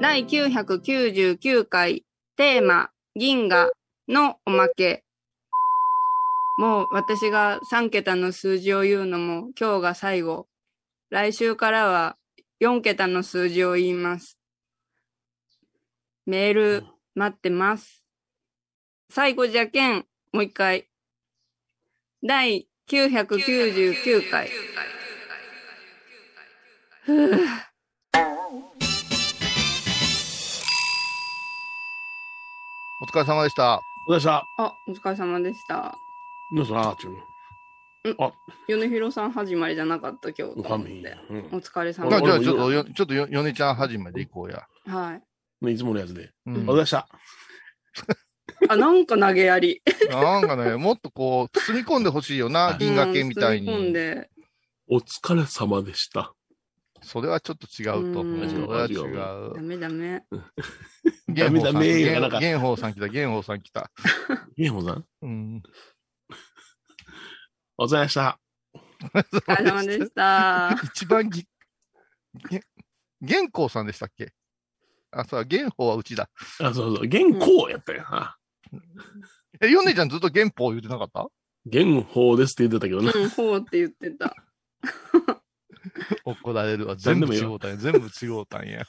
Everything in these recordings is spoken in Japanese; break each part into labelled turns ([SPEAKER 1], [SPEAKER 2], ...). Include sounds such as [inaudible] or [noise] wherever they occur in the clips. [SPEAKER 1] 第999回テーマ銀河のおまけ。もう私が3桁の数字を言うのも今日が最後。来週からは4桁の数字を言います。メール待ってます。最後じゃけん、もう一回。第999回。
[SPEAKER 2] お疲れ様でした。
[SPEAKER 3] どうした
[SPEAKER 1] あ、お疲れ様でした。
[SPEAKER 3] どうしたちゅう
[SPEAKER 1] 米広さん始まりじゃなかった今日
[SPEAKER 3] の。
[SPEAKER 1] と
[SPEAKER 3] か
[SPEAKER 1] 思っ
[SPEAKER 3] み
[SPEAKER 1] て。。お疲れ
[SPEAKER 2] じ
[SPEAKER 1] 様
[SPEAKER 2] ゃ
[SPEAKER 1] で
[SPEAKER 2] あ、
[SPEAKER 3] 俺
[SPEAKER 2] じ
[SPEAKER 3] も
[SPEAKER 2] ゃあちょっとよ、ちょっとよ、ヨネちゃん始めで行こうや。
[SPEAKER 1] はい。
[SPEAKER 3] うん。いつものやつで。
[SPEAKER 2] うん
[SPEAKER 3] あ、どうした
[SPEAKER 1] あ、なんか投げやり。
[SPEAKER 2] なんかね、 [laughs] もっとこう、包み込んでほしいよな、銀河系みたい
[SPEAKER 1] うん包み込ん
[SPEAKER 2] に。
[SPEAKER 1] で。
[SPEAKER 3] お疲れ様でした。
[SPEAKER 2] それはちょっと違うと思
[SPEAKER 1] う
[SPEAKER 2] う。
[SPEAKER 1] ん
[SPEAKER 2] それは違
[SPEAKER 1] ダ
[SPEAKER 2] う。
[SPEAKER 1] メダメ。
[SPEAKER 2] ゲンホーさん
[SPEAKER 3] ダメだ名誉がなんか
[SPEAKER 2] ゲンホーさん来た、ゲンホーさん来た。
[SPEAKER 3] みえほさん、
[SPEAKER 2] うん。
[SPEAKER 3] お疲れ様でした。
[SPEAKER 1] お疲れ様でした。
[SPEAKER 2] [laughs] 一番ぎ、げ玄光さんでしたっけあ、そうだ、玄宝はうちだ。
[SPEAKER 3] あ、そうそう。原稿やったよな。
[SPEAKER 2] え、ヨネちゃんずっと玄宝言ってなかった
[SPEAKER 3] 原法ですって言ってたけどな。
[SPEAKER 1] うん、ほうって言ってた。
[SPEAKER 2] 怒られるわ。全
[SPEAKER 3] 何で
[SPEAKER 2] 部
[SPEAKER 3] も
[SPEAKER 2] 違
[SPEAKER 3] 言う
[SPEAKER 2] うたんや。全部違うたんや。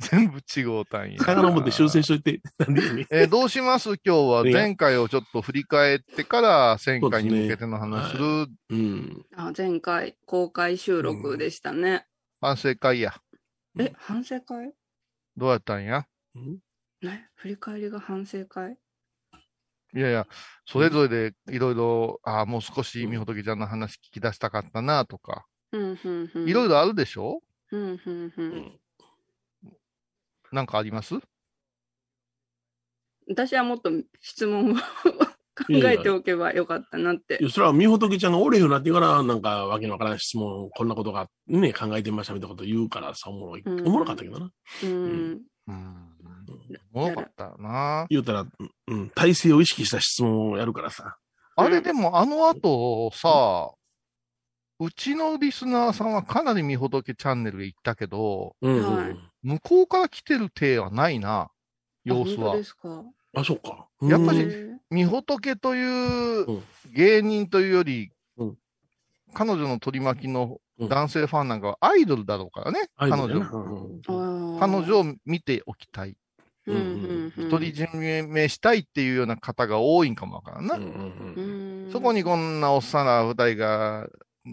[SPEAKER 2] 全部違うたん
[SPEAKER 3] [laughs]
[SPEAKER 2] や。
[SPEAKER 3] 遡って修正しといて。なんでやねん
[SPEAKER 2] えーどうします [laughs] 今日は前回をちょっと振り返ってから1000回に向けての話する
[SPEAKER 3] うん。
[SPEAKER 1] あ前回、公開収録でしたね。
[SPEAKER 2] 反省会や。
[SPEAKER 3] うん
[SPEAKER 1] え、反省会
[SPEAKER 2] どうやったんや
[SPEAKER 1] ね、振り返りが反省会
[SPEAKER 2] いやいや、それぞれでいろいろ、ああ、もう少しみほとけちゃんの話聞き出したかったなとか、
[SPEAKER 1] うん、うん、うん。
[SPEAKER 2] いろい
[SPEAKER 1] ろ。
[SPEAKER 2] ろあるでしょ
[SPEAKER 1] うん、うん、う。
[SPEAKER 3] うんん
[SPEAKER 2] なんかあります
[SPEAKER 1] 私はもっと質問を [laughs] 考えておけばよかったなって
[SPEAKER 3] い。やそれは、みほとけちゃんがおれへんようになってから、なんか、わけのわからん質問、こんなことが、ね、考えてみましたみたいなこと言うからさ、おもろい。
[SPEAKER 1] うん
[SPEAKER 3] おもろかったけどな。
[SPEAKER 1] うん。
[SPEAKER 2] うん。おもろかったな。
[SPEAKER 3] 言うたら、うん、体制を意識した質問をやるからさ。
[SPEAKER 2] あれでもあの後さ、うちのリスナーさんはかなりみほとけチャンネルへ行ったけど、
[SPEAKER 3] うん、うん
[SPEAKER 1] はい
[SPEAKER 2] 向こうから来てる体はないな、様
[SPEAKER 1] あ
[SPEAKER 2] 子
[SPEAKER 1] 本
[SPEAKER 2] は
[SPEAKER 1] 当で。すか。
[SPEAKER 3] あ、そうか。
[SPEAKER 2] やっぱり
[SPEAKER 3] うん
[SPEAKER 1] へ
[SPEAKER 2] みほとけという
[SPEAKER 3] うん
[SPEAKER 2] 芸人というより、
[SPEAKER 3] うん
[SPEAKER 2] 彼女の取り巻きの
[SPEAKER 3] うん
[SPEAKER 2] 男性ファンなんかはアイドルだろうからね、
[SPEAKER 3] アイ
[SPEAKER 2] 彼
[SPEAKER 3] ドルやな
[SPEAKER 2] 女。
[SPEAKER 3] う
[SPEAKER 1] ー
[SPEAKER 3] ん
[SPEAKER 1] あー
[SPEAKER 2] 彼女を見ておきたい。
[SPEAKER 1] うんうんうん
[SPEAKER 2] 独り占めしたいっていうような方が多いんかもわからんな。
[SPEAKER 3] うんうん
[SPEAKER 1] う
[SPEAKER 3] うん
[SPEAKER 1] ん
[SPEAKER 2] そこにこんなおっさんら二人が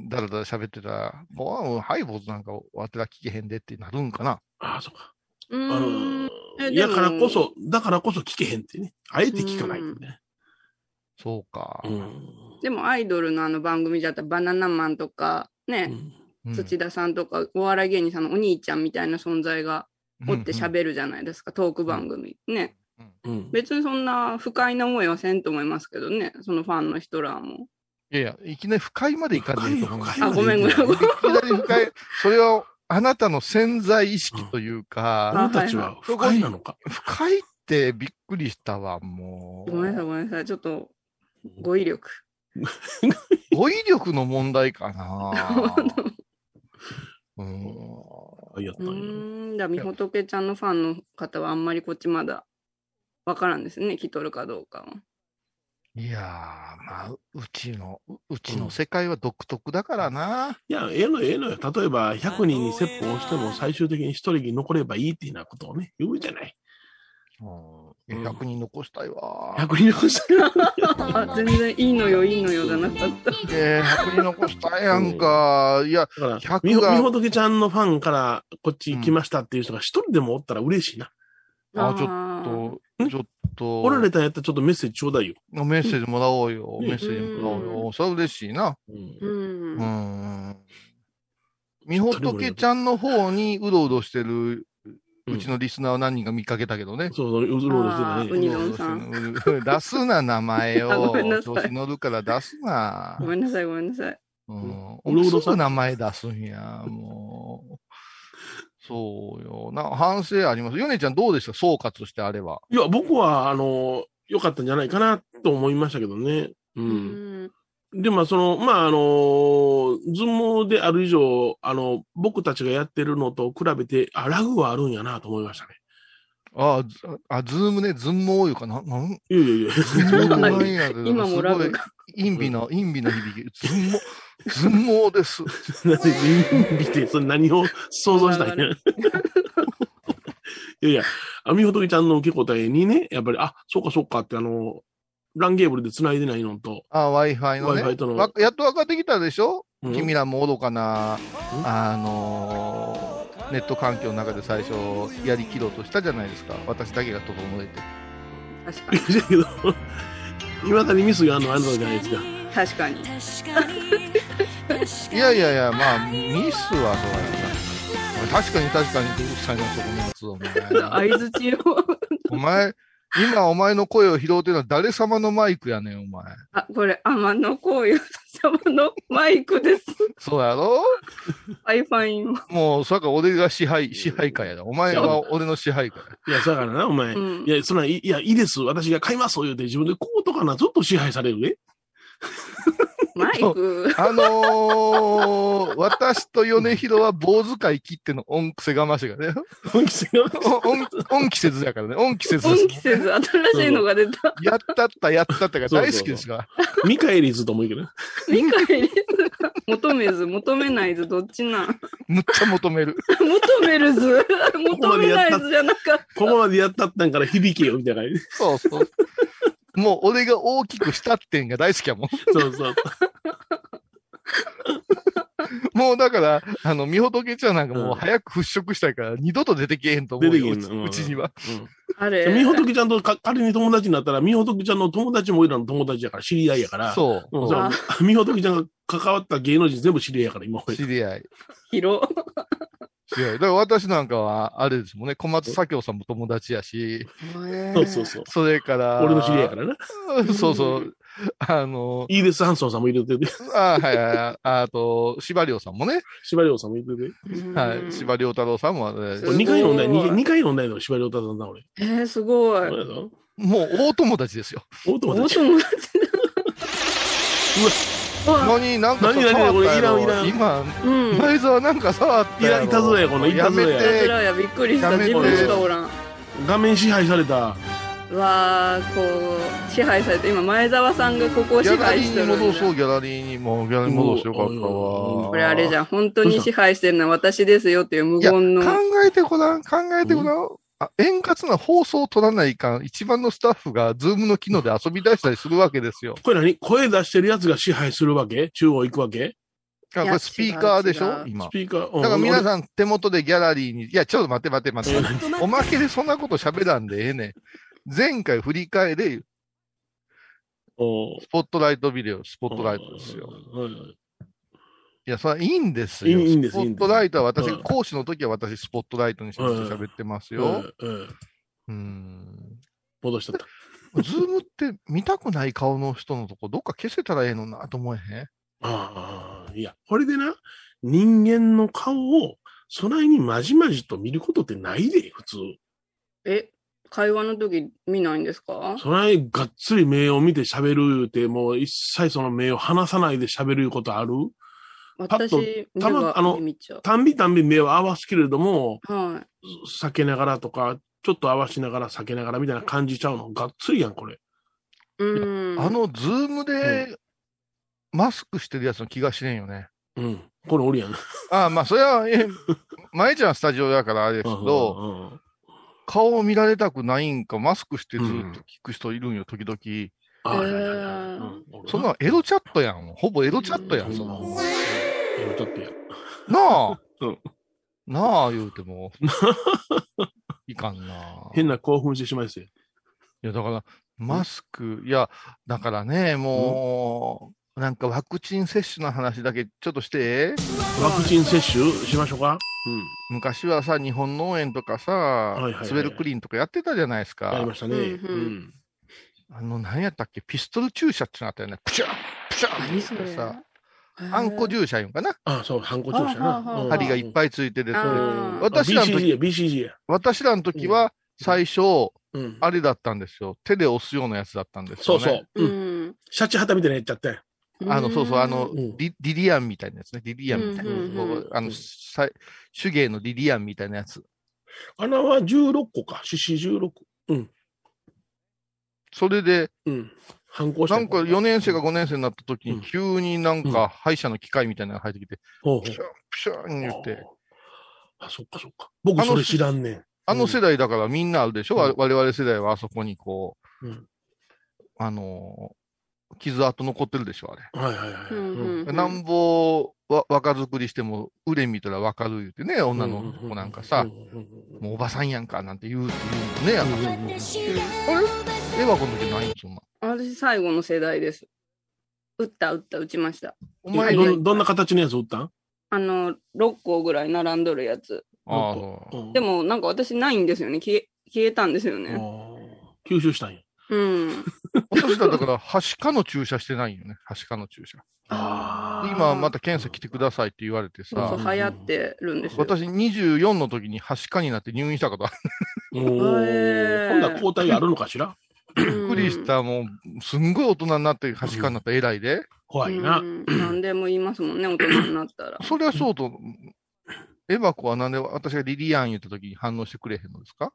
[SPEAKER 2] だらだら喋ってたら、もう、うんハイボーズなんかわてら聞けへんでってなるんかな。
[SPEAKER 3] ああ、そうか。
[SPEAKER 1] う
[SPEAKER 3] あ
[SPEAKER 1] ん
[SPEAKER 3] の
[SPEAKER 1] え
[SPEAKER 3] い
[SPEAKER 1] で
[SPEAKER 3] や
[SPEAKER 1] も
[SPEAKER 3] からこそ、だからこそ聞けへんってね。あえて聞かないってね。
[SPEAKER 2] そうか。
[SPEAKER 3] うん。
[SPEAKER 1] でもアイドルのあの番組だったらバナナマンとか
[SPEAKER 3] う
[SPEAKER 1] ね、
[SPEAKER 3] ん
[SPEAKER 2] うん
[SPEAKER 1] 土田さんとかお笑い芸人さんのお兄ちゃんみたいな存在がおって
[SPEAKER 2] うんうん
[SPEAKER 1] 喋るじゃないですか、トーク番組ね
[SPEAKER 3] うん
[SPEAKER 1] 別にそんな不快な思いはせんと思いますけどねそのファンの人らも
[SPEAKER 2] いやいや、いきなり不快までいかないと思うんですよ
[SPEAKER 1] あごめんごめんごめん
[SPEAKER 2] いきなり深い、それはあなたの潜在意識という
[SPEAKER 3] あ
[SPEAKER 2] か、
[SPEAKER 3] なたたち
[SPEAKER 1] [laughs]
[SPEAKER 3] は不快なのか。
[SPEAKER 2] 深いってびっくりしたわ、も。
[SPEAKER 1] ごめんなさいうごめんなさいちょっと語彙力
[SPEAKER 2] 語彙力の問題
[SPEAKER 3] [laughs]
[SPEAKER 2] かな。うん
[SPEAKER 3] あやっ
[SPEAKER 1] う
[SPEAKER 3] たんよ
[SPEAKER 1] ーんだみほとけちゃんのファンの方はあんまりこっちまだわからんですね聞とるかどうかはい
[SPEAKER 2] やー、まあ、うちの、ううちの世界は独特だからな。
[SPEAKER 3] いや、ええのよええのよ。例えば、100人に説法をしても、最終的に1人に残ればいいっていうようなことをね、言うじゃない。
[SPEAKER 2] うんいや
[SPEAKER 3] うん
[SPEAKER 2] 100人残したいわ。
[SPEAKER 3] 100人残したら。
[SPEAKER 1] あ全然いいのよいいのよじゃなかった
[SPEAKER 2] えー100人残したいやん
[SPEAKER 3] [laughs]
[SPEAKER 2] か。いや、
[SPEAKER 3] だから、み
[SPEAKER 2] 100
[SPEAKER 3] ほ
[SPEAKER 2] が
[SPEAKER 3] みほとけちゃんのファンから、こっち来ましたっていう人が1人でもおったら嬉しいな。
[SPEAKER 2] あちょっ
[SPEAKER 1] っ
[SPEAKER 2] と
[SPEAKER 3] うん
[SPEAKER 2] ちょっと。
[SPEAKER 3] おられたんやったらちょっとメッセージちょうだいよ。
[SPEAKER 2] あメッセージもらおうよ。
[SPEAKER 3] うん
[SPEAKER 2] メッセージもらおうよ。それは嬉しいな。
[SPEAKER 3] うん
[SPEAKER 1] うん
[SPEAKER 2] うーん。みほとけちゃんの方にうろうろしてるうちのリスナーは何人か見かけたけどね。
[SPEAKER 3] そうそう、うずろうろしてた
[SPEAKER 1] う
[SPEAKER 3] ね。
[SPEAKER 1] にどんさん
[SPEAKER 2] うろうろしてる。出すな、名前
[SPEAKER 1] あ
[SPEAKER 2] を
[SPEAKER 1] [laughs] ごめんな。さい
[SPEAKER 2] 調子乗るから出すな
[SPEAKER 1] ご。めんなさいごめんなさい
[SPEAKER 2] うん。
[SPEAKER 3] うろうろさん
[SPEAKER 2] すぐ名前出すんや、もう。そうよ。な、反省あります。ヨネちゃんどうでした総括してあれは。
[SPEAKER 3] いや、僕は、あの、良かったんじゃないかなと思いましたけどね。
[SPEAKER 1] う
[SPEAKER 3] う。
[SPEAKER 1] んん。
[SPEAKER 3] で、まあ、その、まあ、あの、ズームである以上、あの、僕たちがやってるのと比べて、あ、ラグはあるんやなと思いましたね。
[SPEAKER 2] ああ、ずあ、ズームね、ズンモーいうかな、なん、
[SPEAKER 3] いやいやい
[SPEAKER 1] [laughs]
[SPEAKER 3] や。
[SPEAKER 2] ズンモなんやけど
[SPEAKER 1] 今もラグが。
[SPEAKER 2] すごい、陰微な、陰微な響き。ズンモ、ズンモーです。
[SPEAKER 3] なんで見て、それ何を想像したんや。い [laughs] やいや、あみほとけちゃんの受け答えにね、やっぱり、あ、そうかそうかって、あの、ランゲーブルで繋いでないのと、
[SPEAKER 2] ああ、Wi-Fi のね。
[SPEAKER 3] Wi-Fi との
[SPEAKER 2] わやっと分かってきたでしょ、
[SPEAKER 3] うん
[SPEAKER 2] 君らも愚かな、
[SPEAKER 3] ん
[SPEAKER 2] あのーネット環境の中で最初やりきろうとしたじゃないですか。私だけが整えて。
[SPEAKER 1] 確かに。
[SPEAKER 3] だけど、いまだにミスがあるのはあるのじゃないですか。
[SPEAKER 1] 確かに。
[SPEAKER 2] いやいやいや、まあ、ミスはそうやな。確かに確か
[SPEAKER 3] [laughs]
[SPEAKER 2] にってうるさいな、そこのやつ、お前。
[SPEAKER 1] 相づちを。
[SPEAKER 2] お前、今お前の声を拾うてるのは誰様のマイクやねん、お前。
[SPEAKER 1] あ、これ、天野幸雄様のマイクです。
[SPEAKER 2] そうやろ
[SPEAKER 1] iFine も。
[SPEAKER 2] もう、それから俺が支配、支配下やな。お前は俺の支配下や。
[SPEAKER 3] いや、だからな、お前。
[SPEAKER 1] うん
[SPEAKER 3] いや、そんなんい、いや、いいです。私が買います。言うて、自分でこうとかな、ちょっと支配されるね。
[SPEAKER 1] マイク。
[SPEAKER 2] あのー、私と米広は坊主会切っての恩癖がましがね。
[SPEAKER 3] 本気性が
[SPEAKER 2] お恩、 [laughs] 恩着せずやからね。恩着せずで
[SPEAKER 1] 音
[SPEAKER 2] す
[SPEAKER 1] 期せず新しいのが出た。
[SPEAKER 2] やったった、やったったが大好きですから。
[SPEAKER 3] 見返りずと思うけどね。
[SPEAKER 1] 理解ですが求めず、求めないず、どっちなん
[SPEAKER 2] むっちゃ求める。
[SPEAKER 1] 求めるず。求めないずじゃなかった。
[SPEAKER 3] ここまでやったったんから響けよ、みたいな感じ。
[SPEAKER 2] そうそう。もう俺が大きくしたってんが大好きやもん。
[SPEAKER 3] そうそう。
[SPEAKER 2] もうだから、あの、みほとけちゃんなんか
[SPEAKER 3] う
[SPEAKER 2] も
[SPEAKER 3] ん
[SPEAKER 2] う早く払拭したいから、二度と出てけえへんと思う
[SPEAKER 3] 出てけ
[SPEAKER 2] よ、
[SPEAKER 3] へん
[SPEAKER 2] うち
[SPEAKER 3] うん
[SPEAKER 2] うちには。
[SPEAKER 3] うん
[SPEAKER 1] あ
[SPEAKER 3] でみ
[SPEAKER 1] れ
[SPEAKER 3] ほ。とけちゃんとか仮に友達になったら、みほとけちゃんの友達も俺らの友達やから、知り合いやから。う。
[SPEAKER 2] そう。
[SPEAKER 3] うん、
[SPEAKER 2] そ
[SPEAKER 3] そう
[SPEAKER 1] あ
[SPEAKER 3] みほとけちゃんが関わった芸能人全部知り合いやから、今
[SPEAKER 2] う
[SPEAKER 3] 俺。
[SPEAKER 2] 知り合い。
[SPEAKER 1] 広。
[SPEAKER 2] 知り合い。だから私なんかは、あれですもんね、小松左京さんも友達やし、
[SPEAKER 3] そうそうそう。
[SPEAKER 2] それから、
[SPEAKER 3] 俺の知り合いやからな。
[SPEAKER 1] ん
[SPEAKER 2] そうそう。あの、
[SPEAKER 3] イーベス・ハンソンさんも入れてて、
[SPEAKER 2] あはいはいはい。あと、司馬遼さんもね。
[SPEAKER 3] 司馬遼さんも入れてて。
[SPEAKER 1] うん
[SPEAKER 2] はい。司馬遼太郎さんも、え
[SPEAKER 1] す
[SPEAKER 2] ー
[SPEAKER 1] ごい
[SPEAKER 3] 俺2回飲んだよ、2回飲んだよ、司馬遼太郎さんだ、俺。
[SPEAKER 1] えー、すごい
[SPEAKER 3] そう。やぞ。
[SPEAKER 2] もう大友達ですよ。
[SPEAKER 3] 大友
[SPEAKER 1] お
[SPEAKER 3] 達。
[SPEAKER 1] 友達だ。うわ、
[SPEAKER 2] 何、なんかさ
[SPEAKER 3] 何何
[SPEAKER 2] 触ったやろ
[SPEAKER 3] これいらんい
[SPEAKER 2] 今、
[SPEAKER 1] うん。
[SPEAKER 2] 前澤なんか触ったやろ
[SPEAKER 3] いらんいたずらやこのいたずらや
[SPEAKER 2] や
[SPEAKER 1] あ
[SPEAKER 2] め
[SPEAKER 1] つ
[SPEAKER 2] て
[SPEAKER 1] らやびっくりした
[SPEAKER 2] やめ
[SPEAKER 1] 自
[SPEAKER 2] て
[SPEAKER 1] 分しかおらん
[SPEAKER 3] 画面支配された。
[SPEAKER 1] うわあこう支配されて今前澤さんがここを
[SPEAKER 2] ギ
[SPEAKER 1] 支
[SPEAKER 2] ャラリ
[SPEAKER 1] 配して
[SPEAKER 2] ー
[SPEAKER 1] る
[SPEAKER 2] に
[SPEAKER 1] の
[SPEAKER 2] 戻そう、
[SPEAKER 1] こ
[SPEAKER 2] ギャラリーにも、ギャラリーに戻してよかった
[SPEAKER 3] うん
[SPEAKER 2] わ。
[SPEAKER 1] れあれじ
[SPEAKER 2] ゃ
[SPEAKER 1] ゃん本当に支配してるのは私ですよっていう無言
[SPEAKER 2] 考
[SPEAKER 1] の
[SPEAKER 2] えてごらん、考えてごらん。あ円滑な放送を取らないかん、一番のスタッフが、ズームの機能で遊び出したりするわけですよ。
[SPEAKER 3] これ何声出してるやつが支配するわけ中央行くわけ
[SPEAKER 2] だからこ
[SPEAKER 1] いや
[SPEAKER 2] れスピーカーでし
[SPEAKER 1] 違う違
[SPEAKER 2] ょ
[SPEAKER 1] う
[SPEAKER 2] 今
[SPEAKER 3] ス。ピーカー。う
[SPEAKER 2] だから皆
[SPEAKER 3] ん。
[SPEAKER 2] さん手元でギャラリーに、いや、ちょっと待って待って待って。おまけでそんなこと喋らんでええねん。前回振り返れ、
[SPEAKER 3] お
[SPEAKER 2] スポットライトビデオ、スポットライトですよ。。
[SPEAKER 3] はいはい
[SPEAKER 2] いや、それはいいんですよ。
[SPEAKER 3] いいいいんです
[SPEAKER 2] スポットライトは私、
[SPEAKER 3] うん
[SPEAKER 2] 講師の時は私、スポットライトにしまして喋ってますよ。
[SPEAKER 3] うんうん
[SPEAKER 2] うん。
[SPEAKER 3] 戻しちゃった。
[SPEAKER 2] ズームって見たくない顔の人のとこ、どっか消せたらええのなと思えへん
[SPEAKER 3] ああ、いや、これでな、人間の顔を、そないにまじまじと見ることってないで、普通。
[SPEAKER 1] え会話の時見ないんですか
[SPEAKER 3] そないがっつり目を見て喋る言うて、もう一切その目を離さないで喋ることあるパッと
[SPEAKER 1] 私目
[SPEAKER 3] たまあ
[SPEAKER 1] が
[SPEAKER 3] の
[SPEAKER 1] 見ちゃう
[SPEAKER 3] たんびたんび目を合わすけれども、
[SPEAKER 1] はい
[SPEAKER 3] 避けながらとか、ちょっと合わしながら避けながらみたいな感じちゃうの。がっつりやん、これ。
[SPEAKER 1] うん
[SPEAKER 2] あの、ズームで、マスクしてるやつの気がしねんよね。
[SPEAKER 3] うん。これおるやん。
[SPEAKER 2] ああ、まあ、それは、え、前ちゃんスタジオだからあれですけど、
[SPEAKER 3] ど、
[SPEAKER 2] 顔を見られたくないんか、マスクしてずっと聞く人いるんよ、時々。
[SPEAKER 3] ああ、
[SPEAKER 1] えー
[SPEAKER 3] いやいやいやうんおるな
[SPEAKER 2] そんなんエロチャットやん。ほぼエロチャットやん、そんな
[SPEAKER 3] うん
[SPEAKER 2] もん。
[SPEAKER 3] やめとってや。
[SPEAKER 2] なあ
[SPEAKER 3] うん。
[SPEAKER 2] なあ、言う
[SPEAKER 3] [laughs]
[SPEAKER 2] ても。いかんな。い
[SPEAKER 3] 変な興奮してしまいですよ。
[SPEAKER 2] や、だから、マスク、いや、だからね、もう、なんかワクチン接種の話だけちょっとして、
[SPEAKER 3] ワクチン接種しましょうかうん。
[SPEAKER 2] 昔はさ、日本農園と
[SPEAKER 3] い
[SPEAKER 2] か
[SPEAKER 3] はい
[SPEAKER 2] さ
[SPEAKER 3] は、い
[SPEAKER 2] スベルクリンとかやってたじゃないです
[SPEAKER 3] やり
[SPEAKER 2] か
[SPEAKER 3] ま。したね。
[SPEAKER 1] うんうん
[SPEAKER 3] うん
[SPEAKER 2] あの、何やったっけ、ピストル注射ってなったよね。プシャンプシャン
[SPEAKER 1] 何そ
[SPEAKER 2] って
[SPEAKER 1] れ
[SPEAKER 2] さ、
[SPEAKER 1] へー
[SPEAKER 2] あんこ注射いうんかな。
[SPEAKER 3] あ、そう、ハンコ注
[SPEAKER 1] あ
[SPEAKER 3] 射
[SPEAKER 1] はあは
[SPEAKER 3] な
[SPEAKER 1] あ。
[SPEAKER 2] 針がいっ
[SPEAKER 3] い。
[SPEAKER 2] ぱいついてて、それ
[SPEAKER 1] あー
[SPEAKER 2] 私らの時
[SPEAKER 3] BCG や、BCG や。
[SPEAKER 2] 私らの時は、最初、
[SPEAKER 3] うん。
[SPEAKER 2] あれだったんですよ。手で押すようなやつだったんです
[SPEAKER 3] そ
[SPEAKER 2] よ、
[SPEAKER 3] う
[SPEAKER 2] ね。
[SPEAKER 3] そう。
[SPEAKER 1] う
[SPEAKER 3] うん
[SPEAKER 1] ん
[SPEAKER 3] シャチハタみたいなやっちゃって。
[SPEAKER 2] あの、そうそう、あの、
[SPEAKER 3] うん
[SPEAKER 2] リリリアンみたいなやつね。リリアンみたいな。
[SPEAKER 1] うんうんうん
[SPEAKER 2] こうあの、さ手芸のリリアンみたいなやつ。
[SPEAKER 3] 穴は16個か。獅子16。
[SPEAKER 2] それで、
[SPEAKER 3] うん。反抗して
[SPEAKER 2] なんか4年生か5年生になった時
[SPEAKER 3] うん
[SPEAKER 2] に、急になん
[SPEAKER 3] う
[SPEAKER 2] か歯医者の機械みたいなのが入ってきて、
[SPEAKER 3] ほうほ
[SPEAKER 2] プ
[SPEAKER 3] う
[SPEAKER 2] シュン、プシュン言って、
[SPEAKER 3] あ、そっかそっか。僕それ知らんねん。
[SPEAKER 2] あの世代だからみんなあるでしょ、
[SPEAKER 3] うん
[SPEAKER 2] 我々世代はあそこにこう、
[SPEAKER 3] うん
[SPEAKER 2] あのー傷跡残ってるでしょあれ。
[SPEAKER 3] はいはいはい。
[SPEAKER 1] うんうん
[SPEAKER 2] なん、ぼわ若作りしても、売れ見たらわかる言ってね、女の子なんかさ、
[SPEAKER 3] うんうんうんうん
[SPEAKER 2] もうおばさんやんかなんて言うって言うのね、
[SPEAKER 3] うん
[SPEAKER 2] あ
[SPEAKER 3] うんうん
[SPEAKER 2] れ令和子の時ないんそんな。
[SPEAKER 1] 私最後の世代です。打った、打った、打ちました。
[SPEAKER 2] お前
[SPEAKER 3] ど
[SPEAKER 2] が、
[SPEAKER 1] はい
[SPEAKER 3] んどんな形のやつ打ったん
[SPEAKER 1] あの、6個ぐらい並んどるやつ。
[SPEAKER 2] ああ、
[SPEAKER 1] で
[SPEAKER 3] も、
[SPEAKER 1] も、なんか私ないんですよね。消え、消えたんですよね。
[SPEAKER 3] あー吸収したんや。
[SPEAKER 1] うん。
[SPEAKER 2] 私だだから、はしかの注射してないよね、はしかの注射。
[SPEAKER 3] あー
[SPEAKER 2] 今また検査来てくださいって言われて
[SPEAKER 1] そうそ
[SPEAKER 2] さ
[SPEAKER 1] う、、流行ってるんですよ。
[SPEAKER 2] 私24の時にはしかになって入院したことある。
[SPEAKER 3] お
[SPEAKER 1] へー
[SPEAKER 3] ー今度は抗体があるのかしら
[SPEAKER 1] び
[SPEAKER 2] びっくりし。た、もう、すんごい大人になってはしかになったら偉いで。
[SPEAKER 3] 怖い
[SPEAKER 1] うん
[SPEAKER 3] な。
[SPEAKER 1] 何でも言いますもんね、大人になったら。
[SPEAKER 2] それはそうと、エバ子はなんで私がリリアン言った時に反応してくれへんのですか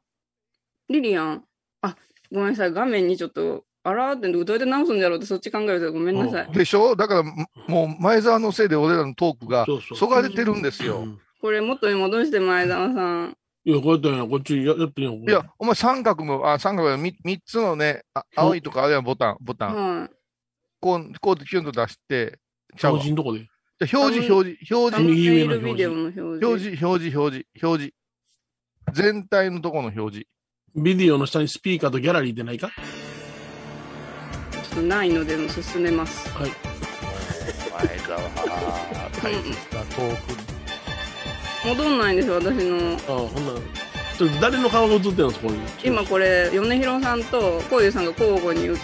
[SPEAKER 1] リリアン、あ、ごめんなさい、画面にちょっと、あらーって、どうやって直すんだろうって、そっち考えるとごめんなさい
[SPEAKER 3] うん。
[SPEAKER 2] でしょだから、ももう前澤のせいで俺らのトークが
[SPEAKER 3] そうそう
[SPEAKER 2] そがれてるんですよ。
[SPEAKER 3] うん
[SPEAKER 1] これ元に戻して、前澤さん。
[SPEAKER 3] いや、こうやってんやこっちややってんや
[SPEAKER 2] いや、お前三角も、あ、三角もみ三つのね、あ青いとかあるやん、ボタン、ボタン。
[SPEAKER 1] は
[SPEAKER 2] こう、こうでキュンと出して、ちゃうわ
[SPEAKER 3] 超人とこで。
[SPEAKER 2] じゃあ表示、表示、
[SPEAKER 1] い。
[SPEAKER 2] 表
[SPEAKER 1] サ
[SPEAKER 2] 示、
[SPEAKER 1] ム
[SPEAKER 3] 右
[SPEAKER 1] ネイ
[SPEAKER 3] 上の
[SPEAKER 1] ルビデ
[SPEAKER 3] 表
[SPEAKER 1] オ
[SPEAKER 3] 示
[SPEAKER 1] の表示。
[SPEAKER 2] 表示、表示、表示、表示。全体のとこの表示。
[SPEAKER 3] ビデオの下にスピーカーとギャラリーでないか
[SPEAKER 1] ちょっとないので、もう進めます。
[SPEAKER 3] はい。
[SPEAKER 2] 前澤、大切なトーク。
[SPEAKER 1] 戻んないんですよ、私の。
[SPEAKER 3] ああ、ほんなら。ちょっと誰の顔が映ってるのそこに。
[SPEAKER 1] 今これ、米広さんと、こういうさんが交互に映る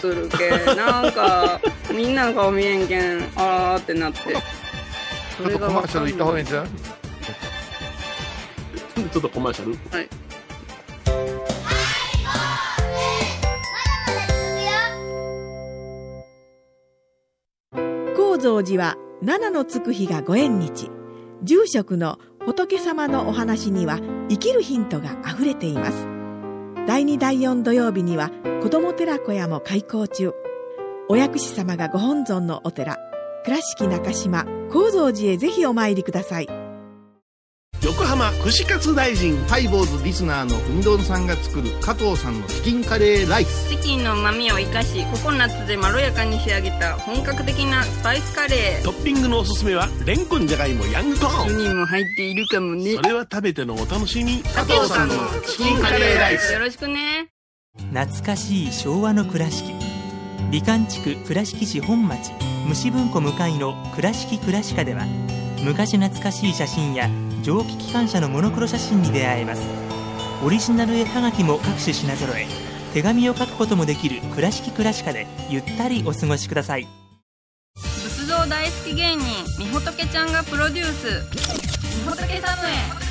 [SPEAKER 1] け、なん
[SPEAKER 2] [laughs]
[SPEAKER 1] か、みんなの顔見えんけん、あーってなって。
[SPEAKER 2] ちょっとコマーシャル行った方がいいんじゃない
[SPEAKER 3] ちょっとコマーシャル。
[SPEAKER 1] はい。
[SPEAKER 4] 高蔵寺は七のつく日がご縁日住職の仏様のお話には生きるヒントがあふれています第2第4土曜日には子ども寺小屋も開校中お薬師様がご本尊のお寺倉敷中島・高蔵寺へぜひお参りください
[SPEAKER 3] 横浜串カツ大臣。
[SPEAKER 5] ハイボーズリスナーのうみどんさんが作る加藤さんのチキンカレーライス
[SPEAKER 1] チキンの旨味を生かしココナッツでまろやかに仕上げた本格的なスパイスカレ
[SPEAKER 3] トッピングのおすすめは、レンコンじゃがいもヤングコーン。
[SPEAKER 1] 人も入っているかもね
[SPEAKER 3] それは食べてのお楽しみ。
[SPEAKER 1] 加藤さんの
[SPEAKER 3] チ
[SPEAKER 5] キンカレーライ
[SPEAKER 1] よろしくね
[SPEAKER 6] 懐かしい昭和の倉敷美観地区倉敷市本町虫文庫向かいの「倉敷倉歯科」では昔懐かしい写真や蒸気機関車のモノクロ写真に出会えますオリジナル絵はがきも各種品揃え手紙を書くこともできる「倉敷倉歯科」でゆったりお過ごしください
[SPEAKER 1] 仏像大好き芸人みほとけちゃんがプロデュースみほとけサムエ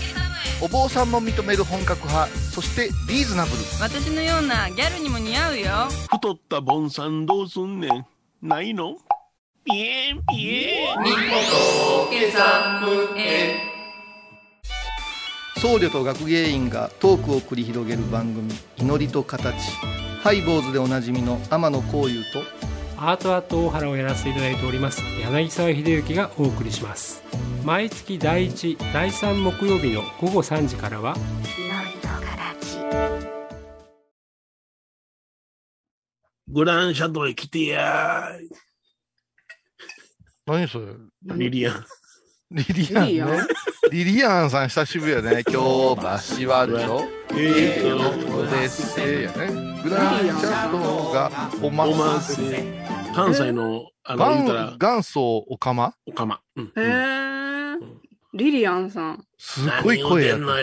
[SPEAKER 2] お坊さんも認める本格派、そしてリーズナブル。
[SPEAKER 1] 私のようなギャルにも似合うよ
[SPEAKER 3] 太ったボンさんどうすんねん。ないのピエンピエン。
[SPEAKER 5] 僧侶と学芸員がトークを繰り広げる番組「祈りと形」ハイボーズでおなじみの天野幸雄と
[SPEAKER 7] アートアート大原をやらせていただいております柳沢秀幸がお送りします毎月第1第3木曜日の午後3時からは
[SPEAKER 3] グランシャドウへ来てやーい。
[SPEAKER 2] 何それ
[SPEAKER 3] リリアン。
[SPEAKER 2] リリアン
[SPEAKER 1] リリア
[SPEAKER 2] ね
[SPEAKER 1] ン。
[SPEAKER 2] リリアンさん久しぶりやね。今日橋はでしょ
[SPEAKER 3] え
[SPEAKER 2] そうですやね。グランシャドウがおま
[SPEAKER 3] おま
[SPEAKER 2] ます。
[SPEAKER 3] せ。関西の、あの、言うたら
[SPEAKER 2] 元、元祖おかま
[SPEAKER 3] おかま。うん。
[SPEAKER 1] へえリリアンさん
[SPEAKER 2] すっごい声や
[SPEAKER 3] 何言うてん
[SPEAKER 2] ね。
[SPEAKER 3] の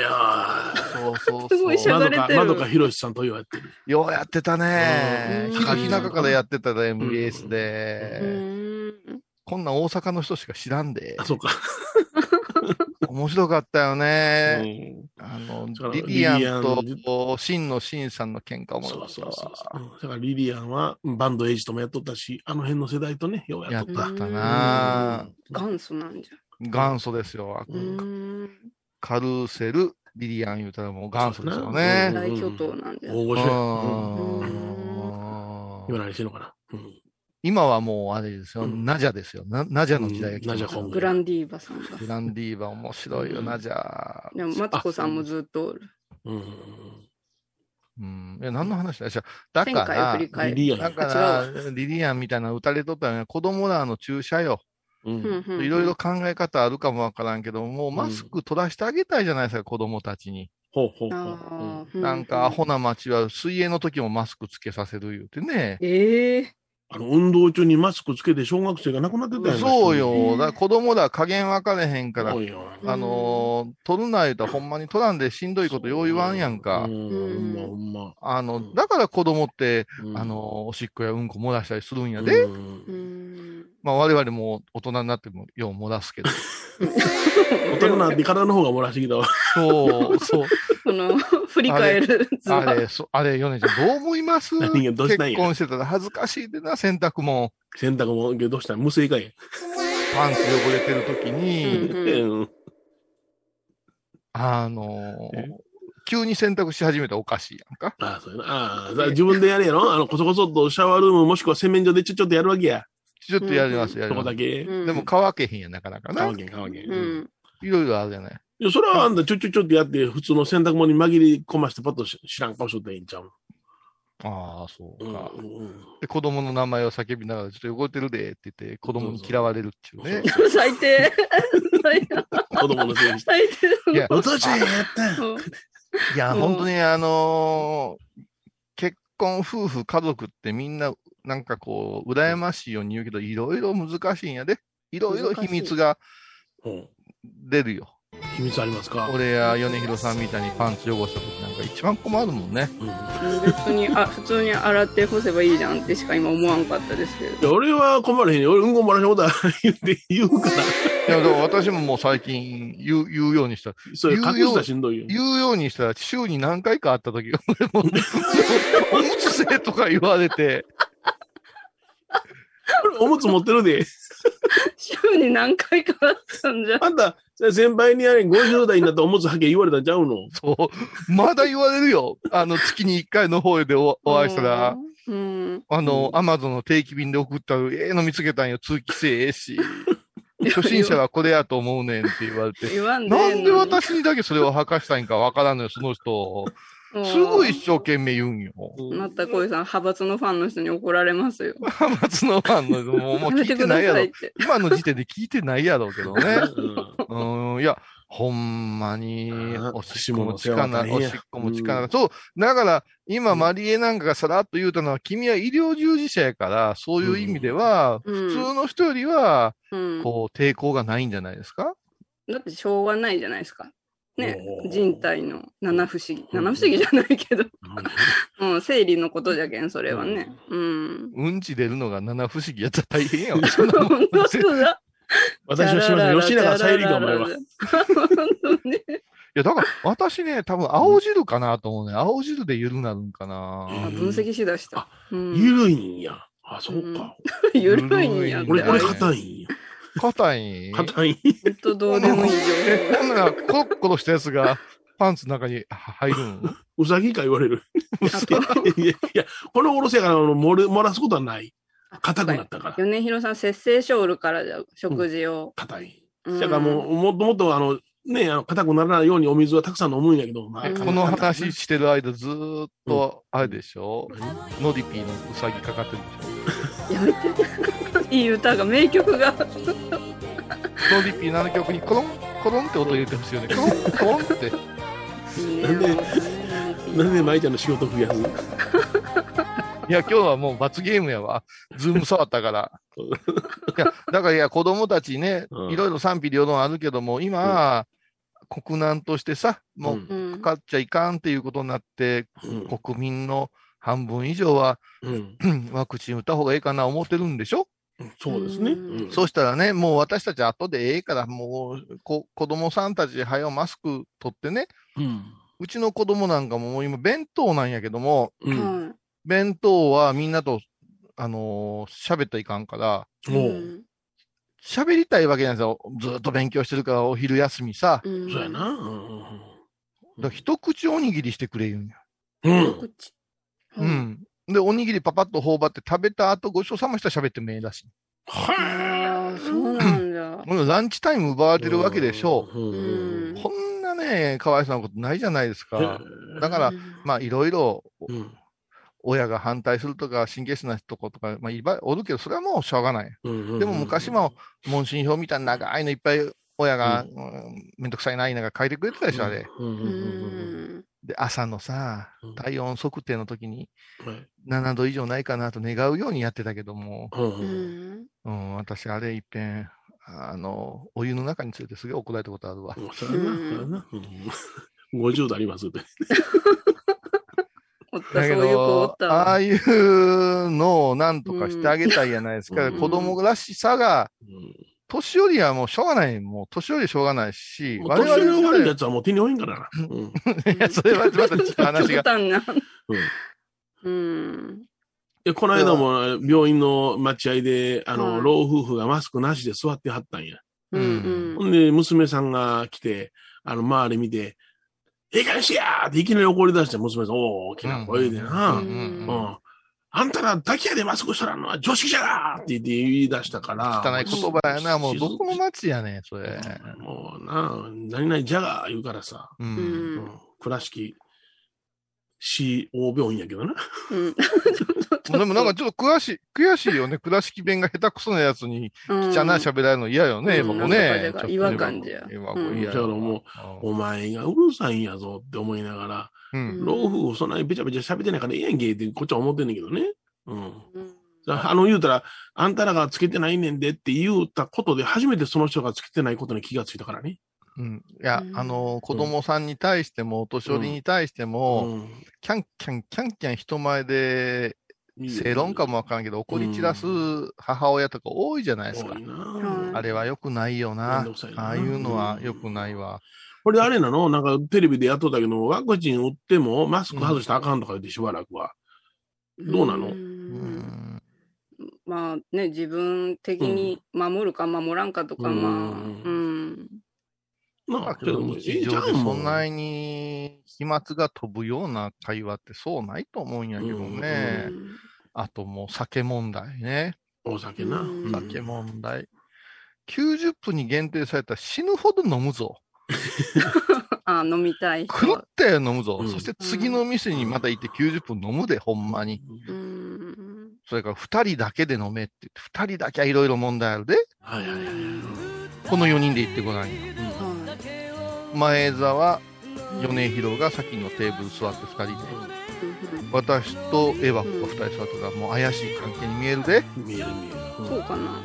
[SPEAKER 3] よ。
[SPEAKER 2] そうそ
[SPEAKER 1] [laughs]
[SPEAKER 2] う
[SPEAKER 1] すごいし
[SPEAKER 2] そ
[SPEAKER 1] ゃ
[SPEAKER 2] う。
[SPEAKER 3] ま
[SPEAKER 1] が
[SPEAKER 3] ど
[SPEAKER 1] れ
[SPEAKER 3] か、
[SPEAKER 1] てる
[SPEAKER 3] まどかひろしさんと言われてる。
[SPEAKER 2] ようやってたね
[SPEAKER 1] う。ん
[SPEAKER 2] 東中からやってた
[SPEAKER 3] ん
[SPEAKER 2] ね、MBS
[SPEAKER 1] う
[SPEAKER 2] で。
[SPEAKER 1] ーん
[SPEAKER 2] こんなん大阪の人しか知らんで
[SPEAKER 3] あ、。そうか。
[SPEAKER 2] 面白かったよ
[SPEAKER 3] う
[SPEAKER 2] ね。
[SPEAKER 3] ん
[SPEAKER 2] あの
[SPEAKER 3] そ、う
[SPEAKER 2] リリア
[SPEAKER 3] リリア
[SPEAKER 2] ン
[SPEAKER 3] ン
[SPEAKER 2] と、シンのシンさんの喧嘩おも
[SPEAKER 3] そ
[SPEAKER 2] ろか
[SPEAKER 3] う
[SPEAKER 2] った
[SPEAKER 3] そうそう
[SPEAKER 2] わ。
[SPEAKER 3] そう。うんだからリリアンはバンドエイジともやっとったし、あの辺の世代とね、ようや
[SPEAKER 2] や
[SPEAKER 3] っ
[SPEAKER 2] っ
[SPEAKER 3] と
[SPEAKER 2] た
[SPEAKER 3] っ
[SPEAKER 1] う
[SPEAKER 3] た。
[SPEAKER 1] ん
[SPEAKER 2] な
[SPEAKER 1] 元祖なんじ
[SPEAKER 2] 元祖ですよ。
[SPEAKER 1] ゃん。うーん。
[SPEAKER 2] カルセル、リリアン言うたらもう元祖ですよ
[SPEAKER 3] うん
[SPEAKER 2] ね。
[SPEAKER 1] 大巨頭なんじゃん。
[SPEAKER 3] 大御
[SPEAKER 2] う
[SPEAKER 3] 所や。うん
[SPEAKER 2] ん
[SPEAKER 3] 今何してんのかな。うん
[SPEAKER 2] 今はもうあれですよ。
[SPEAKER 3] うん
[SPEAKER 2] ナジャですよ。ナナジャの時代が来てま
[SPEAKER 3] ナジ
[SPEAKER 2] す
[SPEAKER 3] ャ本
[SPEAKER 1] グランディーバさんが。
[SPEAKER 2] グランディーバ面白いよ、
[SPEAKER 3] うん
[SPEAKER 2] ナジャ。
[SPEAKER 1] でも、マツコさんもずっとおる。
[SPEAKER 3] うん
[SPEAKER 2] うん。え、何の話だじゃあだ
[SPEAKER 1] 前
[SPEAKER 2] か
[SPEAKER 1] 回を振
[SPEAKER 2] ら、
[SPEAKER 1] り返
[SPEAKER 3] リ
[SPEAKER 1] る。
[SPEAKER 3] リアン
[SPEAKER 2] だ
[SPEAKER 3] や。
[SPEAKER 2] から、リリアンみたいなの打たれとったよね。子供らの注射よ。
[SPEAKER 3] うん
[SPEAKER 1] うんうんうん
[SPEAKER 2] いろいろ。考え方あるかもわからんけど、もうマスク取らしてあげたいじゃないですか、子供たちに。
[SPEAKER 3] ほうほうほ
[SPEAKER 1] ああ。
[SPEAKER 3] う。
[SPEAKER 2] なんか、アホな町は水泳の時もマスクつけさせる言うてね。
[SPEAKER 1] ええ
[SPEAKER 3] あの、運動中にマスクつけて小学生が亡くなってたやん
[SPEAKER 2] そう。
[SPEAKER 1] う
[SPEAKER 2] よ。
[SPEAKER 1] ん
[SPEAKER 2] だから子供ら加減分かれへんから
[SPEAKER 3] 多、いよ。
[SPEAKER 2] あのー、取るな言うたらほんまに取らんでしんどいことよう言わんやん
[SPEAKER 3] う
[SPEAKER 2] か。
[SPEAKER 3] ん、ほんまほんま。
[SPEAKER 2] あ
[SPEAKER 3] う
[SPEAKER 2] の、
[SPEAKER 3] ん
[SPEAKER 2] だから子供って、
[SPEAKER 3] うん
[SPEAKER 2] あのー、、おしっこやうんこ漏らしたりするんやで。
[SPEAKER 3] うん
[SPEAKER 1] うーん。
[SPEAKER 2] まあ我々も大人になってもよう漏らすけど。
[SPEAKER 3] 大人になって体の方が漏らしてきたわ。
[SPEAKER 2] そう、そう。
[SPEAKER 1] その、 [laughs] 振り返る図は。
[SPEAKER 2] あれ、そあれ、ヨネちゃん、どう思います
[SPEAKER 3] [laughs] 何がどうしたんや
[SPEAKER 2] 結婚してたら恥ずかしいでな、洗濯も。
[SPEAKER 3] 洗濯も、どうしたん無性かい。
[SPEAKER 2] パンツ汚れてる時
[SPEAKER 1] う
[SPEAKER 2] に、
[SPEAKER 1] んうん
[SPEAKER 3] うん
[SPEAKER 2] あのー
[SPEAKER 3] え
[SPEAKER 2] 急に洗濯し始めたらおかしいやんか。
[SPEAKER 3] ああ、そうやな。ああ、だから自分でやれやろあの、こそこそっとシャワールームもしくは洗面所でちょちょっとやるわけや。
[SPEAKER 2] ちょっとやります、
[SPEAKER 3] そ
[SPEAKER 2] やり
[SPEAKER 3] こ
[SPEAKER 2] ま
[SPEAKER 3] だ
[SPEAKER 2] す。
[SPEAKER 3] け。
[SPEAKER 1] うん
[SPEAKER 2] でも、乾けへんやん、なかな
[SPEAKER 3] か
[SPEAKER 2] かな
[SPEAKER 3] わ。けん、かわけん。
[SPEAKER 1] う
[SPEAKER 3] うん
[SPEAKER 1] ん。
[SPEAKER 2] いろいろあるじゃない。
[SPEAKER 3] いや、それはあんたちょちょちょってやって、普通の洗濯物に紛れ込ましてパッとし知らん顔しとったらいいんちゃう
[SPEAKER 2] ああ、そう
[SPEAKER 3] うん
[SPEAKER 2] か、
[SPEAKER 3] うん
[SPEAKER 2] で。子供の名前を叫びながら、ちょっと汚れてるでって言って、子供に嫌われるっていうね。
[SPEAKER 1] 最低。最低。
[SPEAKER 3] 子供のせいにして。
[SPEAKER 1] 最低。
[SPEAKER 2] いや、
[SPEAKER 3] お父ちゃんやったん
[SPEAKER 1] うん
[SPEAKER 2] いや、
[SPEAKER 1] うん
[SPEAKER 2] 本当にあのー結婚、夫婦、家族ってみんな、なんかこう、羨ましいように言うけど、いろいろ難しいんやで。いろいろ秘密が
[SPEAKER 3] うん
[SPEAKER 2] 出るよ。
[SPEAKER 3] 秘密ありますか
[SPEAKER 2] 俺や米広さんみたいにパンツ汚した時なんか一番困るもんね。
[SPEAKER 3] うんい
[SPEAKER 1] 別に、あ、普通に洗って干せばいいじゃんってしか今思わんかったですけど。
[SPEAKER 3] や俺は困らへんよ。俺、うんこ漏らしたことある言って言うから。
[SPEAKER 2] いや、だから私ももう最近言う、言うようにした。
[SPEAKER 3] それ
[SPEAKER 2] 言うよ
[SPEAKER 3] 隠したらしんどいよ。
[SPEAKER 2] 言うようにしたら、週に何回か会った時、俺も、おむつせえとか言われて、
[SPEAKER 3] 俺おむつ持ってるで。
[SPEAKER 1] 週に何回かあったんじゃ。
[SPEAKER 3] あんた、先輩にあれ、50代になったらおむつはけ言われたんちゃうの
[SPEAKER 2] そう、まだ言われるよ。あの、月に1回の方でおお会いしたら。。
[SPEAKER 1] うん。
[SPEAKER 2] あの、
[SPEAKER 3] うん
[SPEAKER 2] アマゾンの定期便で送った、ええの見つけたんよ、通気性ええし、初心者はこれやと思うねんって言われて。
[SPEAKER 1] 言わんでええ
[SPEAKER 2] な
[SPEAKER 1] の
[SPEAKER 2] ん
[SPEAKER 1] に
[SPEAKER 2] で私にだけそれを吐かしたいんかわからんのよ、その人。すごい一生懸命言うんよ。
[SPEAKER 1] なったこいさん、派閥のファンの人に怒られますよ。
[SPEAKER 2] 浜松のファンの人も、も
[SPEAKER 1] やめ
[SPEAKER 2] う聞
[SPEAKER 1] て
[SPEAKER 2] いて
[SPEAKER 1] く
[SPEAKER 2] な
[SPEAKER 1] だ
[SPEAKER 2] いや
[SPEAKER 1] さい
[SPEAKER 2] ろ
[SPEAKER 1] っ。て。
[SPEAKER 2] 今の時点で聞いてないやろうけ
[SPEAKER 3] [laughs]
[SPEAKER 2] どね。
[SPEAKER 3] うん
[SPEAKER 2] うん、いや、ほんまに、おしっこもつか
[SPEAKER 3] 下も
[SPEAKER 2] ない、
[SPEAKER 3] 世話大変
[SPEAKER 2] お
[SPEAKER 3] や
[SPEAKER 2] しっこもつかない。そう、だから、今、マリエなんかがさらっと言うたのは、君は医療従事者やから、そういう意味では、
[SPEAKER 1] う
[SPEAKER 2] 普
[SPEAKER 1] ん
[SPEAKER 2] 通の人よりは、
[SPEAKER 1] うん。
[SPEAKER 2] こう、抵抗がないんじゃないですか
[SPEAKER 1] だってしょうがないじゃないですか。ね
[SPEAKER 3] おー、
[SPEAKER 1] 人体の七不思議。
[SPEAKER 3] うん
[SPEAKER 1] 七不思議じゃないけど、
[SPEAKER 3] うん
[SPEAKER 1] うん、生理のことじゃけん、それはね。
[SPEAKER 2] [laughs]
[SPEAKER 1] うん。
[SPEAKER 2] うんち出るのが七不思議やったら大変
[SPEAKER 1] [laughs]
[SPEAKER 2] やわ。そんなもん
[SPEAKER 1] 本当だ。
[SPEAKER 3] 私はしません。吉永小百合か、お前は。
[SPEAKER 1] 本当ね。
[SPEAKER 2] いや、だから、私ね、多分、青汁かなと思うね。青汁で緩なるんかな。
[SPEAKER 1] あ分析しだした。うん
[SPEAKER 3] ゆるいんや。あ、そうか。
[SPEAKER 1] ゆるいんやって。
[SPEAKER 3] 俺、これ
[SPEAKER 2] うん
[SPEAKER 3] 硬いんや。
[SPEAKER 2] 硬い。
[SPEAKER 3] 硬い。
[SPEAKER 1] 本当どうでもいい情
[SPEAKER 2] え、ほんなら、コロッコロしたやつが、パンツの中に入るん
[SPEAKER 3] うさぎか言われる。
[SPEAKER 1] 報。あと、
[SPEAKER 3] いや、いやこのおろせやからあの漏れ漏らすことはない。硬くなったから。
[SPEAKER 1] 米広さん、節制しおるからじゃ、食事を。
[SPEAKER 3] 硬い。
[SPEAKER 1] ん
[SPEAKER 3] だからもう、もっともっと、あの、ね、あの硬くならないようにお水はたくさん飲むんやけど、まあ
[SPEAKER 1] うん
[SPEAKER 2] この話してる間、ずーっと、あれでしょノリピーのウサギかかってるでし
[SPEAKER 1] やめて。いい歌が、名曲が。
[SPEAKER 2] ょノリピーのあの曲に、コロン、コロンって音入れてほしいよね。コロン、コロンって。
[SPEAKER 1] いいね
[SPEAKER 3] なんで
[SPEAKER 1] もう
[SPEAKER 3] なんで舞ちゃんの仕事増やす
[SPEAKER 2] いや、今日はもう罰ゲームやわ。ズーム触ったから。
[SPEAKER 3] うん
[SPEAKER 2] いや、だからいや、子供たちね、
[SPEAKER 3] うん
[SPEAKER 2] いろいろ賛否両論あるけども、今、国難としてさ、もう、
[SPEAKER 1] う
[SPEAKER 2] か
[SPEAKER 1] ん
[SPEAKER 2] かっちゃいかんっていうことになって、
[SPEAKER 3] うん
[SPEAKER 2] 国民の半分以上は、
[SPEAKER 3] うん
[SPEAKER 2] うんワクチン打った方がいいかな思ってるんでしょ
[SPEAKER 3] そうですね。
[SPEAKER 1] うん
[SPEAKER 3] ん
[SPEAKER 2] そうしたらね、もう私たち後でええから、もうこ子供さんたち、はよマスク取ってね、
[SPEAKER 3] うん。
[SPEAKER 2] うちの子供なんかももう今弁当なんやけども、
[SPEAKER 3] うん。
[SPEAKER 1] は
[SPEAKER 2] 弁当はみんなと、あのー喋ったらいかんから、
[SPEAKER 1] い。
[SPEAKER 3] も
[SPEAKER 1] う
[SPEAKER 3] う、
[SPEAKER 1] ん
[SPEAKER 2] 喋りたいわけなんですよ。ずーっと勉強してるから、お昼休みさ。
[SPEAKER 1] うん
[SPEAKER 3] そうやな。うん
[SPEAKER 2] だから一口おにぎりしてくれ言うんや。
[SPEAKER 3] うん。う
[SPEAKER 1] こ
[SPEAKER 3] ん
[SPEAKER 1] っち
[SPEAKER 2] う。ん。で、おにぎりパパッと頬張って食べた後、ごちそうさましたら喋ってもええらしい。
[SPEAKER 1] ああ、そうなんだ。
[SPEAKER 2] もうランチタイム奪われてるわけでしょ
[SPEAKER 3] う。うん
[SPEAKER 2] う。
[SPEAKER 1] ん
[SPEAKER 2] こんなね、かわいそうなことないじゃないですか。だから
[SPEAKER 1] うん、
[SPEAKER 2] まあ、いろいろ、
[SPEAKER 3] うん。
[SPEAKER 2] 親が反対するとか、神経質な人とか、まあ、いっぱいおるけど、それはもうしょうがない。
[SPEAKER 3] うん
[SPEAKER 2] でも昔も、問診票みたいな長いのいっぱい親が、うんめんどくさいな、いながら書いてくれてたでしょ、あれ。。
[SPEAKER 3] うんう
[SPEAKER 1] うんん。
[SPEAKER 2] で、朝のさ
[SPEAKER 3] うん、
[SPEAKER 2] 体温測定の時に、
[SPEAKER 3] はい
[SPEAKER 2] 7度以上ないかなと願うようにやってたけども、
[SPEAKER 3] うん
[SPEAKER 1] う
[SPEAKER 3] うん
[SPEAKER 1] ん。
[SPEAKER 2] うん、私、あれ、いっぺん、あの、お湯の中についてすげえ怒られたことあるわ。
[SPEAKER 3] そうやな。そうやな。うん50度ありますって。
[SPEAKER 1] おった、そう
[SPEAKER 2] だけ
[SPEAKER 1] いう子おっ
[SPEAKER 2] ど、
[SPEAKER 1] た
[SPEAKER 2] あ
[SPEAKER 1] わ。
[SPEAKER 2] あいうのをなんとかしてあげたいじゃないですか。
[SPEAKER 3] うん
[SPEAKER 2] 子供らしさが、
[SPEAKER 3] うん
[SPEAKER 2] 年寄りはもうしょうがない。もう年寄りしょうがないし、
[SPEAKER 3] もう年寄りの
[SPEAKER 2] 世
[SPEAKER 3] 悪い
[SPEAKER 2] 代
[SPEAKER 3] やつはもう手に負えんからな。うん
[SPEAKER 2] いや、 [laughs] それはまたちょっと話
[SPEAKER 1] 極
[SPEAKER 2] が。
[SPEAKER 1] 端な。う
[SPEAKER 3] うん
[SPEAKER 1] ん。
[SPEAKER 3] いやこの間も病院の待合で、あ
[SPEAKER 1] は
[SPEAKER 3] の、
[SPEAKER 1] い
[SPEAKER 3] 老夫婦がマスクなしで座ってはったんや。
[SPEAKER 1] うん。うん
[SPEAKER 3] ほんで、娘さんが来て、あの、周り見て、ええかげしやーっていきなり怒り出して、娘さん、おー大きな声でな、
[SPEAKER 2] う
[SPEAKER 3] うんん。
[SPEAKER 2] うん
[SPEAKER 1] う
[SPEAKER 3] あんたら、滝やでマスクしとらんのは常識じゃがーって言って言い出したから。
[SPEAKER 2] 汚い言葉やな。もう
[SPEAKER 3] 静
[SPEAKER 2] どこの町やねん、それ。
[SPEAKER 3] もうな、何々じゃがー言うからさ、
[SPEAKER 2] う。
[SPEAKER 1] うん。
[SPEAKER 3] うんん、倉敷市大病院やけど
[SPEAKER 1] [laughs]
[SPEAKER 3] な。
[SPEAKER 1] うん。
[SPEAKER 2] でもなんかちょっと悔しい、悔しいよね。倉敷弁が下手くそなやつに、ちゃな
[SPEAKER 1] ゃ
[SPEAKER 2] 喋られるの嫌よね、
[SPEAKER 1] うん
[SPEAKER 2] 僕
[SPEAKER 1] な
[SPEAKER 2] ね
[SPEAKER 1] んとかじゃが。
[SPEAKER 2] ちょっと
[SPEAKER 1] 違和感じゃ
[SPEAKER 2] 違和感
[SPEAKER 1] うん
[SPEAKER 2] 嫌
[SPEAKER 3] だからも
[SPEAKER 2] う
[SPEAKER 3] お前がうるさいんやぞって思いながら、
[SPEAKER 2] ん。
[SPEAKER 3] 老夫婦そんなにべちゃべちゃ喋ってないからええやんけってこっちは思ってんねんけどね。うん。
[SPEAKER 1] うん。
[SPEAKER 3] あの言うたら、あんたらがつけてないねんでって言うたことで初めてその人がつけてないことに気がついたからね。
[SPEAKER 2] うん。いや
[SPEAKER 1] う、ん
[SPEAKER 2] あの、子供さんに対しても、お年寄りに対しても、
[SPEAKER 3] う
[SPEAKER 2] キャンキャン、キャンキャン人前で、
[SPEAKER 3] ん
[SPEAKER 2] 正論かもわからんけど、怒り散らす母親とか多いじゃないです
[SPEAKER 3] 多
[SPEAKER 2] か
[SPEAKER 3] い。
[SPEAKER 1] うん
[SPEAKER 3] な
[SPEAKER 2] あれは良くないよ
[SPEAKER 3] めん
[SPEAKER 2] な
[SPEAKER 3] どくさい。な
[SPEAKER 2] ああいうのは良くないわ。
[SPEAKER 3] これあれなのなんかテレビでやっとったけど、ワクチン打ってもマスク外したらあかんとか言ってしばらくは。どうなの
[SPEAKER 1] ん
[SPEAKER 2] うん
[SPEAKER 1] まあね、自分的に守るか守らんかとか、
[SPEAKER 3] うん
[SPEAKER 1] まあ、うん。
[SPEAKER 3] な
[SPEAKER 2] だ
[SPEAKER 3] あ、
[SPEAKER 2] け
[SPEAKER 3] けど
[SPEAKER 2] ど、
[SPEAKER 3] も、
[SPEAKER 2] 日常でそんなに飛沫が飛ぶような会話ってそうないと思うんやけどね。あともう酒問題ね。
[SPEAKER 3] お酒な。
[SPEAKER 1] うん
[SPEAKER 3] うん
[SPEAKER 2] 酒問題。90分に限定されたら死ぬほど飲むぞ。
[SPEAKER 1] [laughs] あ飲みたい人
[SPEAKER 2] 狂っ
[SPEAKER 1] は。
[SPEAKER 2] たよ飲むぞ
[SPEAKER 3] う。ん
[SPEAKER 2] そして次の店にまた行って90分飲むで、ほんまに。
[SPEAKER 1] うん。
[SPEAKER 2] それから2人だけで飲めって言って、2人だけはいろいろ問題あるで、
[SPEAKER 3] はいはいはい。
[SPEAKER 2] この4人で行ってごらんよ。
[SPEAKER 1] は
[SPEAKER 2] 前澤、
[SPEAKER 1] い
[SPEAKER 2] 米広が先のテーブル座って2人で、私とエバコが2人座ってたら、もう怪しい関係に見えるで、
[SPEAKER 3] 見える見える。うん
[SPEAKER 1] そうかな。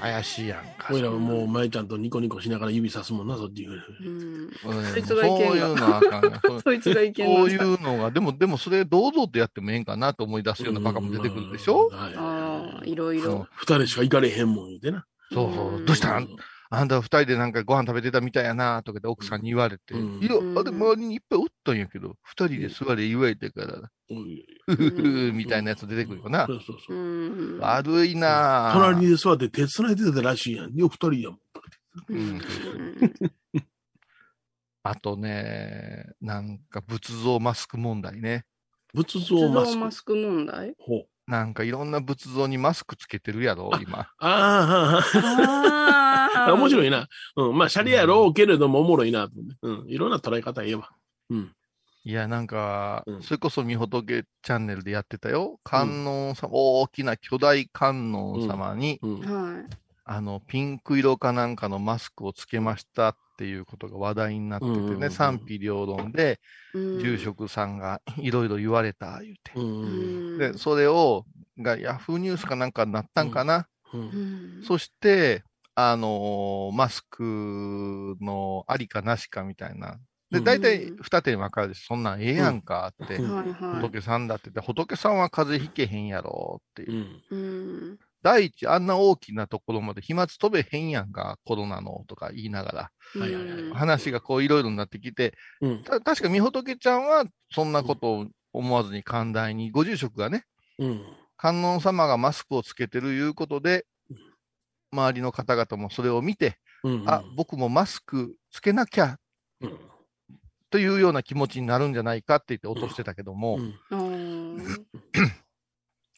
[SPEAKER 2] 怪しいやんか。
[SPEAKER 3] 俺らはもう、舞ちゃんとニコニコしながら指さすもんな、そっち。
[SPEAKER 1] うん。うん、
[SPEAKER 2] うん
[SPEAKER 1] そいつ
[SPEAKER 2] そう
[SPEAKER 1] がいけんが
[SPEAKER 2] いうのはあかんねそう
[SPEAKER 1] そいつがいけんの
[SPEAKER 2] そういうのが、でも、でもそれ堂々とやってもええんかなと思い出すようなバカも出てくるでしょ、
[SPEAKER 3] うんはいはい
[SPEAKER 1] あ
[SPEAKER 3] は
[SPEAKER 1] あ、
[SPEAKER 3] い
[SPEAKER 1] いろい
[SPEAKER 2] そう
[SPEAKER 1] ろ。
[SPEAKER 3] 二人しか行かれへんもん言うてな。
[SPEAKER 2] そうそう。どうした
[SPEAKER 3] うん
[SPEAKER 2] あんた二人でなんかご飯食べてたみたいやなとかで奥さんに言われて、
[SPEAKER 3] うん
[SPEAKER 2] いや、あれ周りにいっぱいおったんやけど、二人で座れ言われてから、
[SPEAKER 3] ん
[SPEAKER 2] ふふふみたいなやつ出てくるよな
[SPEAKER 3] そ。うそうそう
[SPEAKER 1] ん。
[SPEAKER 3] う。
[SPEAKER 2] 悪いなぁ
[SPEAKER 3] 隣で座って手繋いでたらしいやん。よ、二人やもん。
[SPEAKER 1] うん。
[SPEAKER 2] あとね、なんか仏像マスク問題ね。
[SPEAKER 3] 仏像
[SPEAKER 1] 自
[SPEAKER 3] マ
[SPEAKER 1] 動
[SPEAKER 3] スク
[SPEAKER 1] マ。スク問題
[SPEAKER 3] ほう
[SPEAKER 2] なんかいろんな仏像にマスクつけてるやろ、今。
[SPEAKER 3] あーあ
[SPEAKER 1] あ
[SPEAKER 3] ー、あー面白
[SPEAKER 1] い。
[SPEAKER 3] いな。うん。まあ、シャリやろうけれどもおもろいなと思って。うん。いろんな捉え方言えば。うん。
[SPEAKER 2] いや、なんか
[SPEAKER 3] う、ん
[SPEAKER 2] それこそみほとけチャンネルでやってたよ。観音様、大きな巨大観音様に、
[SPEAKER 3] うん。
[SPEAKER 1] は
[SPEAKER 2] あの、ピンク色かなんかのマスクをつけましたっていうことが話題になってて
[SPEAKER 3] うんうんう
[SPEAKER 2] ね、
[SPEAKER 3] ん
[SPEAKER 2] 賛否両論で、
[SPEAKER 1] い。うん
[SPEAKER 2] 住。職さんがいろいろ言われた、言うて
[SPEAKER 3] う。。
[SPEAKER 1] うんん。
[SPEAKER 2] で、それを、がヤフーニュースかなんかになったんかな。
[SPEAKER 3] う。
[SPEAKER 1] うんん。
[SPEAKER 2] そして、あのーマスクのありかなしかみたいな。で、
[SPEAKER 3] うん
[SPEAKER 2] 大体二手に分かれて、そんなんええやんかって、
[SPEAKER 3] うん
[SPEAKER 1] はいはい。
[SPEAKER 2] 仏さんだって言って、仏さんは風邪ひけへんやろっていうう。
[SPEAKER 3] ん。
[SPEAKER 1] うん。
[SPEAKER 2] 第一、あんな大きなところまで飛沫飛べへんやんか、コロナのとか言いなが
[SPEAKER 3] はいはいはい
[SPEAKER 1] うん
[SPEAKER 2] ら、話がこういろいろになってきて、
[SPEAKER 3] うん。
[SPEAKER 2] た確かみほとけちゃんはそんなことを思わずに寛大に、ご住職がね、
[SPEAKER 3] うん。
[SPEAKER 2] 観音様がマスクをつけてるいうことで、周りの方々もそれを見て、
[SPEAKER 3] うん。
[SPEAKER 2] あ、僕もマスクつけなきゃ
[SPEAKER 3] うん。
[SPEAKER 2] というような気持ちになるんじゃないかって言って落としてたけども、
[SPEAKER 3] うん。
[SPEAKER 1] おー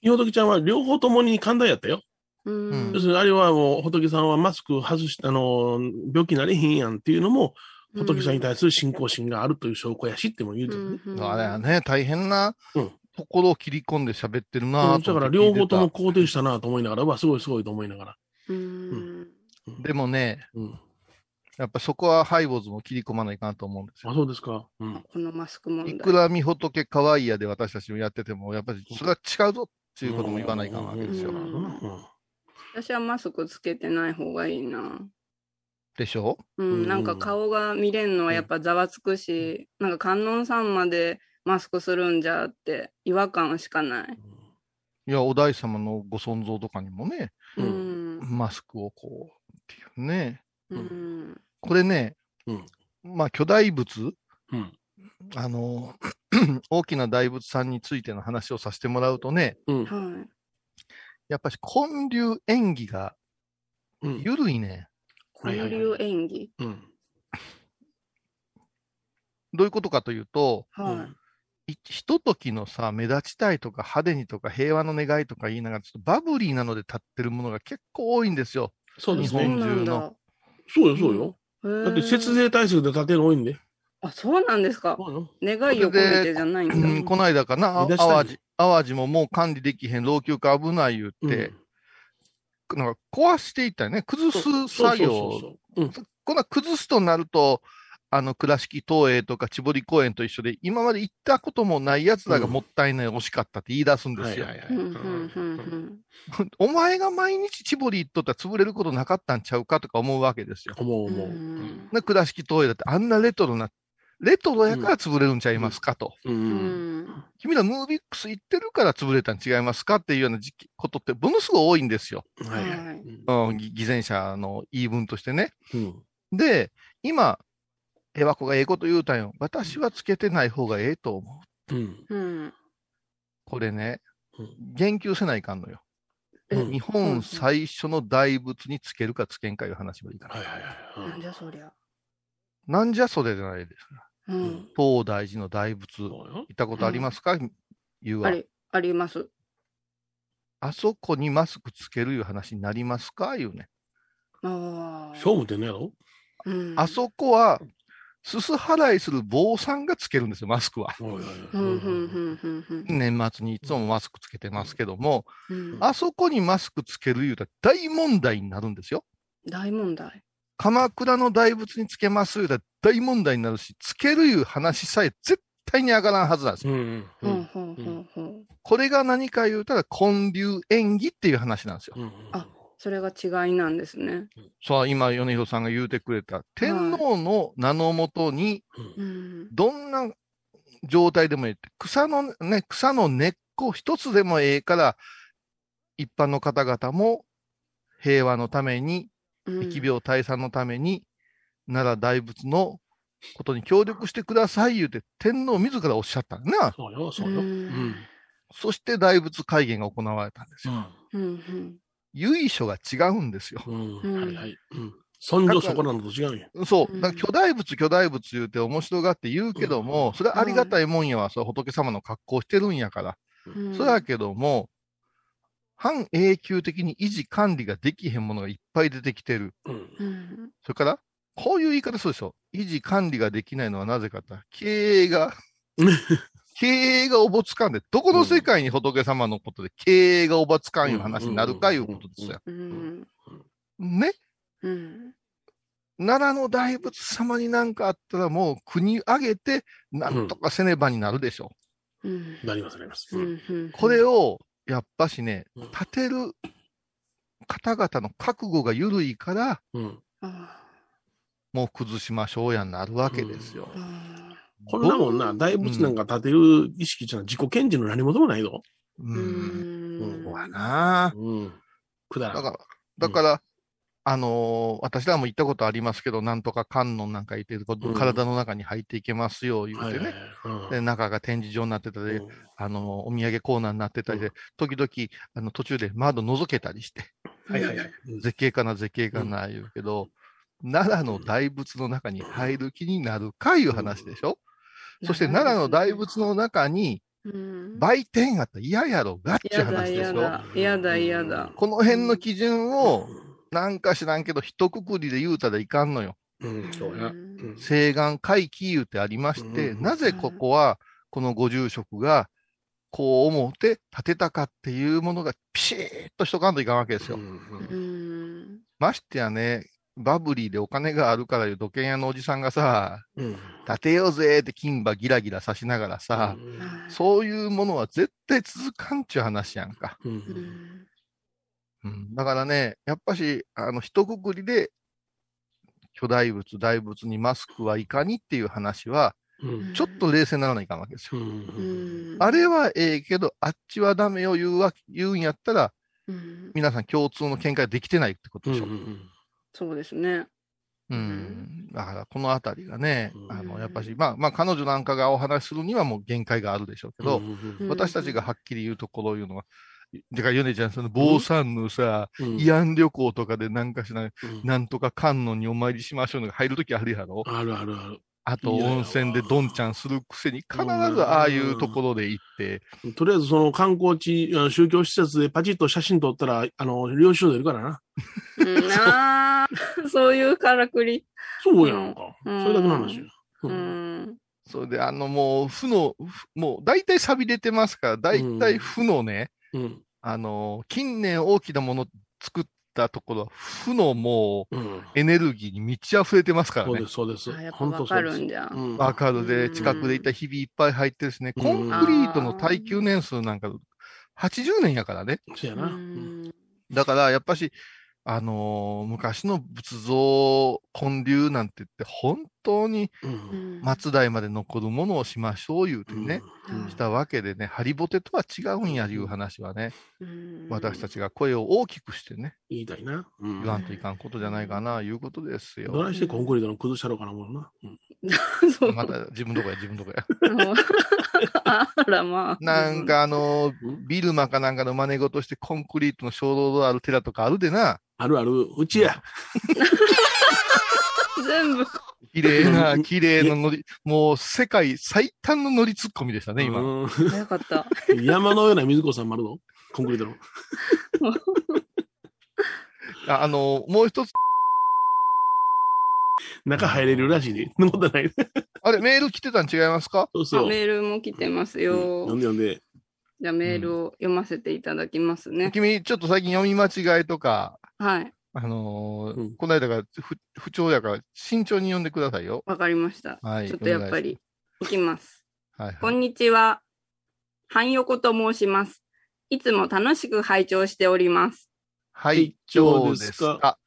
[SPEAKER 3] みほとけちゃんは両方ともに寛大やったよ。
[SPEAKER 1] うん
[SPEAKER 3] 要するに、あれはもう、仏さんはマスク外した、あの、病気なれへんやんっていうのも、仏さんに対する信仰心があるという証拠やしっても言うてるね。
[SPEAKER 1] うん
[SPEAKER 2] あれはね、大変な
[SPEAKER 3] うん
[SPEAKER 2] ところを切り込んで喋ってるな
[SPEAKER 3] う
[SPEAKER 2] ぁ
[SPEAKER 3] ん
[SPEAKER 2] と
[SPEAKER 3] だか
[SPEAKER 2] 思
[SPEAKER 3] ら
[SPEAKER 2] って聞い
[SPEAKER 3] 両
[SPEAKER 2] てた
[SPEAKER 3] 方とも肯定したなと思いながら、うわ、すごいすごいと思いながら。
[SPEAKER 1] うん
[SPEAKER 2] でもね、
[SPEAKER 3] うん。
[SPEAKER 2] やっぱそこはハイボーズも切り込まないかなと思うんです
[SPEAKER 3] あ、
[SPEAKER 2] よ。
[SPEAKER 3] そうですか。うん。
[SPEAKER 1] このマスク問題。
[SPEAKER 2] いくらみほとけかわいいやで私たちもやってても、やっぱりそれは違うぞっていうことも言わないかんわけですよ。
[SPEAKER 1] うん
[SPEAKER 3] うん
[SPEAKER 1] 私はマスクつけてない方がいいな。
[SPEAKER 2] でしょ
[SPEAKER 1] う
[SPEAKER 3] うん
[SPEAKER 1] ん、なんか顔が見れんのはやっぱざわつくし、なんか観音さんまでマスクするんじゃって違和感しかない。
[SPEAKER 2] いや、お大様のご尊像とかにもね、
[SPEAKER 1] う。
[SPEAKER 3] うん
[SPEAKER 2] マスクをこう、っていうね。
[SPEAKER 1] う
[SPEAKER 3] うん
[SPEAKER 1] ん。
[SPEAKER 2] これね、
[SPEAKER 3] うん
[SPEAKER 2] まあ巨大仏、
[SPEAKER 3] うん
[SPEAKER 2] あの、 [clears throat] 大きな大仏さんについての話をさせてもらうとね、
[SPEAKER 3] うん。
[SPEAKER 1] はい。
[SPEAKER 2] やっぱし建立演技が
[SPEAKER 3] うん。
[SPEAKER 2] ゆるいね。
[SPEAKER 3] はいは
[SPEAKER 1] 交
[SPEAKER 3] いは
[SPEAKER 1] 流
[SPEAKER 3] い
[SPEAKER 1] 演技。
[SPEAKER 3] うん。
[SPEAKER 2] どういうことかというと、
[SPEAKER 3] う
[SPEAKER 1] は
[SPEAKER 3] ん
[SPEAKER 2] いひとときのさ、目立ちたいとか派手にとか平和の願いとか言いながら、ちょっとバブリーなので立ってるものが結構多いんですよ。
[SPEAKER 3] そう
[SPEAKER 1] い。
[SPEAKER 3] です
[SPEAKER 1] そう
[SPEAKER 3] ね。
[SPEAKER 1] なん
[SPEAKER 2] 日
[SPEAKER 1] だ
[SPEAKER 2] 本。
[SPEAKER 3] そうよ、そうよ。
[SPEAKER 1] へー
[SPEAKER 3] だって節税対策で立てるの多いんで。
[SPEAKER 1] あ、そうなんですか。
[SPEAKER 3] そうよ。
[SPEAKER 1] 願いを込めてじゃないんだ。
[SPEAKER 2] うん、この間かな、あ
[SPEAKER 3] 目立ちたい
[SPEAKER 2] 淡路、淡路ももう管理できへん、老朽化危ない言って、なんか壊していったよね、崩す
[SPEAKER 3] うん
[SPEAKER 2] 作業。
[SPEAKER 3] そうそうそうそううん。
[SPEAKER 2] こんな崩すとなると、あの倉敷東映とか千堀公園と一緒で、今まで行ったこともないやつらがもったいない、惜しかったって言い出すんで
[SPEAKER 3] は
[SPEAKER 2] す
[SPEAKER 3] い
[SPEAKER 2] よ。
[SPEAKER 3] はいはい。
[SPEAKER 1] うんうんうんうん。
[SPEAKER 2] [laughs] お前が毎日千堀行っとったら潰れることなかったんちゃうかとか思うわけですよ。
[SPEAKER 3] 思う思う。
[SPEAKER 1] う
[SPEAKER 3] うんん。
[SPEAKER 2] な倉敷東映だってあんなレトロな、レトロやから潰れるんちゃいますかと。
[SPEAKER 3] う。
[SPEAKER 1] うんん。
[SPEAKER 2] 君らムービックス行ってるから潰れたん違いますかっていうような時期ことってものすごい多いんですよ。
[SPEAKER 3] はいは
[SPEAKER 1] はいい。
[SPEAKER 2] うん、ぎ偽善者の言い分としてね。
[SPEAKER 3] うん。
[SPEAKER 2] で、今、エワコがええこと言うたんよ。私はつけてない方がええと思う。
[SPEAKER 3] うん。
[SPEAKER 1] うん。
[SPEAKER 2] これね
[SPEAKER 3] うん、
[SPEAKER 2] 言及せないかんのよ。
[SPEAKER 1] え
[SPEAKER 3] うん
[SPEAKER 2] 日本最初の大仏につけるかつけんかいう話もいいから。
[SPEAKER 3] はいはいはい
[SPEAKER 1] な
[SPEAKER 3] うんん。
[SPEAKER 1] じゃそりゃ。
[SPEAKER 2] なんじゃそれじゃないですか。
[SPEAKER 1] うん。
[SPEAKER 2] 東大寺の大仏、行
[SPEAKER 3] そうよ。
[SPEAKER 2] ったことありますか、言う
[SPEAKER 1] あ
[SPEAKER 2] わ。
[SPEAKER 1] り、あります。
[SPEAKER 2] あそこにマスクつけるいう話になりますか言うね。
[SPEAKER 1] ああ。
[SPEAKER 3] 勝負ってんのやろ
[SPEAKER 1] うん
[SPEAKER 2] あそこは、すす払いする坊さんがつけるんですよ、マスクは。
[SPEAKER 3] はいはいは
[SPEAKER 1] うんうんうんう
[SPEAKER 3] い。
[SPEAKER 1] んうん
[SPEAKER 2] 年末にいつもマスクつけてますけども、
[SPEAKER 1] うん。
[SPEAKER 2] あそこにマスクつけるいうたら大問題になるんですよ。
[SPEAKER 1] 大問題。
[SPEAKER 2] 鎌倉の大仏につけますいうたら大問題になるし、つけるいう話さえ絶対に上がらんはずなんですよ。
[SPEAKER 3] うんう。
[SPEAKER 1] ほうんほうほうほう。
[SPEAKER 2] これが何か言うたら、建立演技っていう話なんですよ。
[SPEAKER 3] うん。
[SPEAKER 1] あそれが違いなんですね。
[SPEAKER 2] そう、今、米広さんが言うてくれた、天皇の名のもとに、
[SPEAKER 1] うん。
[SPEAKER 2] どんな状態でもいいって、草のね、草の根っこ一つでもええから、一般の方々も平和のために、
[SPEAKER 1] うん
[SPEAKER 2] 疫病退散のために、奈良大仏のことに協力してください言うて、天皇自らおっしゃったんだな。
[SPEAKER 3] そうよ、そうよ。
[SPEAKER 1] う
[SPEAKER 3] うんん。うん
[SPEAKER 2] そして大仏会議が行われたんですよ。
[SPEAKER 1] うん
[SPEAKER 2] 由緒が違うんですよ。
[SPEAKER 3] うん。はいはい。うん。そんじょそこらのと違うよ。
[SPEAKER 2] そうう。
[SPEAKER 1] ん
[SPEAKER 2] だから巨大仏、巨大仏言うて面白がって言うけども、それはありがたいもんやわ。それは仏様の格好してるんやから。
[SPEAKER 1] うん。
[SPEAKER 2] そうやけども、半永久的に維持管理ができへんものがいっぱい出てきてる。
[SPEAKER 3] うん。
[SPEAKER 1] うん。
[SPEAKER 2] それから、こういう言い方するでしょ。維持管理ができないのはなぜかって言ったら、経営
[SPEAKER 1] [laughs]
[SPEAKER 2] が、経営がおぼつかんで、どこの世界に仏様のことで経営がおぼつかんいう話になるかいうことですよ。
[SPEAKER 1] うん。
[SPEAKER 2] ね
[SPEAKER 1] うん。
[SPEAKER 2] 奈良の大仏様になんかあったらもう国挙げて、なんとかせねばになるでしょ
[SPEAKER 1] うん。
[SPEAKER 3] なります、なります。
[SPEAKER 1] う
[SPEAKER 3] うん。
[SPEAKER 1] んうん
[SPEAKER 2] これを、やっぱしね
[SPEAKER 3] うん、
[SPEAKER 2] 立てる方々の覚悟が緩いから、
[SPEAKER 3] うん。
[SPEAKER 1] あ
[SPEAKER 2] もう崩しましょうやになるわけですよ。
[SPEAKER 1] ーあ
[SPEAKER 3] こんなもんな、大仏なんか立てる意識っていうのは自己顕示の何もでもないぞ。
[SPEAKER 2] う。
[SPEAKER 1] ーうんん
[SPEAKER 2] そうやな
[SPEAKER 3] うん。くだら
[SPEAKER 2] だ
[SPEAKER 3] ん。
[SPEAKER 2] から、だから、あのー私らも行ったことありますけど、なんとか観音なんか言ってこう
[SPEAKER 3] うん
[SPEAKER 2] 体の中に入っていけますよ、言っ
[SPEAKER 3] はい
[SPEAKER 2] て
[SPEAKER 3] はい
[SPEAKER 2] ね。
[SPEAKER 3] はい
[SPEAKER 2] で、中が展示場になってた
[SPEAKER 3] うん
[SPEAKER 2] り、あのーお土産コーナーになってたりで、
[SPEAKER 3] う
[SPEAKER 2] 時々、あの、途中で窓覗けたりして、
[SPEAKER 3] はいはいはい。うん
[SPEAKER 2] 絶景かな、絶景かな、言うけど、奈良の大仏の中に入る気になるか、いう話でしょ、そして奈良の大仏の中に、
[SPEAKER 1] うん。
[SPEAKER 2] 売店があったら嫌やろがっちゅう
[SPEAKER 1] やだ
[SPEAKER 2] 話でし
[SPEAKER 1] や
[SPEAKER 2] ょ
[SPEAKER 1] だ。やだやだ。
[SPEAKER 2] この辺の基準を、なんか知らんけど、一括りで言うたらいかんのよ。
[SPEAKER 3] うん、そうや。うん
[SPEAKER 2] 西岸回帰言うてありまして、
[SPEAKER 3] うん
[SPEAKER 2] なぜここは、このご住職が、こう思って建てたかっていうものが、ピシッとしとかんといかんわけですよ。
[SPEAKER 3] うん
[SPEAKER 1] うん。
[SPEAKER 2] ましてやね、バブリーでお金があるからいう土建屋のおじさんがさ、
[SPEAKER 3] うん
[SPEAKER 2] 建てようぜって金馬ギラギラさしながらさ、そういうものは絶対続かんちゅう話やんか。
[SPEAKER 3] うん
[SPEAKER 1] うん
[SPEAKER 2] うん、だからね、やっぱし、あの、一括りで、巨大仏、大仏にマスクはいかにっていう話は、
[SPEAKER 3] うん
[SPEAKER 2] ちょっと冷静にならないかんわけです
[SPEAKER 3] う
[SPEAKER 2] よ。
[SPEAKER 1] うんん。
[SPEAKER 2] あれはええけど、あっちはダメよ言うわ言うんやったら、
[SPEAKER 1] うん
[SPEAKER 2] 皆さん共通の見解できてないってことでしょ。うん
[SPEAKER 1] そうですね。
[SPEAKER 2] だから、このあたりがね
[SPEAKER 3] う、ん
[SPEAKER 2] あの、やっぱし、まあ、まあ、彼女なんかがお話しするにはもう限界があるでしょうけど、
[SPEAKER 1] うん
[SPEAKER 2] 私たちがはっきり言うところを言うのは、てか、ヨネちゃん、その、坊さんのさ、慰安旅行とかでなんかしない、
[SPEAKER 3] うん
[SPEAKER 2] なんとか観音にお参りしましょうのが入るときあるやろ。
[SPEAKER 3] あるあるある。
[SPEAKER 2] あと、
[SPEAKER 3] いや
[SPEAKER 2] 温泉でどんちゃんするくせに、必ずああいうところで行って、
[SPEAKER 3] とりあえずその観光地、あの宗教施設でパチッと写真撮ったら、あの、領収書出るからな。
[SPEAKER 1] うんああ、 [laughs] そういうからくり。
[SPEAKER 3] そうやんか。そ
[SPEAKER 1] うん
[SPEAKER 3] れだけの話や。う
[SPEAKER 1] うんん。
[SPEAKER 2] それで、あの、もう、負の、ふもう、大体錆びれてますから、大体負のね、
[SPEAKER 3] うん。
[SPEAKER 2] あの、近年大きなもの作ったところは、負のも
[SPEAKER 3] うん。
[SPEAKER 2] う、エネルギーに満ち溢れてますから
[SPEAKER 3] そう
[SPEAKER 2] ね
[SPEAKER 3] で。す、そうです
[SPEAKER 1] あや。っぱ
[SPEAKER 3] 本当
[SPEAKER 1] わ
[SPEAKER 3] そ
[SPEAKER 1] か
[SPEAKER 3] うで
[SPEAKER 1] る
[SPEAKER 3] す
[SPEAKER 1] ん。じゃん。
[SPEAKER 3] うん
[SPEAKER 2] わかるで、
[SPEAKER 1] うん
[SPEAKER 2] 近くでいた日々いっぱい入ってですね、
[SPEAKER 3] うん
[SPEAKER 2] コンクリートの耐久年数なんか、80年やからね。
[SPEAKER 3] そうや
[SPEAKER 1] う
[SPEAKER 3] な。
[SPEAKER 1] ん
[SPEAKER 2] だから、やっぱし、あのー昔の仏像、建立なんて言って、本当に
[SPEAKER 3] うん。
[SPEAKER 2] 末代まで残るものをしましょう言うてね、
[SPEAKER 3] うん
[SPEAKER 2] したわけでね、ハリボテとは違うんやいう話はね、
[SPEAKER 1] うん
[SPEAKER 2] 私たちが声を大きくしてね、
[SPEAKER 3] 言いたいな。うん。
[SPEAKER 2] 言わんといかんことじゃないかな、いうことです
[SPEAKER 3] ど
[SPEAKER 2] よ。
[SPEAKER 3] ないしてコンクリートの崩したろうかな、もうな。うん
[SPEAKER 1] そう
[SPEAKER 2] また自分とこや、自分とこや。
[SPEAKER 1] [laughs]
[SPEAKER 2] [laughs]
[SPEAKER 1] あら、まあ。
[SPEAKER 2] なんかあのー
[SPEAKER 3] うん
[SPEAKER 2] ビルマかなんかの真似事してコンクリートの衝動のある寺とかあるでな、
[SPEAKER 3] あるある、うちや。
[SPEAKER 1] 全部。
[SPEAKER 2] 綺麗
[SPEAKER 3] う
[SPEAKER 2] な、
[SPEAKER 3] ん
[SPEAKER 2] 綺麗な乗り、もう世界最短の乗りツッコミでしたね、今。
[SPEAKER 3] うん [laughs]
[SPEAKER 1] 早かった。
[SPEAKER 3] 山のような水子さんもあるぞ。コンクリートの。
[SPEAKER 2] ああの、もう一つ、
[SPEAKER 3] 中入れるらしいで。そんなことない。
[SPEAKER 2] あれ、メール来てたん違いますか
[SPEAKER 3] そうそう。
[SPEAKER 1] メールも来てます
[SPEAKER 3] うん呼
[SPEAKER 1] よ。
[SPEAKER 3] んで呼んで。
[SPEAKER 1] じゃあメールを読ませていただきますね。
[SPEAKER 2] 君、ちょっと最近読み間違いとか、
[SPEAKER 1] はい。
[SPEAKER 2] あのー
[SPEAKER 3] うん
[SPEAKER 2] この間が不不調やから、慎重に読んでくださいよ。
[SPEAKER 1] わかりました。
[SPEAKER 2] はい。
[SPEAKER 1] ちょっとやっぱり、いきます。
[SPEAKER 2] お願いします。
[SPEAKER 1] こ
[SPEAKER 2] はい、はい。
[SPEAKER 1] んにちは。半横と申します。いつも楽しく拝聴しております。
[SPEAKER 2] はい、
[SPEAKER 3] ど
[SPEAKER 2] ど
[SPEAKER 3] う
[SPEAKER 2] う
[SPEAKER 3] で
[SPEAKER 2] ですす
[SPEAKER 3] か
[SPEAKER 2] か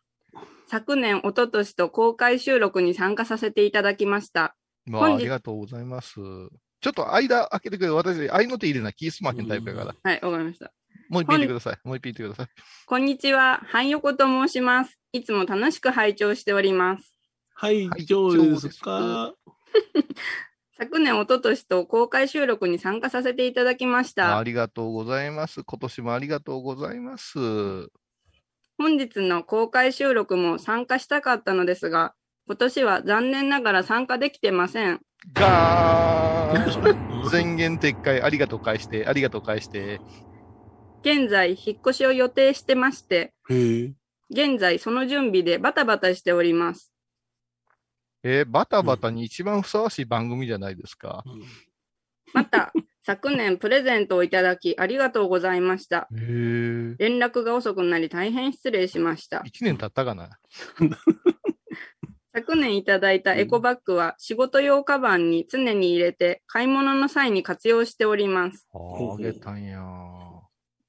[SPEAKER 1] 昨年、一昨年と公開収録に参加させていただきました。
[SPEAKER 2] ま
[SPEAKER 1] 本日
[SPEAKER 2] あ、ありがとうございます。ちょっと間開けてくれ。私、愛の手入れないキースマーケンタイプやから。
[SPEAKER 1] はい、わかりました。
[SPEAKER 2] もう一品言ってください。もう一品言ってください。
[SPEAKER 1] こんにちは。半横と申します。いつも楽しく拝聴しております。
[SPEAKER 3] はい
[SPEAKER 2] はい、
[SPEAKER 3] どうです
[SPEAKER 2] ど
[SPEAKER 3] か
[SPEAKER 1] 昨年、一昨年と公開収録に参加させていただきまし
[SPEAKER 2] あ
[SPEAKER 1] た
[SPEAKER 2] あ。りがとうございます。今年もありがとうございます。
[SPEAKER 1] 本日の公開収録も参加したかったのですが、今年は残念ながら参加できてません。
[SPEAKER 2] ガ
[SPEAKER 3] なんかそれ
[SPEAKER 2] ーン宣言撤回、ありがとう返して、ありがとう返して。
[SPEAKER 1] 現在、引っ越しを予定してまして、
[SPEAKER 3] へえ。
[SPEAKER 1] 現在その準備でバタバタしております。
[SPEAKER 2] えーバタバタに一番ふさわしい番組じゃないですか。
[SPEAKER 1] また、昨年プレゼントをいただきありがとうございました。
[SPEAKER 2] へえ。
[SPEAKER 1] 連絡が遅くなり大変失礼しました。
[SPEAKER 2] 一年経ったかな。
[SPEAKER 1] 昨年いただいたエコバッグは仕事用カバンに常に入れて買い物の際に活用しております。
[SPEAKER 2] ああげたんや。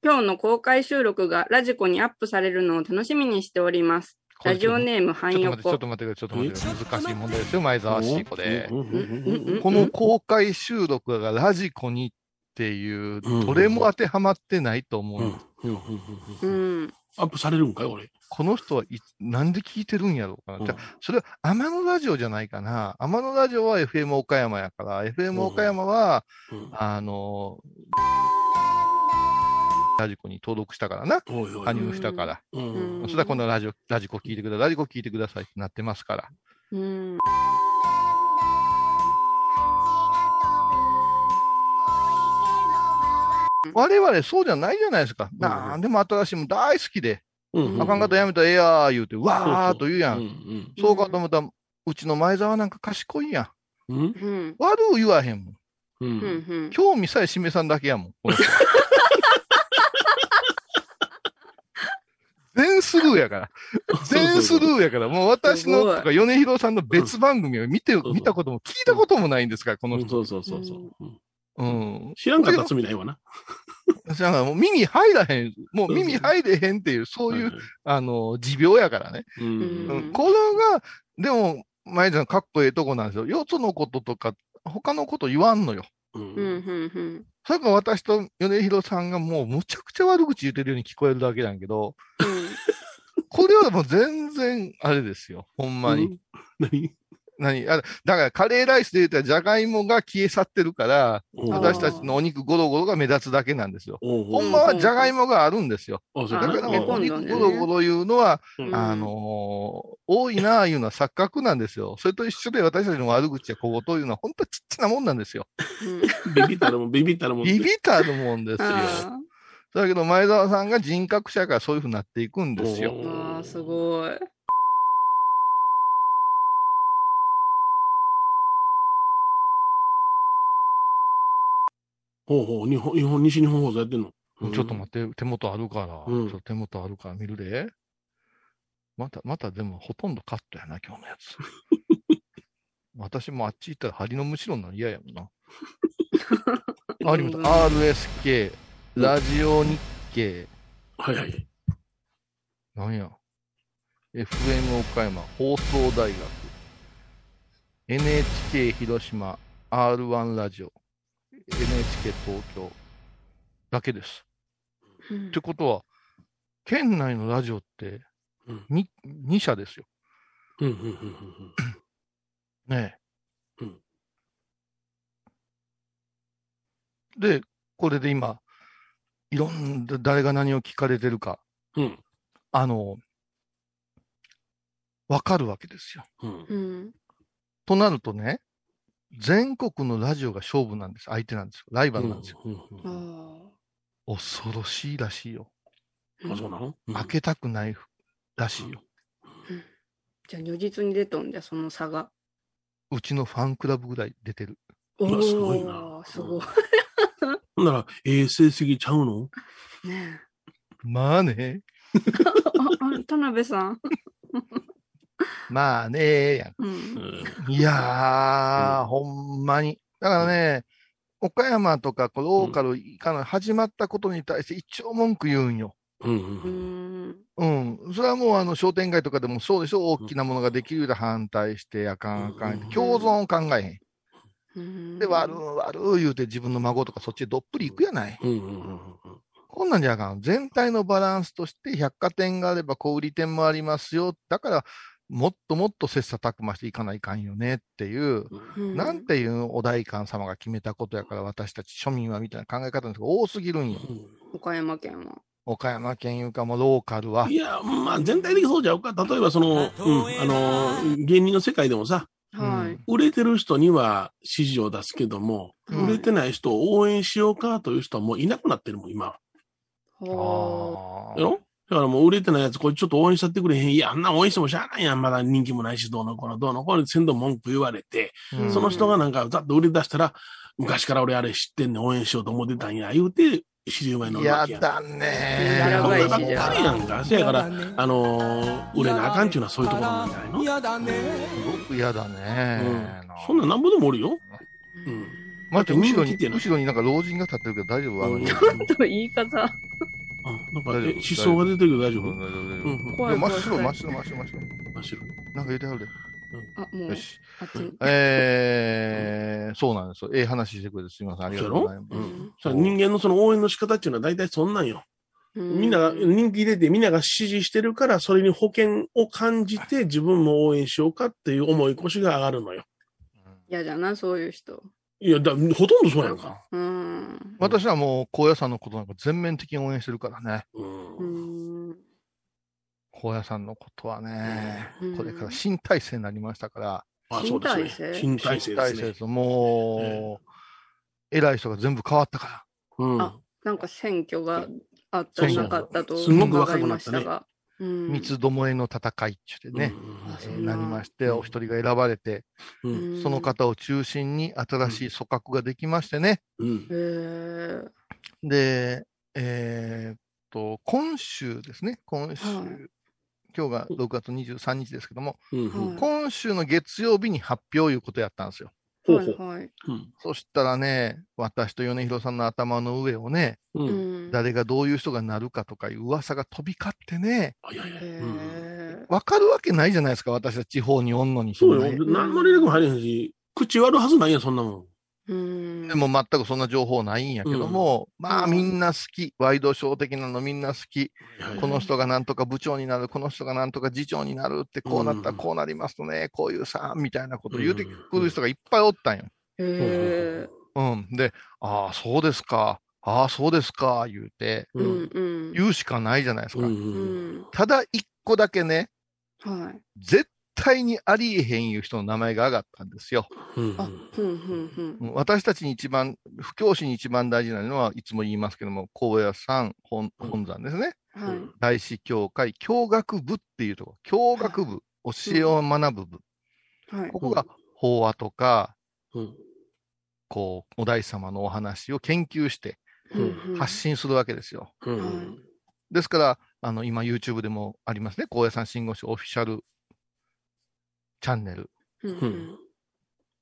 [SPEAKER 1] 今日の公開収録がラジコにアップされるのを楽しみにしております。ラジオネーム
[SPEAKER 2] ち
[SPEAKER 1] 半
[SPEAKER 2] ょっ
[SPEAKER 1] 横。
[SPEAKER 2] と待って、ちょっと待ってください、ちょっと待ってください。難しい問題ですよ、前澤氏、これ
[SPEAKER 3] う。んうんうん
[SPEAKER 2] この公開収録がラジコにっていう、
[SPEAKER 3] うん
[SPEAKER 2] どれも当てはまってないと思う
[SPEAKER 3] うんん
[SPEAKER 2] です。
[SPEAKER 3] うんうんうん
[SPEAKER 1] う
[SPEAKER 3] うん
[SPEAKER 1] ん。
[SPEAKER 3] アップされるんかい俺。
[SPEAKER 2] この人はいなんで聞いてるんやろうかな。じゃあそれは天野ラジオじゃないかな。天野ラジオは FM 岡山やから、FM 岡山は、
[SPEAKER 3] うん
[SPEAKER 2] あの、ラジコに登録したからな。
[SPEAKER 3] おいおい
[SPEAKER 2] 加入したから。
[SPEAKER 3] うん
[SPEAKER 1] うん
[SPEAKER 2] そしたらこのラジオ、ラジコ聞いてください、ラジコ聞いてくださいってなってますから。
[SPEAKER 1] うん。
[SPEAKER 2] 我々そうじゃないじゃないですか。なんでも新しいもん大好きで、
[SPEAKER 3] うん
[SPEAKER 1] う
[SPEAKER 2] あかんかったらやめたらええやー言うて、わーっと言うや。
[SPEAKER 3] うんん
[SPEAKER 2] そうかと思ったら、うちの前澤なんか賢いや
[SPEAKER 3] う
[SPEAKER 2] ん。
[SPEAKER 3] んうん
[SPEAKER 1] うん。
[SPEAKER 2] 悪う言わへんもん。
[SPEAKER 3] う
[SPEAKER 1] うん
[SPEAKER 3] [laughs]
[SPEAKER 1] ん。
[SPEAKER 2] 興味さえ示さんだけやもん。この人全スルーやから。全スルーやから。もう私の
[SPEAKER 1] すごい
[SPEAKER 2] とか、米広さんの別番組を見て、
[SPEAKER 3] うん
[SPEAKER 2] 見たことも聞いたこともないんですから、この
[SPEAKER 3] うん
[SPEAKER 2] 人。
[SPEAKER 3] そうそうそうそう。うん
[SPEAKER 2] うん。
[SPEAKER 3] 知らんかったら罪ないわな。
[SPEAKER 2] だからもう耳入らへん。もう
[SPEAKER 3] そうそう
[SPEAKER 2] 耳入れへんっていう、そういう、あの、持病やからね。
[SPEAKER 3] うんうん
[SPEAKER 2] う、
[SPEAKER 1] うんん
[SPEAKER 2] これが、でも、前田さんかっこええとこなんですよ。よつのこととか、他のこと言わんのよ。
[SPEAKER 3] うん
[SPEAKER 1] うん。うん。
[SPEAKER 2] それから私と米広さんがもうむちゃくちゃ悪口言ってるように聞こえるだけなんやけど、これはもう全然あれですよ。ほんまに。。
[SPEAKER 3] 何
[SPEAKER 2] 何あだからカレーライスで言ったらじゃがいもが消え去ってるから、私たちのお肉ゴロゴロが目立つだけなんですよ。
[SPEAKER 3] ほ
[SPEAKER 2] ほんまはじゃがいもがあるんですよ。
[SPEAKER 3] あ、そう
[SPEAKER 2] だから
[SPEAKER 1] あ
[SPEAKER 2] お
[SPEAKER 1] ね
[SPEAKER 2] 肉ゴロゴロいうのは、
[SPEAKER 3] うん
[SPEAKER 2] あのー多いなあいうのは錯覚なんですよ。それと一緒で私たちの悪口や小言というのは本当はちっちゃなもんなんですよ。
[SPEAKER 3] ビビったらもん、ビビったらもん。
[SPEAKER 2] ビビったるもんですよ。
[SPEAKER 1] あ
[SPEAKER 2] だけど前澤さんが人格者からそういうふうになっていくんですよ。
[SPEAKER 1] あー、すごい。
[SPEAKER 3] ほうほう、日本、日本、西日本放送やってんの。
[SPEAKER 2] ちょっと待って、手元あるから、
[SPEAKER 3] うん
[SPEAKER 2] ちょっと手元あるから見るで。また、またでもほとんどカットやな、今日のや
[SPEAKER 3] [laughs]
[SPEAKER 2] つ。私もあっち行ったら針のむしろになる嫌やも
[SPEAKER 3] [laughs]
[SPEAKER 2] んな。ありました。RSK、ラジオ日経、
[SPEAKER 3] はいはい。
[SPEAKER 2] なんや。FM 岡山放送大学、NHK 広島、R1 ラジオ、NHK 東京だけです。ってことは、県内のラジオって
[SPEAKER 3] うん
[SPEAKER 2] に 2,、社ですよ。
[SPEAKER 3] うんうんうん
[SPEAKER 2] ねえ
[SPEAKER 3] うん
[SPEAKER 2] で、これで今、いろんな、誰が何を聞かれてるか、
[SPEAKER 3] うん。うん
[SPEAKER 2] あの、わかるわけですよ。
[SPEAKER 3] うん
[SPEAKER 1] う。ん。
[SPEAKER 2] となるとね、全国のラジオが勝負なんです。相手なんですよ。ライバルなんですよ。
[SPEAKER 3] うんうん
[SPEAKER 1] あ
[SPEAKER 3] うん
[SPEAKER 2] 恐ろしいらしいよ。
[SPEAKER 1] あ
[SPEAKER 3] あ、そうなの
[SPEAKER 2] 負けたくないらしいよ。
[SPEAKER 1] じゃあ如実に出とんじゃその差が。
[SPEAKER 2] うちのファンクラブぐらい出てる。
[SPEAKER 1] お
[SPEAKER 3] わ
[SPEAKER 1] お
[SPEAKER 3] すごいな
[SPEAKER 1] すご
[SPEAKER 3] ほんなら、ええ成績ちゃうの
[SPEAKER 1] い。ねえ
[SPEAKER 2] まあね。
[SPEAKER 1] ああ田辺さん。
[SPEAKER 2] まあねーや
[SPEAKER 1] う。
[SPEAKER 3] うんん
[SPEAKER 2] ん。いやー、ほんまに。だからね、岡山とかこうローカルいかない始まったことに対して一応文句言うんよ。
[SPEAKER 3] う
[SPEAKER 1] う
[SPEAKER 3] んうん
[SPEAKER 1] ん。
[SPEAKER 2] うん。それはもうあの商店街とかでもそうでしょ大きなものができるようで反対してあかんあかんって。
[SPEAKER 3] うん
[SPEAKER 2] 共存を考えへん。
[SPEAKER 1] うん
[SPEAKER 2] で、悪う悪う言うて自分の孫とかそっちへどっぷり行くやない。
[SPEAKER 3] うんうんうんうん
[SPEAKER 2] こんなんじゃあかん。全体のバランスとして百貨店があれば小売店もありますよ。だから、もっともっと切磋琢磨していかないかんよねっていう、
[SPEAKER 1] うん
[SPEAKER 2] なんていうお代官様が決めたことやから私たち庶民はみたいな考え方の人が多すぎるんよ。
[SPEAKER 1] 岡山県は。
[SPEAKER 2] 岡山県いうかもうローカルは。
[SPEAKER 3] いや、まあ全体的にそうじゃうか。例えばその、うん、あの、芸人の世界でもさ、
[SPEAKER 1] は
[SPEAKER 2] う
[SPEAKER 1] い
[SPEAKER 2] ん。
[SPEAKER 3] 売れてる人には指示を出すけども、
[SPEAKER 2] うん
[SPEAKER 3] 売れてない人を応援しようかという人はもういなくなってるもん、今。
[SPEAKER 1] は
[SPEAKER 2] あ
[SPEAKER 3] やろだからもう売れてないやつ、これちょっと応援したってくれへん。いや、あんな応援してもしゃあないやん。まだ人気もないし、どうのこうの、どうのこうの、先導文句言われて、
[SPEAKER 2] うん
[SPEAKER 3] その人がなんかざっと売り出したら、昔から俺あれ知ってんねん、応援しようと思ってたんや、言うて、知り合いになる
[SPEAKER 2] や
[SPEAKER 3] わけやん。
[SPEAKER 2] だね
[SPEAKER 1] や
[SPEAKER 3] こ
[SPEAKER 1] ら
[SPEAKER 3] ん
[SPEAKER 1] ばし
[SPEAKER 3] ないばっ
[SPEAKER 1] じゃ
[SPEAKER 3] かりやんか。せやから、あのー売れなあかんっていうのはそういうところなんじゃないの
[SPEAKER 2] すごく嫌だね、
[SPEAKER 3] うんそんなんなんぼでもおるよ。
[SPEAKER 1] う
[SPEAKER 3] うん
[SPEAKER 2] ま
[SPEAKER 3] だ
[SPEAKER 2] あ、
[SPEAKER 3] って
[SPEAKER 2] 後ろに、
[SPEAKER 3] 見てない
[SPEAKER 2] 後ろになんか老人が立ってるけど大丈夫あの
[SPEAKER 3] うん
[SPEAKER 2] 大
[SPEAKER 1] ち
[SPEAKER 2] 丈
[SPEAKER 1] ょっと言い方。
[SPEAKER 3] うんなんか、
[SPEAKER 2] 大丈夫
[SPEAKER 3] え思想が出てるけど大丈
[SPEAKER 2] 夫
[SPEAKER 3] 夫
[SPEAKER 2] 大丈夫
[SPEAKER 3] うん
[SPEAKER 2] いや
[SPEAKER 1] 怖い
[SPEAKER 2] 真
[SPEAKER 1] 怖
[SPEAKER 2] っ
[SPEAKER 1] い
[SPEAKER 2] 白、真っ白、真っ白、真っ
[SPEAKER 3] 真っ白
[SPEAKER 2] 白。なんか言ってはるで。
[SPEAKER 1] あ、もう
[SPEAKER 2] よ、し。
[SPEAKER 1] あっちに。
[SPEAKER 2] えー、そうなんですよ。ええ話してくれてすみません。ありがとうございます。
[SPEAKER 3] そうやろうんさ人間のその応援の仕方っていうのは大体そんなんよ。みんなが人気出てみんなが支持してるから、それに保険を感じて自分も応援しようかっていう思い腰が上がるのよ。
[SPEAKER 1] 嫌じゃな、そういう人。
[SPEAKER 3] いや、だ、ほとんどそうやんか。
[SPEAKER 1] うん。
[SPEAKER 2] 私はもう、高野山のことなんか全面的に応援してるからね。
[SPEAKER 1] う
[SPEAKER 3] うん。
[SPEAKER 1] ん。
[SPEAKER 2] 高野山のことはね、
[SPEAKER 1] うん
[SPEAKER 2] これから新体制になりましたから、
[SPEAKER 3] あ、そうですね。新体制
[SPEAKER 2] 新
[SPEAKER 3] で
[SPEAKER 2] 体
[SPEAKER 3] す
[SPEAKER 2] 制
[SPEAKER 3] ね
[SPEAKER 2] です。もう、偉い人が全部変わったから。
[SPEAKER 3] うん。
[SPEAKER 1] あなんか選挙があったり
[SPEAKER 3] そうそう
[SPEAKER 1] なかったと
[SPEAKER 3] すごく
[SPEAKER 1] 伺
[SPEAKER 3] 若
[SPEAKER 1] い
[SPEAKER 3] くな
[SPEAKER 1] ま
[SPEAKER 3] っ
[SPEAKER 1] したた
[SPEAKER 3] ね
[SPEAKER 1] が。うん
[SPEAKER 2] 三つどもえの戦いって言ってね、
[SPEAKER 1] あ
[SPEAKER 2] え
[SPEAKER 1] そ
[SPEAKER 2] ー
[SPEAKER 1] ん
[SPEAKER 2] な
[SPEAKER 1] な
[SPEAKER 2] りまして、
[SPEAKER 3] うん
[SPEAKER 2] お一人が選ばれて、
[SPEAKER 3] うん。うん。
[SPEAKER 2] その。方を中心に新しい組閣ができましてね、
[SPEAKER 3] うん
[SPEAKER 1] へ。え。
[SPEAKER 2] で、えーっと、今週ですね、今週、
[SPEAKER 1] はい
[SPEAKER 2] 今日が6月23日ですけども、
[SPEAKER 3] うん。
[SPEAKER 1] はい
[SPEAKER 2] 今週の月曜日に発表いうことやったんですよ。
[SPEAKER 3] ほう
[SPEAKER 1] は
[SPEAKER 3] ほ。
[SPEAKER 1] いうはい。
[SPEAKER 3] うん。
[SPEAKER 2] そしたらね、私と米広さんの頭の上をね、
[SPEAKER 3] う。
[SPEAKER 1] うんん。
[SPEAKER 2] 誰がどういう人がなるかとかいう噂が飛び交ってね、
[SPEAKER 3] あいやいや
[SPEAKER 1] へ
[SPEAKER 3] うん
[SPEAKER 1] え。
[SPEAKER 2] わかるわけないじゃないですか、私は地方におんのに。
[SPEAKER 3] そう
[SPEAKER 2] そんな
[SPEAKER 3] よ。何の連絡も入れへんし、口割るはずないやん、そんなもん。
[SPEAKER 1] うん。
[SPEAKER 2] でも全くそんな情報ないんやけども、まあみんな好き、ワイドショー的なのみんな好き、この人がなんとか部長になる、この人がなんとか次長になるって、こうなったら
[SPEAKER 3] うん
[SPEAKER 2] こうなりますとね、こういうさ、みたいなこと言うてく
[SPEAKER 3] うん
[SPEAKER 2] る人がいっぱいおったんよ。
[SPEAKER 1] へえ。
[SPEAKER 2] うん。で、ああ、そうですか、ああ、そうですか、言うて、
[SPEAKER 3] う。
[SPEAKER 1] うんんうん。
[SPEAKER 2] 言うしかないじゃないです
[SPEAKER 3] う。
[SPEAKER 2] か。
[SPEAKER 1] うんん。
[SPEAKER 2] ただ一個だけね、
[SPEAKER 1] はい。
[SPEAKER 2] 絶対にありえへんいう人の名前が上がったんですよ。
[SPEAKER 3] うん。
[SPEAKER 1] あ、ふんふんふん。
[SPEAKER 2] うん私たちに一番、不教師に一番大事なのはいつも言いますけども、高野山本本山ですね。
[SPEAKER 1] はい。
[SPEAKER 2] 大師教会、教学部っていうところ、教学部、教えを学ぶ部。
[SPEAKER 1] はい
[SPEAKER 2] こ。こが法話とか、
[SPEAKER 3] うん。
[SPEAKER 2] こう、お大師様のお話を研究して
[SPEAKER 1] うんうん
[SPEAKER 2] 発信するわけですよ。
[SPEAKER 3] うん。
[SPEAKER 2] ですから、あの、今 YouTube でもありますね、高野山信号師オフィシャルチャンネル、
[SPEAKER 1] うんうん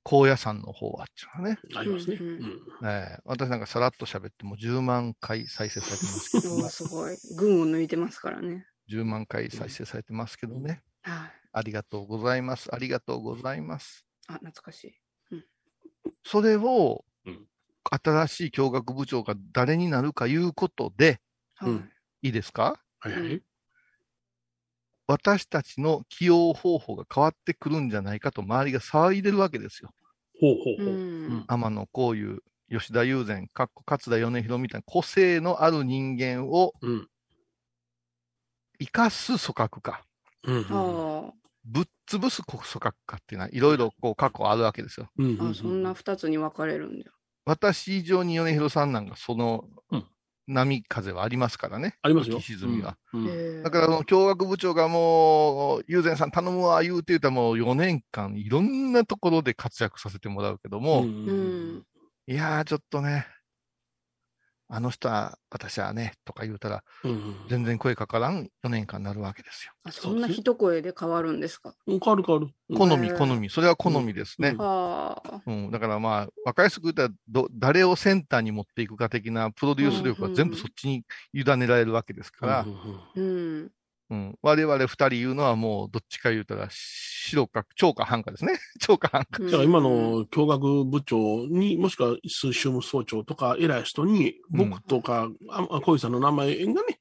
[SPEAKER 2] 高野山の法話っていうのはね、
[SPEAKER 3] ありますね。
[SPEAKER 1] う
[SPEAKER 3] うん
[SPEAKER 1] うん
[SPEAKER 3] ん。
[SPEAKER 2] えー私なんかさらっと喋っても10万回再生されてますけど
[SPEAKER 1] おー [laughs]
[SPEAKER 2] も、
[SPEAKER 1] すごい。群を抜いてますからね。
[SPEAKER 2] 10万回再生されてますけどね、
[SPEAKER 1] はい。
[SPEAKER 2] ありがとうございます、ありがとうございます。
[SPEAKER 1] あ、懐かしい。
[SPEAKER 2] それを
[SPEAKER 3] うん、
[SPEAKER 2] 新しい教学部長が誰になるかいうことで、
[SPEAKER 1] はい。
[SPEAKER 3] うん
[SPEAKER 2] いいですか
[SPEAKER 3] はいはい。
[SPEAKER 2] 私たちの起用方法が変わってくるんじゃないかと周りが騒いでるわけですよ。
[SPEAKER 3] ほう
[SPEAKER 1] う
[SPEAKER 3] ほうほう。
[SPEAKER 1] ん。
[SPEAKER 2] 天野幸雄、吉田雄然、かっこ勝田米広みたいな個性のある人間を
[SPEAKER 3] うん。
[SPEAKER 2] 生かす組閣か、
[SPEAKER 3] うん。
[SPEAKER 1] あ
[SPEAKER 2] ぶっ潰す組閣かっていうのは、いろいろこう過去あるわけですよ。
[SPEAKER 3] うん
[SPEAKER 1] あ、あ、そんな。二つに分かれるんだ。
[SPEAKER 2] 私以上に米広さんなんかその
[SPEAKER 3] うん
[SPEAKER 2] 波風はありますからね。
[SPEAKER 3] ありますよ。
[SPEAKER 2] 浮き沈みは。
[SPEAKER 3] うん。うん
[SPEAKER 1] へー
[SPEAKER 2] だから、その教学部長がもう、友禅さん頼むわ、言うて言うたらもう4年間、いろんなところで活躍させてもらうけども、
[SPEAKER 1] う。ん。
[SPEAKER 2] いやー、ちょっとね、あの人は、私はね、とか言うたら、
[SPEAKER 3] うん。
[SPEAKER 2] 全然声かからん4年間になるわけですよ。
[SPEAKER 1] あ、そんな一声で変わるんですか。
[SPEAKER 3] 変わる変わる。
[SPEAKER 2] 好
[SPEAKER 1] へ
[SPEAKER 2] み、
[SPEAKER 1] ー
[SPEAKER 2] 好み、それは好みですね。
[SPEAKER 1] はあ。
[SPEAKER 2] うん、だからまあ、分かりやすく言ったらど、誰をセンターに持っていくか的なプロデュース力は
[SPEAKER 1] うん
[SPEAKER 2] 全部そっちに委ねられるわけですから、
[SPEAKER 1] うん。
[SPEAKER 2] うん、我々二人言うのはもうどっちか言うたら白か、超か半かですね。 [laughs] 超か半か。
[SPEAKER 1] うん
[SPEAKER 3] だから今、の教学部長に、もしくは数週務総長とか偉い人に、僕とか、ああ小井さんの名前がね、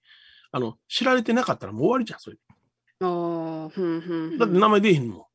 [SPEAKER 3] あの、知られてなかったらもう終わりじゃん、それ。
[SPEAKER 1] ああ、ふんふんふん。
[SPEAKER 3] だって名前出えへんも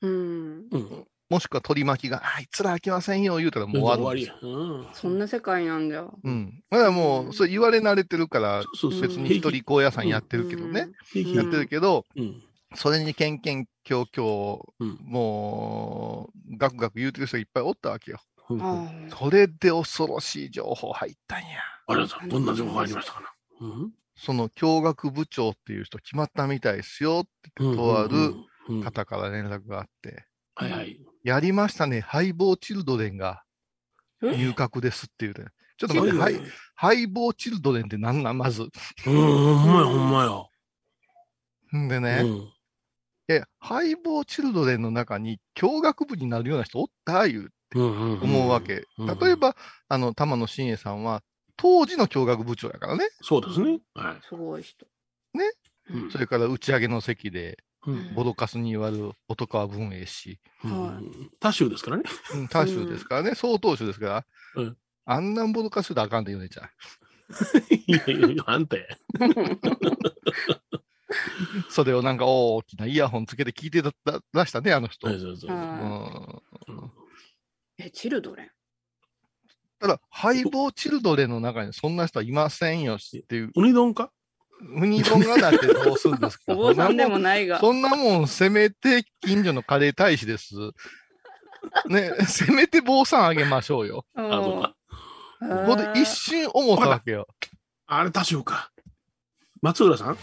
[SPEAKER 3] ん。
[SPEAKER 1] うん。
[SPEAKER 3] うん。
[SPEAKER 2] もしくは取り巻きが、あいつら飽きませんよ言うたらもう終わるんですよ。
[SPEAKER 3] や。うん。
[SPEAKER 1] そんな世界なんじゃ。
[SPEAKER 2] うん。まだもう、それ言われ慣れてるから、
[SPEAKER 3] そうそう
[SPEAKER 2] 別に一人高野山やってるけどね。
[SPEAKER 3] 平
[SPEAKER 1] うん
[SPEAKER 3] 気
[SPEAKER 2] やってるけど、
[SPEAKER 3] うん。
[SPEAKER 2] それにけんけんきょうきょう
[SPEAKER 3] うん
[SPEAKER 2] もう、ガクガク言うてる人がいっぱいおったわけよ。
[SPEAKER 3] うん
[SPEAKER 1] うん。
[SPEAKER 3] あ
[SPEAKER 1] ああ。
[SPEAKER 2] それで恐ろしい情報入ったんや。
[SPEAKER 3] りがとうございます。どんな情報入りましたかな。うん。
[SPEAKER 2] その教学部長っていう人決まったみたいですよって、とある
[SPEAKER 3] うん。
[SPEAKER 2] 方から連絡があって、
[SPEAKER 3] はいはい。
[SPEAKER 2] やりましたね、ハイボーチルドレンが
[SPEAKER 1] え
[SPEAKER 2] 入閣ですっていうね。ちょっと待って、ハイハイボーチルドレンって何なんまず。
[SPEAKER 3] うん、ほんまや、ほんまや。
[SPEAKER 2] んでね、え、ハイボーチルドレンの中に教学部になるような人おったいう
[SPEAKER 3] うん。
[SPEAKER 2] 思うわ。け。
[SPEAKER 3] うん
[SPEAKER 2] 例えば、あの、玉野伸栄さんは、当時の教学部長やからね。
[SPEAKER 3] そうですね。はい。
[SPEAKER 1] すごい人。
[SPEAKER 2] ね。
[SPEAKER 1] うん
[SPEAKER 2] そ。れから打ち上げの席で、
[SPEAKER 3] うん
[SPEAKER 2] ボロカスに言われる音川文英氏、
[SPEAKER 1] は
[SPEAKER 3] 多州ですからね。
[SPEAKER 2] うん、多州ですからね、総当主ですから、
[SPEAKER 3] うん
[SPEAKER 2] あんなんボロカスであかんって言うねちゃう。
[SPEAKER 3] いや [laughs] いやいや、あんたや。
[SPEAKER 2] それをなんか大きなイヤホンつけて聞いてたらしたね、あの人。
[SPEAKER 3] そうそうそう
[SPEAKER 2] う
[SPEAKER 1] はい
[SPEAKER 2] ん
[SPEAKER 1] [laughs] え、チルドレン。
[SPEAKER 2] ただ、ハイボーチルドレンの中にそんな人はいませんよっていう、
[SPEAKER 3] うに丼か
[SPEAKER 2] ウニ丼がだってどうするんですか
[SPEAKER 1] お [laughs] 坊さんでもないが。
[SPEAKER 2] そんなもん、せめて近所のカレー大使です。ね、せめて坊さんあげましょうよ。
[SPEAKER 1] う
[SPEAKER 3] あ
[SPEAKER 1] ん
[SPEAKER 3] そうか。
[SPEAKER 2] ここで一
[SPEAKER 1] あ
[SPEAKER 2] 瞬思ったわけよ。 [laughs]
[SPEAKER 3] あれ、多少か。松浦さん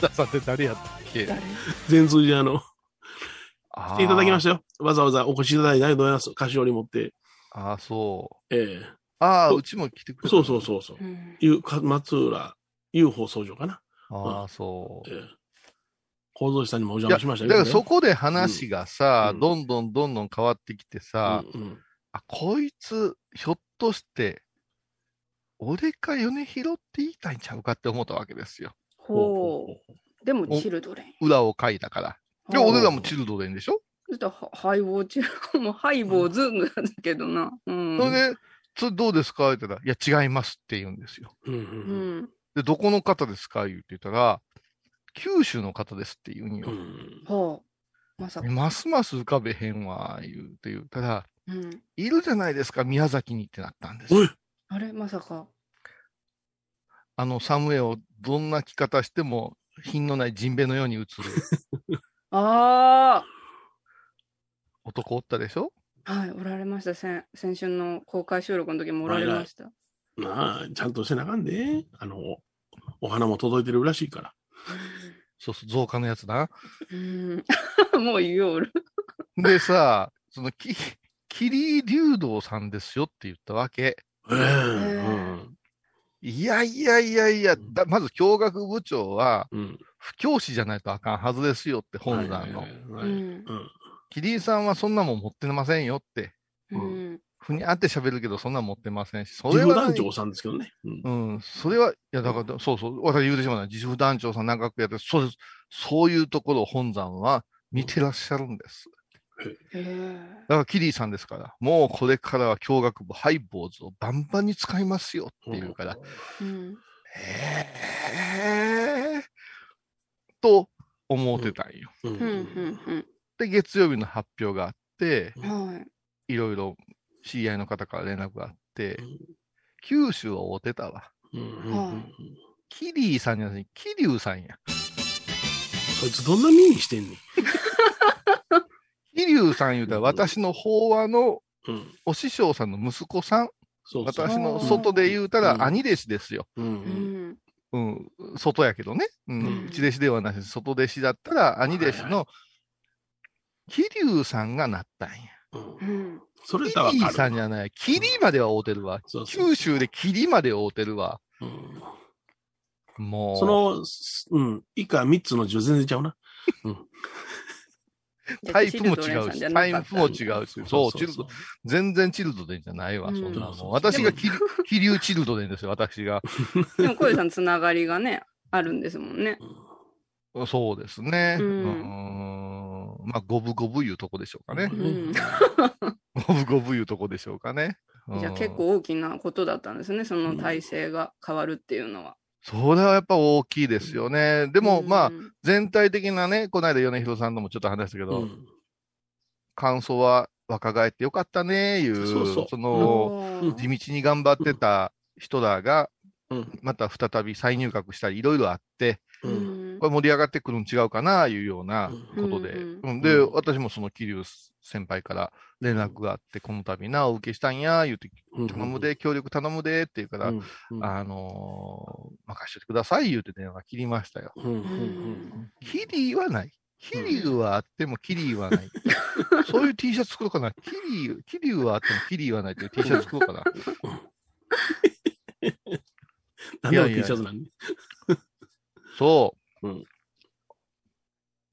[SPEAKER 2] 田さんって誰やったっけ
[SPEAKER 1] ー誰
[SPEAKER 3] 全通寺の。
[SPEAKER 2] 来
[SPEAKER 3] 来ていただきましたよ。わざわざお越しいただいてありがとうございます。菓子折り持って。
[SPEAKER 2] た。ああ、そう。
[SPEAKER 3] え
[SPEAKER 2] ああ、
[SPEAKER 3] そう
[SPEAKER 2] うちも来てく
[SPEAKER 3] え
[SPEAKER 2] れた。
[SPEAKER 3] そうそうそうそう
[SPEAKER 1] う。ん
[SPEAKER 3] ゆか松浦 UFO 総長かな。
[SPEAKER 2] ああ、そう
[SPEAKER 3] ええ。構造師さんにもお
[SPEAKER 2] い
[SPEAKER 3] 邪
[SPEAKER 2] や
[SPEAKER 3] 魔しました
[SPEAKER 2] だから
[SPEAKER 3] ね
[SPEAKER 2] そこで話がさ、
[SPEAKER 3] うん
[SPEAKER 2] どんどんどんどん変わってきてさ、
[SPEAKER 3] うんうん
[SPEAKER 2] あ、こいつ、ひょっとして、俺か米広って言いたいんちゃうかって思ったわけですよ。
[SPEAKER 3] ほう
[SPEAKER 1] ほう。でもチルドレン。
[SPEAKER 2] 裏を書いたから。で、
[SPEAKER 1] ほう
[SPEAKER 2] 俺らもチルドレンでしょ、
[SPEAKER 1] ちょっとハハイボーチル、もうハイボーズームだけどな。うん。
[SPEAKER 2] それで、それどうですかって言ったら、いや、違いますって言うんですよ。
[SPEAKER 3] うんう
[SPEAKER 1] うんん。
[SPEAKER 2] で、どこの方ですか言って言ったら、九州の方ですって言うん
[SPEAKER 3] う
[SPEAKER 2] よ。
[SPEAKER 3] ん
[SPEAKER 1] ほう。まさか。
[SPEAKER 2] ますます浮かべへんわ、言うて言ったら、
[SPEAKER 1] うん。
[SPEAKER 2] いるじゃないですか、宮崎にってなったんです
[SPEAKER 3] おい
[SPEAKER 2] よ。
[SPEAKER 1] あれまさか。
[SPEAKER 2] あの、サムエをどんな着方しても、品のないジンベのよう
[SPEAKER 1] [laughs]
[SPEAKER 2] に映る
[SPEAKER 1] あ
[SPEAKER 2] 男おったでしょ
[SPEAKER 1] あ。はい、おられました。先先週の公開収録の時もおられました。
[SPEAKER 3] なあ、ちゃんとせなあかんで。あの、お花も届いてるらしいから。
[SPEAKER 2] そうそう、増加のやつな。
[SPEAKER 1] うん。 [laughs] もう言おる。
[SPEAKER 2] でさ、 [laughs] その、き、キリ竜道さんですよって言ったわけ。
[SPEAKER 3] ええ
[SPEAKER 2] いやいやいやいや、だまず教学部長は、
[SPEAKER 3] うんうん
[SPEAKER 2] 不教師じゃないとあかんはずですよって本山の
[SPEAKER 3] はい。は
[SPEAKER 1] う
[SPEAKER 3] いはい
[SPEAKER 1] ん。
[SPEAKER 2] キリさんはそんなもん持ってませんよって。
[SPEAKER 1] うん。
[SPEAKER 2] ふにゃって喋るけど、そんな持ってませんし。そ
[SPEAKER 3] 自
[SPEAKER 2] れ
[SPEAKER 3] 由
[SPEAKER 2] は
[SPEAKER 3] 団
[SPEAKER 2] ね、
[SPEAKER 3] 長さんですけどね。うん
[SPEAKER 2] うん、それは、いや、だから、そうそう、私言うてしまうのは、自主団長さん長くやって、そうです、そういうところを本山は見てらっしゃるんです。
[SPEAKER 1] へ
[SPEAKER 2] だから、キリーさんですから、もうこれからは教学部ハイボーズをバンバンに使いますよっていうから、
[SPEAKER 1] え。うん。
[SPEAKER 2] へえー、と思ってたんよ。
[SPEAKER 3] うん
[SPEAKER 1] うん。
[SPEAKER 2] で、月曜日の発表があって、
[SPEAKER 1] うん。うん。はい。
[SPEAKER 2] いろいろ知り合いの方から連絡があって
[SPEAKER 3] うん、
[SPEAKER 2] 九州は追ってたわ。
[SPEAKER 3] うんうんうん
[SPEAKER 1] はい
[SPEAKER 2] キリーさんじゃなくて、キリュウさんや。
[SPEAKER 3] こいつどんな耳してんねん。
[SPEAKER 2] キリュウさん言うたら、
[SPEAKER 3] うん
[SPEAKER 2] 私の法話の
[SPEAKER 3] うん
[SPEAKER 2] お師匠さんの息子さん、
[SPEAKER 3] そうそう。
[SPEAKER 2] 私の外で言うた
[SPEAKER 3] うん
[SPEAKER 2] ら兄弟子ですよ。
[SPEAKER 3] うん
[SPEAKER 1] う
[SPEAKER 3] うん
[SPEAKER 1] ん。
[SPEAKER 2] うん、外やけどね。うん
[SPEAKER 3] うん、
[SPEAKER 2] 内弟子ではないし、外弟子だったら兄弟子のキリュウさんがなったんや。
[SPEAKER 3] うん
[SPEAKER 1] うん。
[SPEAKER 3] それだわ
[SPEAKER 2] キリ
[SPEAKER 3] か
[SPEAKER 2] ー
[SPEAKER 3] る
[SPEAKER 2] さんじゃない。キリまでは会うてるわ。
[SPEAKER 3] そうそう
[SPEAKER 2] 九州でキリまで会うてるわ。
[SPEAKER 3] うん
[SPEAKER 2] もう、
[SPEAKER 3] その、すうん、以下3つの字は全然ちゃうな。
[SPEAKER 2] タイプも違う
[SPEAKER 1] じゃ
[SPEAKER 2] し、
[SPEAKER 1] あ
[SPEAKER 2] タイプも違うし、そう、チル
[SPEAKER 3] そ
[SPEAKER 2] ド、全然チルドでじゃないわ、
[SPEAKER 1] うん
[SPEAKER 2] そんな
[SPEAKER 3] そうそ
[SPEAKER 2] も。
[SPEAKER 3] うん
[SPEAKER 2] 私がキリ [laughs] キリュウチルドでんですよ、私が。
[SPEAKER 1] でも、小出さんつながりがね、あるんですもんね。
[SPEAKER 2] そうですね。
[SPEAKER 1] う
[SPEAKER 2] うんん。んまあ、五分五分いうとこでしょうかね
[SPEAKER 3] う。
[SPEAKER 1] うん
[SPEAKER 3] ん。
[SPEAKER 2] 五分五分いうとこでしょうかね。うん
[SPEAKER 1] じゃあ結。構大きなことだったんですね、その体制が変わるっていうのは。
[SPEAKER 2] それはやっぱ大きいですよね。で
[SPEAKER 1] で
[SPEAKER 2] も、まあ、、全体的なね、この間米広さんともちょっと話したけど、
[SPEAKER 3] うん
[SPEAKER 2] 感想は若返ってよかったね、いう、
[SPEAKER 3] そうそう
[SPEAKER 2] の、
[SPEAKER 1] うん
[SPEAKER 2] 地道に頑張ってた人らが、
[SPEAKER 3] うん
[SPEAKER 2] また再び再入学したり、いろいろあって、
[SPEAKER 3] う
[SPEAKER 1] うんん
[SPEAKER 2] これ盛り上がってくるん違うかな、いうようなことで。
[SPEAKER 1] うん
[SPEAKER 2] うんで、
[SPEAKER 3] うん
[SPEAKER 2] 私もその桐生先輩から連絡があって、この度な、お受けしたんや、言うて、頼むで、協力頼むで、って言うから、
[SPEAKER 3] うんうん
[SPEAKER 2] あのー任しといてください、言うて電話切りましたよ。
[SPEAKER 3] うんうん
[SPEAKER 2] キリーはない。キリュウはあってもキリーはない。そういう T シャツ作ろうかな。キリュウ、キリュウはあってもキリーはないっていう T シャツ作ろうかな。
[SPEAKER 3] なんであの T シャツなんで
[SPEAKER 2] そう。
[SPEAKER 3] うん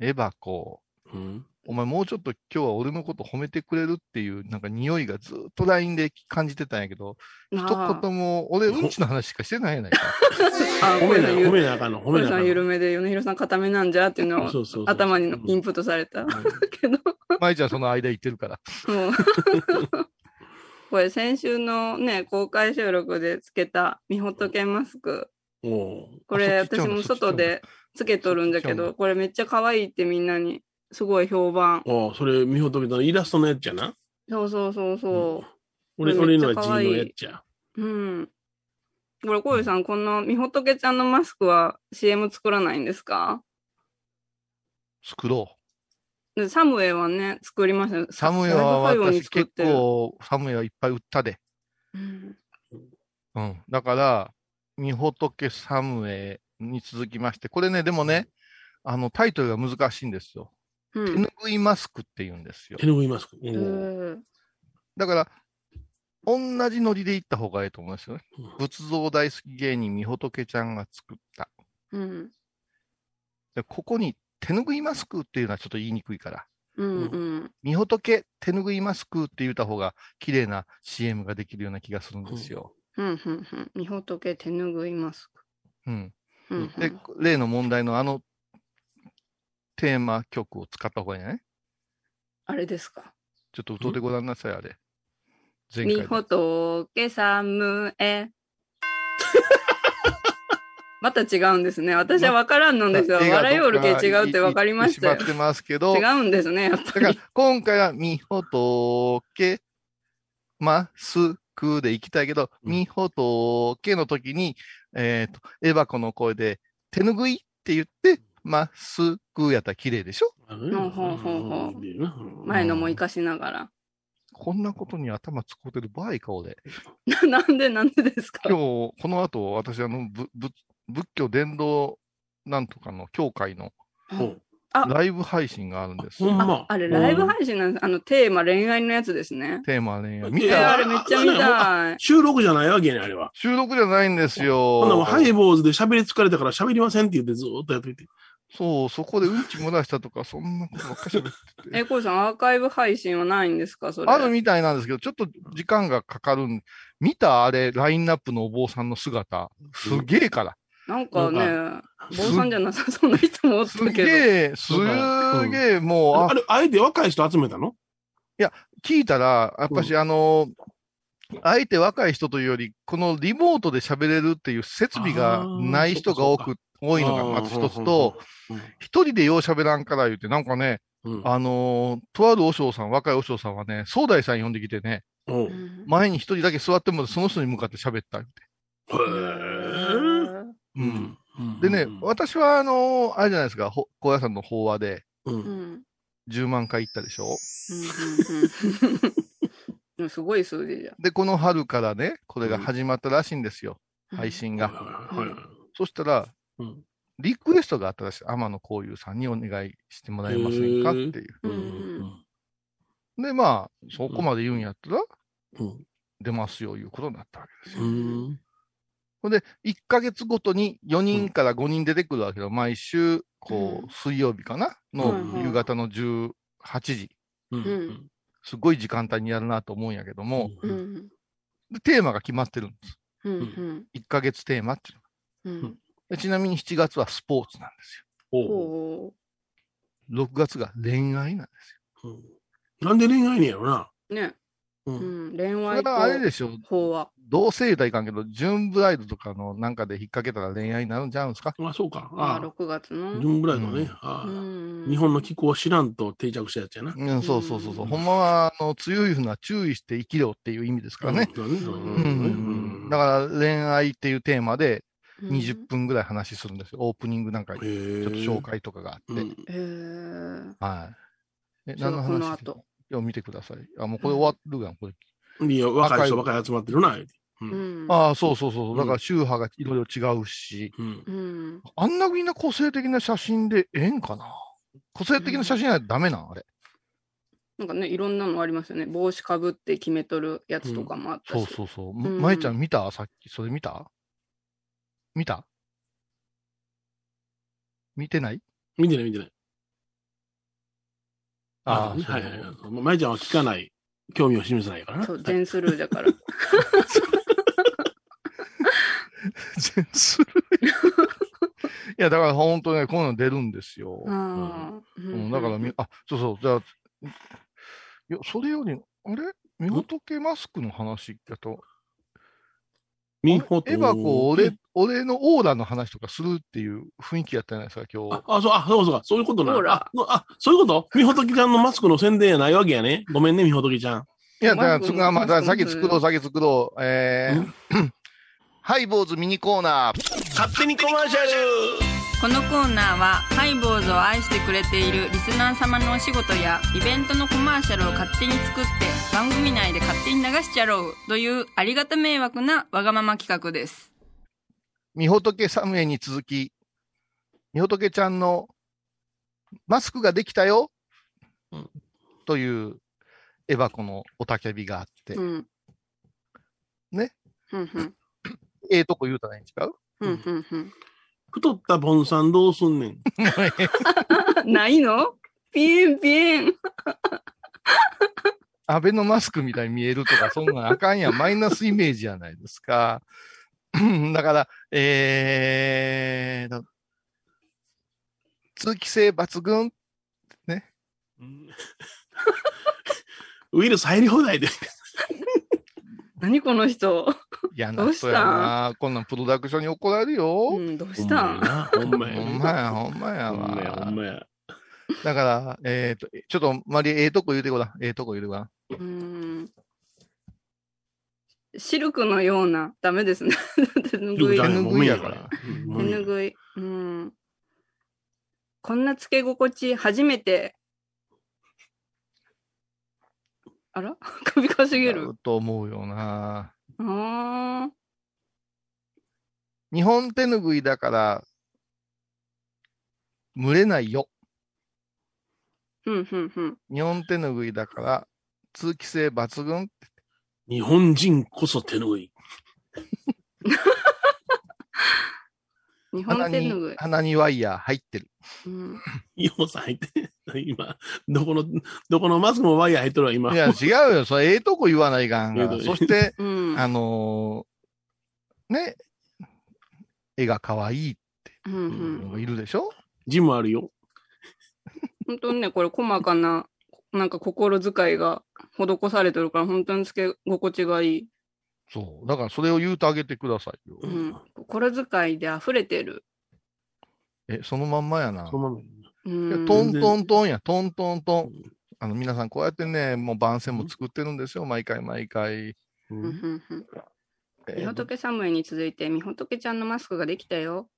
[SPEAKER 2] エヴァこう。
[SPEAKER 3] うん
[SPEAKER 2] お前もうちょっと今日は俺のこと褒めてくれるっていうなんか匂いがずっと LINE で感じてたんやけど、
[SPEAKER 1] な
[SPEAKER 2] 一言も俺うんちの話しかしてないやないか。 [laughs]
[SPEAKER 1] あ、
[SPEAKER 3] 褒めな、褒
[SPEAKER 1] め
[SPEAKER 3] めなあかんの、褒
[SPEAKER 1] 小出
[SPEAKER 3] め
[SPEAKER 1] さ
[SPEAKER 3] なあか
[SPEAKER 1] ん
[SPEAKER 3] ん
[SPEAKER 1] 緩
[SPEAKER 3] の。
[SPEAKER 1] めで、米広さん固めなんじゃっていうのを
[SPEAKER 3] そうそうそう
[SPEAKER 1] 頭にインプットされた
[SPEAKER 3] うん [laughs]
[SPEAKER 1] けど、も
[SPEAKER 2] 舞ちゃんその間行ってるか
[SPEAKER 1] う。
[SPEAKER 2] ら。
[SPEAKER 1] [laughs] これ先週のね、公開収録でつけたみほとけマスク。
[SPEAKER 3] お
[SPEAKER 1] これ私も外でつけとるんだけ
[SPEAKER 2] そっち行っちゃう
[SPEAKER 1] ど、これめっちゃ可愛いってみんなに、すごい評判。
[SPEAKER 3] おそれ、見ほどけたイラストのやつやな。
[SPEAKER 1] そうそうそうそ
[SPEAKER 3] 俺、
[SPEAKER 1] うん
[SPEAKER 3] 俺のは G のやつや。
[SPEAKER 1] う。うん。これ、コウイさん、このみほとけちゃんのマスクは CM 作らないんですか
[SPEAKER 2] 作ろう。
[SPEAKER 1] でサムエはね、作りましたよ。
[SPEAKER 2] サムヤは
[SPEAKER 1] 最後に
[SPEAKER 2] 私
[SPEAKER 1] 作っ
[SPEAKER 2] 結
[SPEAKER 1] てる。
[SPEAKER 2] 構、サムヤいっぱい売ったで。
[SPEAKER 1] うん
[SPEAKER 2] うん。だから、みほとけサムエに続きまして、これね、でもね、あの、タイトルが難しいんですよ。
[SPEAKER 1] う
[SPEAKER 2] 手
[SPEAKER 1] ん
[SPEAKER 2] ぬぐいマスクって言うんですよ
[SPEAKER 3] 手。拭いマスク。お
[SPEAKER 1] う
[SPEAKER 3] ー
[SPEAKER 1] ん。
[SPEAKER 2] だから、同じノリで行った方がいいと思うんですよね
[SPEAKER 3] う。
[SPEAKER 2] 仏像大好き芸人みほとけちゃんが作った。
[SPEAKER 1] うん。
[SPEAKER 2] でここに手ぬぐいマスクっていうのはちょっと言いにくいから、
[SPEAKER 1] うん。うん。
[SPEAKER 2] みほとけ手ぬぐいマスクって言った方が綺麗な CM ができるような気がするんですよ。
[SPEAKER 1] うん。うん。うん。みほとけ手ぬぐいマス
[SPEAKER 2] うん。
[SPEAKER 1] ク。うん。
[SPEAKER 2] で、例の問題のあのテーマ曲を使った方がいいんじゃない
[SPEAKER 1] あれですか。
[SPEAKER 2] ちょっと歌ってごらんなさい、あれ。前
[SPEAKER 1] み
[SPEAKER 2] 回
[SPEAKER 1] ほ
[SPEAKER 2] の。
[SPEAKER 1] とけサムエ。 [laughs] また違うんですね。私は分からんのですよ。
[SPEAKER 2] 映画
[SPEAKER 1] 笑いよるけ違うって分かりましたよ
[SPEAKER 2] 言って。しまってますけど、
[SPEAKER 1] 違うんですね、やっぱ
[SPEAKER 2] だか
[SPEAKER 1] り。
[SPEAKER 2] ら、今回は、みほとけ、マスクで行きたいけど、
[SPEAKER 3] うん
[SPEAKER 2] みほとけの時に、えっ、と、エバコの声で、手ぬぐいって言って、マスクやったら綺麗でしょ
[SPEAKER 3] あのね
[SPEAKER 1] ほうほうほうほう
[SPEAKER 3] いいなうん
[SPEAKER 1] 前のも生かしながら。 [laughs]
[SPEAKER 2] こんなことに頭使うてる場合か、俺。
[SPEAKER 1] ななんで、なんでですか
[SPEAKER 2] 今日、この後、私、あの、ぶ、ぶ、仏教伝道なんとかの教会の
[SPEAKER 3] ほう
[SPEAKER 1] あ
[SPEAKER 2] ライブ配信があるんです
[SPEAKER 3] ほ。ん
[SPEAKER 1] あ
[SPEAKER 3] ま。
[SPEAKER 1] あれ、ライブ
[SPEAKER 3] うん
[SPEAKER 1] 配信なんです。あの、テーマ恋愛のやつですね。
[SPEAKER 2] テーマね。
[SPEAKER 3] うん
[SPEAKER 2] 見
[SPEAKER 1] え
[SPEAKER 3] い
[SPEAKER 1] ー、
[SPEAKER 3] や
[SPEAKER 2] た
[SPEAKER 1] あれめっちゃ見たい。
[SPEAKER 3] 収録じゃないわけね、あれは。
[SPEAKER 2] 収録じゃないんです
[SPEAKER 3] ほんなら
[SPEAKER 2] よ。
[SPEAKER 3] ハイボーズで喋り疲れたから喋りませんって言ってずーっとやっていて。
[SPEAKER 2] そう、そこでうんち漏らしたとか、そんなことばっかり喋ってて
[SPEAKER 1] え、こうさん、アーカイブ配信はないんですかそれ。
[SPEAKER 2] あるみたいなんですけど、ちょっと時間がかかるん。見たあれ、ラインナップのお坊さんの姿。すげえから。
[SPEAKER 1] なんかね、
[SPEAKER 2] ん
[SPEAKER 1] 坊さんじゃなさそうな人もおっ
[SPEAKER 2] す
[SPEAKER 1] たけ
[SPEAKER 2] げえ、す
[SPEAKER 3] うん
[SPEAKER 2] げえ、もう、
[SPEAKER 3] あ
[SPEAKER 2] あ、
[SPEAKER 3] れ、あえて若い人集めたの
[SPEAKER 2] 聞いたら、やっぱし、あの、あえて若い人というより、このリモートで喋れるっていう設備がない人が多
[SPEAKER 3] あーそ
[SPEAKER 2] く、多いのがまず一つと、
[SPEAKER 3] うん、
[SPEAKER 2] 一人でよう喋らんから言うて、なんかね、
[SPEAKER 3] うん。
[SPEAKER 2] あのーとある和尚さん、若い和尚さんはね、壮大さん呼んできてね、
[SPEAKER 3] うん
[SPEAKER 1] ど。うん
[SPEAKER 2] 前に一人だけ座ってもらってその人に向かって喋ったって。
[SPEAKER 3] へーうん。
[SPEAKER 2] でね、
[SPEAKER 3] うん
[SPEAKER 2] 私はあのーあれじゃないですか、ほ高野山の法話で
[SPEAKER 3] う。
[SPEAKER 1] うんん
[SPEAKER 2] 10万回行ったでしょ
[SPEAKER 1] うんうんうんでもすごい数字じゃん。
[SPEAKER 2] で、この春からね、これが始まったらしいんですよ、配信が。
[SPEAKER 3] はいはいはい
[SPEAKER 2] そしたら、
[SPEAKER 3] うん
[SPEAKER 2] リクエストがあったらしい。天野幸雄さんにお願いしてもらえませんかっていう。
[SPEAKER 1] う
[SPEAKER 3] うんん
[SPEAKER 2] で、まあ、そこまで言うんやったら、
[SPEAKER 3] うん
[SPEAKER 2] 出ますよ、いうことになったわけです
[SPEAKER 3] う
[SPEAKER 2] よ。
[SPEAKER 3] ん。
[SPEAKER 2] ほんで、1ヶ月ごとに4人から5人出てくるわけよ。毎週、こ
[SPEAKER 1] うん
[SPEAKER 2] う、水曜日かな
[SPEAKER 3] うんう
[SPEAKER 2] の
[SPEAKER 3] ん
[SPEAKER 2] 夕方の18時。
[SPEAKER 3] うん
[SPEAKER 1] ん
[SPEAKER 2] すごい時間帯にやるなと思うんやけども、
[SPEAKER 1] う
[SPEAKER 3] うん
[SPEAKER 1] ん
[SPEAKER 2] でテーマが決まってるんです。
[SPEAKER 1] うんうん
[SPEAKER 2] 1ヶ月テーマっていうの
[SPEAKER 1] うん
[SPEAKER 2] でちなみに7月はスポーツなんです
[SPEAKER 3] おう
[SPEAKER 1] こ
[SPEAKER 2] よ。6月が恋愛なんですよ。
[SPEAKER 3] うんなんで恋愛ねやろな。
[SPEAKER 1] うね、
[SPEAKER 3] う。
[SPEAKER 1] うんん、恋
[SPEAKER 2] こ
[SPEAKER 1] 愛
[SPEAKER 2] れはあれ
[SPEAKER 1] と
[SPEAKER 2] でしょ、
[SPEAKER 1] 法話。
[SPEAKER 2] 同性言うたらいかんけど、ジューンブライドとかのなんかで引っ掛けたら恋愛になるんちゃうんですか
[SPEAKER 3] あ、そうか。
[SPEAKER 1] まあ
[SPEAKER 3] ああ、
[SPEAKER 1] 6月の
[SPEAKER 3] ジュ。ンブライド
[SPEAKER 2] う
[SPEAKER 3] ね
[SPEAKER 2] ん。
[SPEAKER 3] ああ
[SPEAKER 1] うん
[SPEAKER 3] 日本の気候を知らんと定着したやつやな。
[SPEAKER 2] うん、そうそうそうそうう。
[SPEAKER 1] ん
[SPEAKER 2] ほんまは、あの、強いふうな注意して生きろっていう意味ですからね。
[SPEAKER 3] そうだね。
[SPEAKER 1] うん
[SPEAKER 2] うん。だから、恋愛っていうテーマで
[SPEAKER 1] うん
[SPEAKER 2] 20分ぐらい話するんですよ。オープニングなんかに
[SPEAKER 3] へ
[SPEAKER 2] ち
[SPEAKER 3] え。
[SPEAKER 2] ょっと紹介とかがあって。
[SPEAKER 3] うん。
[SPEAKER 1] へー
[SPEAKER 2] はい。え、
[SPEAKER 1] それ
[SPEAKER 2] 何の
[SPEAKER 1] この
[SPEAKER 2] 話
[SPEAKER 1] 後
[SPEAKER 2] を見てください。あ、もうこれ終わるやん、これ。
[SPEAKER 3] いや、若い人、
[SPEAKER 2] 若
[SPEAKER 3] 若い集まってるな。う。
[SPEAKER 1] うんん。
[SPEAKER 2] ああ、そうそうそうう。
[SPEAKER 3] ん
[SPEAKER 2] だから宗派がいろいろ違うし、
[SPEAKER 3] うん。
[SPEAKER 1] うん。
[SPEAKER 2] あんなみんな個性的な写真でええんかな個性的な写真はダメなんあれ。
[SPEAKER 1] なんかね、いろんなのありますよね。帽子かぶって決めとるやつとかもあったし。
[SPEAKER 2] そうそうそう。
[SPEAKER 1] ん
[SPEAKER 2] まいちゃん見たさっき、それ見た見た見てない
[SPEAKER 3] 見てない、見てない。
[SPEAKER 2] ー
[SPEAKER 3] はいは
[SPEAKER 2] そう
[SPEAKER 3] いはい。まいちゃんは聞かない。興味を示さないからな。
[SPEAKER 1] そう、全スルーだから。
[SPEAKER 2] 全する。いや、だから本当ね、こういうの出るんですよ。
[SPEAKER 1] ああ。
[SPEAKER 2] うん、だからみ、あ、そうそう、じゃあ、いや、それより、あれみほとけマスクの話だと、
[SPEAKER 3] みほと。
[SPEAKER 2] エバコ、俺、俺のオーラの話とかするっていう雰囲気やったじゃないですか、今
[SPEAKER 3] あ
[SPEAKER 2] 日。
[SPEAKER 3] あ、そう、あ、そうそう、そういうことな
[SPEAKER 1] ほ
[SPEAKER 3] の。
[SPEAKER 1] ら
[SPEAKER 3] あ、のあそういうことみほときちゃんのマスクの宣伝やないわけやね。ごめんね、みほときちゃん。
[SPEAKER 2] いや、
[SPEAKER 1] マス
[SPEAKER 2] だ
[SPEAKER 1] ク
[SPEAKER 2] から、つがまだ、
[SPEAKER 1] マスク
[SPEAKER 2] 先作ろう、先作ろう。えー、 [clears throat] ハイボーズミニコーナー。
[SPEAKER 3] 勝手にコマーシャル
[SPEAKER 1] このコーナーはハイボーズを愛してくれているリスナー様のお仕事やイベントのコマーシャルを勝手に作って番組内で勝手に流しちゃろうというありがた迷惑なわがまま企画です。
[SPEAKER 2] みほとけサムエに続き、みほとけちゃんのマスクができたよ、
[SPEAKER 3] うん
[SPEAKER 2] というエバコのおたけびがあって、
[SPEAKER 1] うん。
[SPEAKER 2] ね。
[SPEAKER 1] うんうん。
[SPEAKER 2] ええとこ言うたらいいんちゃう [laughs]
[SPEAKER 1] うんうんうん。
[SPEAKER 3] 太ったボンさんどうすんねん。
[SPEAKER 1] ないのピンピン。
[SPEAKER 2] 安倍のマスクみたいに見えるとか、そんなんあか
[SPEAKER 3] [laughs]
[SPEAKER 2] んやん、マイナスイメージじゃないですか。 [laughs] だから、えーと、通気性抜群、
[SPEAKER 3] ウイルス入り放題で。
[SPEAKER 1] 何この人。
[SPEAKER 2] 嫌な人やな。こんなんプロダクションに怒られるよ。
[SPEAKER 1] うん、どうしたん
[SPEAKER 3] ほんまや
[SPEAKER 2] ほ
[SPEAKER 3] な
[SPEAKER 2] んまや、ほんまや
[SPEAKER 3] ほんまや。ほ
[SPEAKER 2] わ
[SPEAKER 3] ん。まや。
[SPEAKER 2] だから、えっ、と、ちょっと、マリ、ええとこ言うてごらん。ええとこ言うてごらん。
[SPEAKER 1] うん。シルクのような、ダメですね。手
[SPEAKER 3] ル
[SPEAKER 1] 拭
[SPEAKER 3] ク
[SPEAKER 1] い
[SPEAKER 3] ちゃん
[SPEAKER 2] 手
[SPEAKER 3] や
[SPEAKER 2] 拭い
[SPEAKER 3] もう無理や
[SPEAKER 2] 手
[SPEAKER 3] か
[SPEAKER 2] 拭いや
[SPEAKER 3] ら
[SPEAKER 2] か。
[SPEAKER 3] うん無
[SPEAKER 1] 手
[SPEAKER 3] 理や
[SPEAKER 1] ぬぐい。うん。こんなつけ心地初めて。あら [laughs] 首かしげ
[SPEAKER 2] な
[SPEAKER 1] る。
[SPEAKER 2] と思うよな。
[SPEAKER 1] ああ。
[SPEAKER 2] 日本手ぬぐいだから、蒸れないよ。
[SPEAKER 1] ふんふんふん。
[SPEAKER 2] 日本手ぬぐいだから、通気性抜群。
[SPEAKER 3] 日本人こそ手のいい。
[SPEAKER 1] 日本
[SPEAKER 2] 鼻
[SPEAKER 1] 手
[SPEAKER 2] に
[SPEAKER 1] ぬぐい、。
[SPEAKER 2] 鼻にワイヤー入ってる。
[SPEAKER 1] うん、
[SPEAKER 3] イオンさん入って、 [laughs] 今、どこの、どこのマスクもワイヤー入っとるわ、今。
[SPEAKER 2] いや、違うよ。それ、ええとこ言わないかんが
[SPEAKER 3] ええとこ
[SPEAKER 2] そして、
[SPEAKER 1] うん。
[SPEAKER 2] あのーね、絵が可愛いって
[SPEAKER 1] うんう。
[SPEAKER 2] いうんのがいるでしょ、
[SPEAKER 3] ジムあるよ。
[SPEAKER 1] 本当にね、これ細かな、なんか心遣いが施されてるから、本当につけ心地がいい。
[SPEAKER 2] そう。だから、それを言うてあげてくださいよ。
[SPEAKER 1] うん。心遣いで溢れてる。
[SPEAKER 2] え、そのまんまやな。
[SPEAKER 3] そのまま。
[SPEAKER 1] う
[SPEAKER 2] いや
[SPEAKER 1] ん。
[SPEAKER 2] ト
[SPEAKER 3] と
[SPEAKER 2] ン
[SPEAKER 3] ん
[SPEAKER 2] トントンや、トントント
[SPEAKER 3] う
[SPEAKER 2] ン。あの、皆さんこうやってね、もう番宣も作ってるんですよ、毎回毎回。
[SPEAKER 1] うんうんうん
[SPEAKER 2] え
[SPEAKER 1] みほ
[SPEAKER 2] ー
[SPEAKER 1] とけ寒いに続いて、みほとけちゃんのマスクができたよ。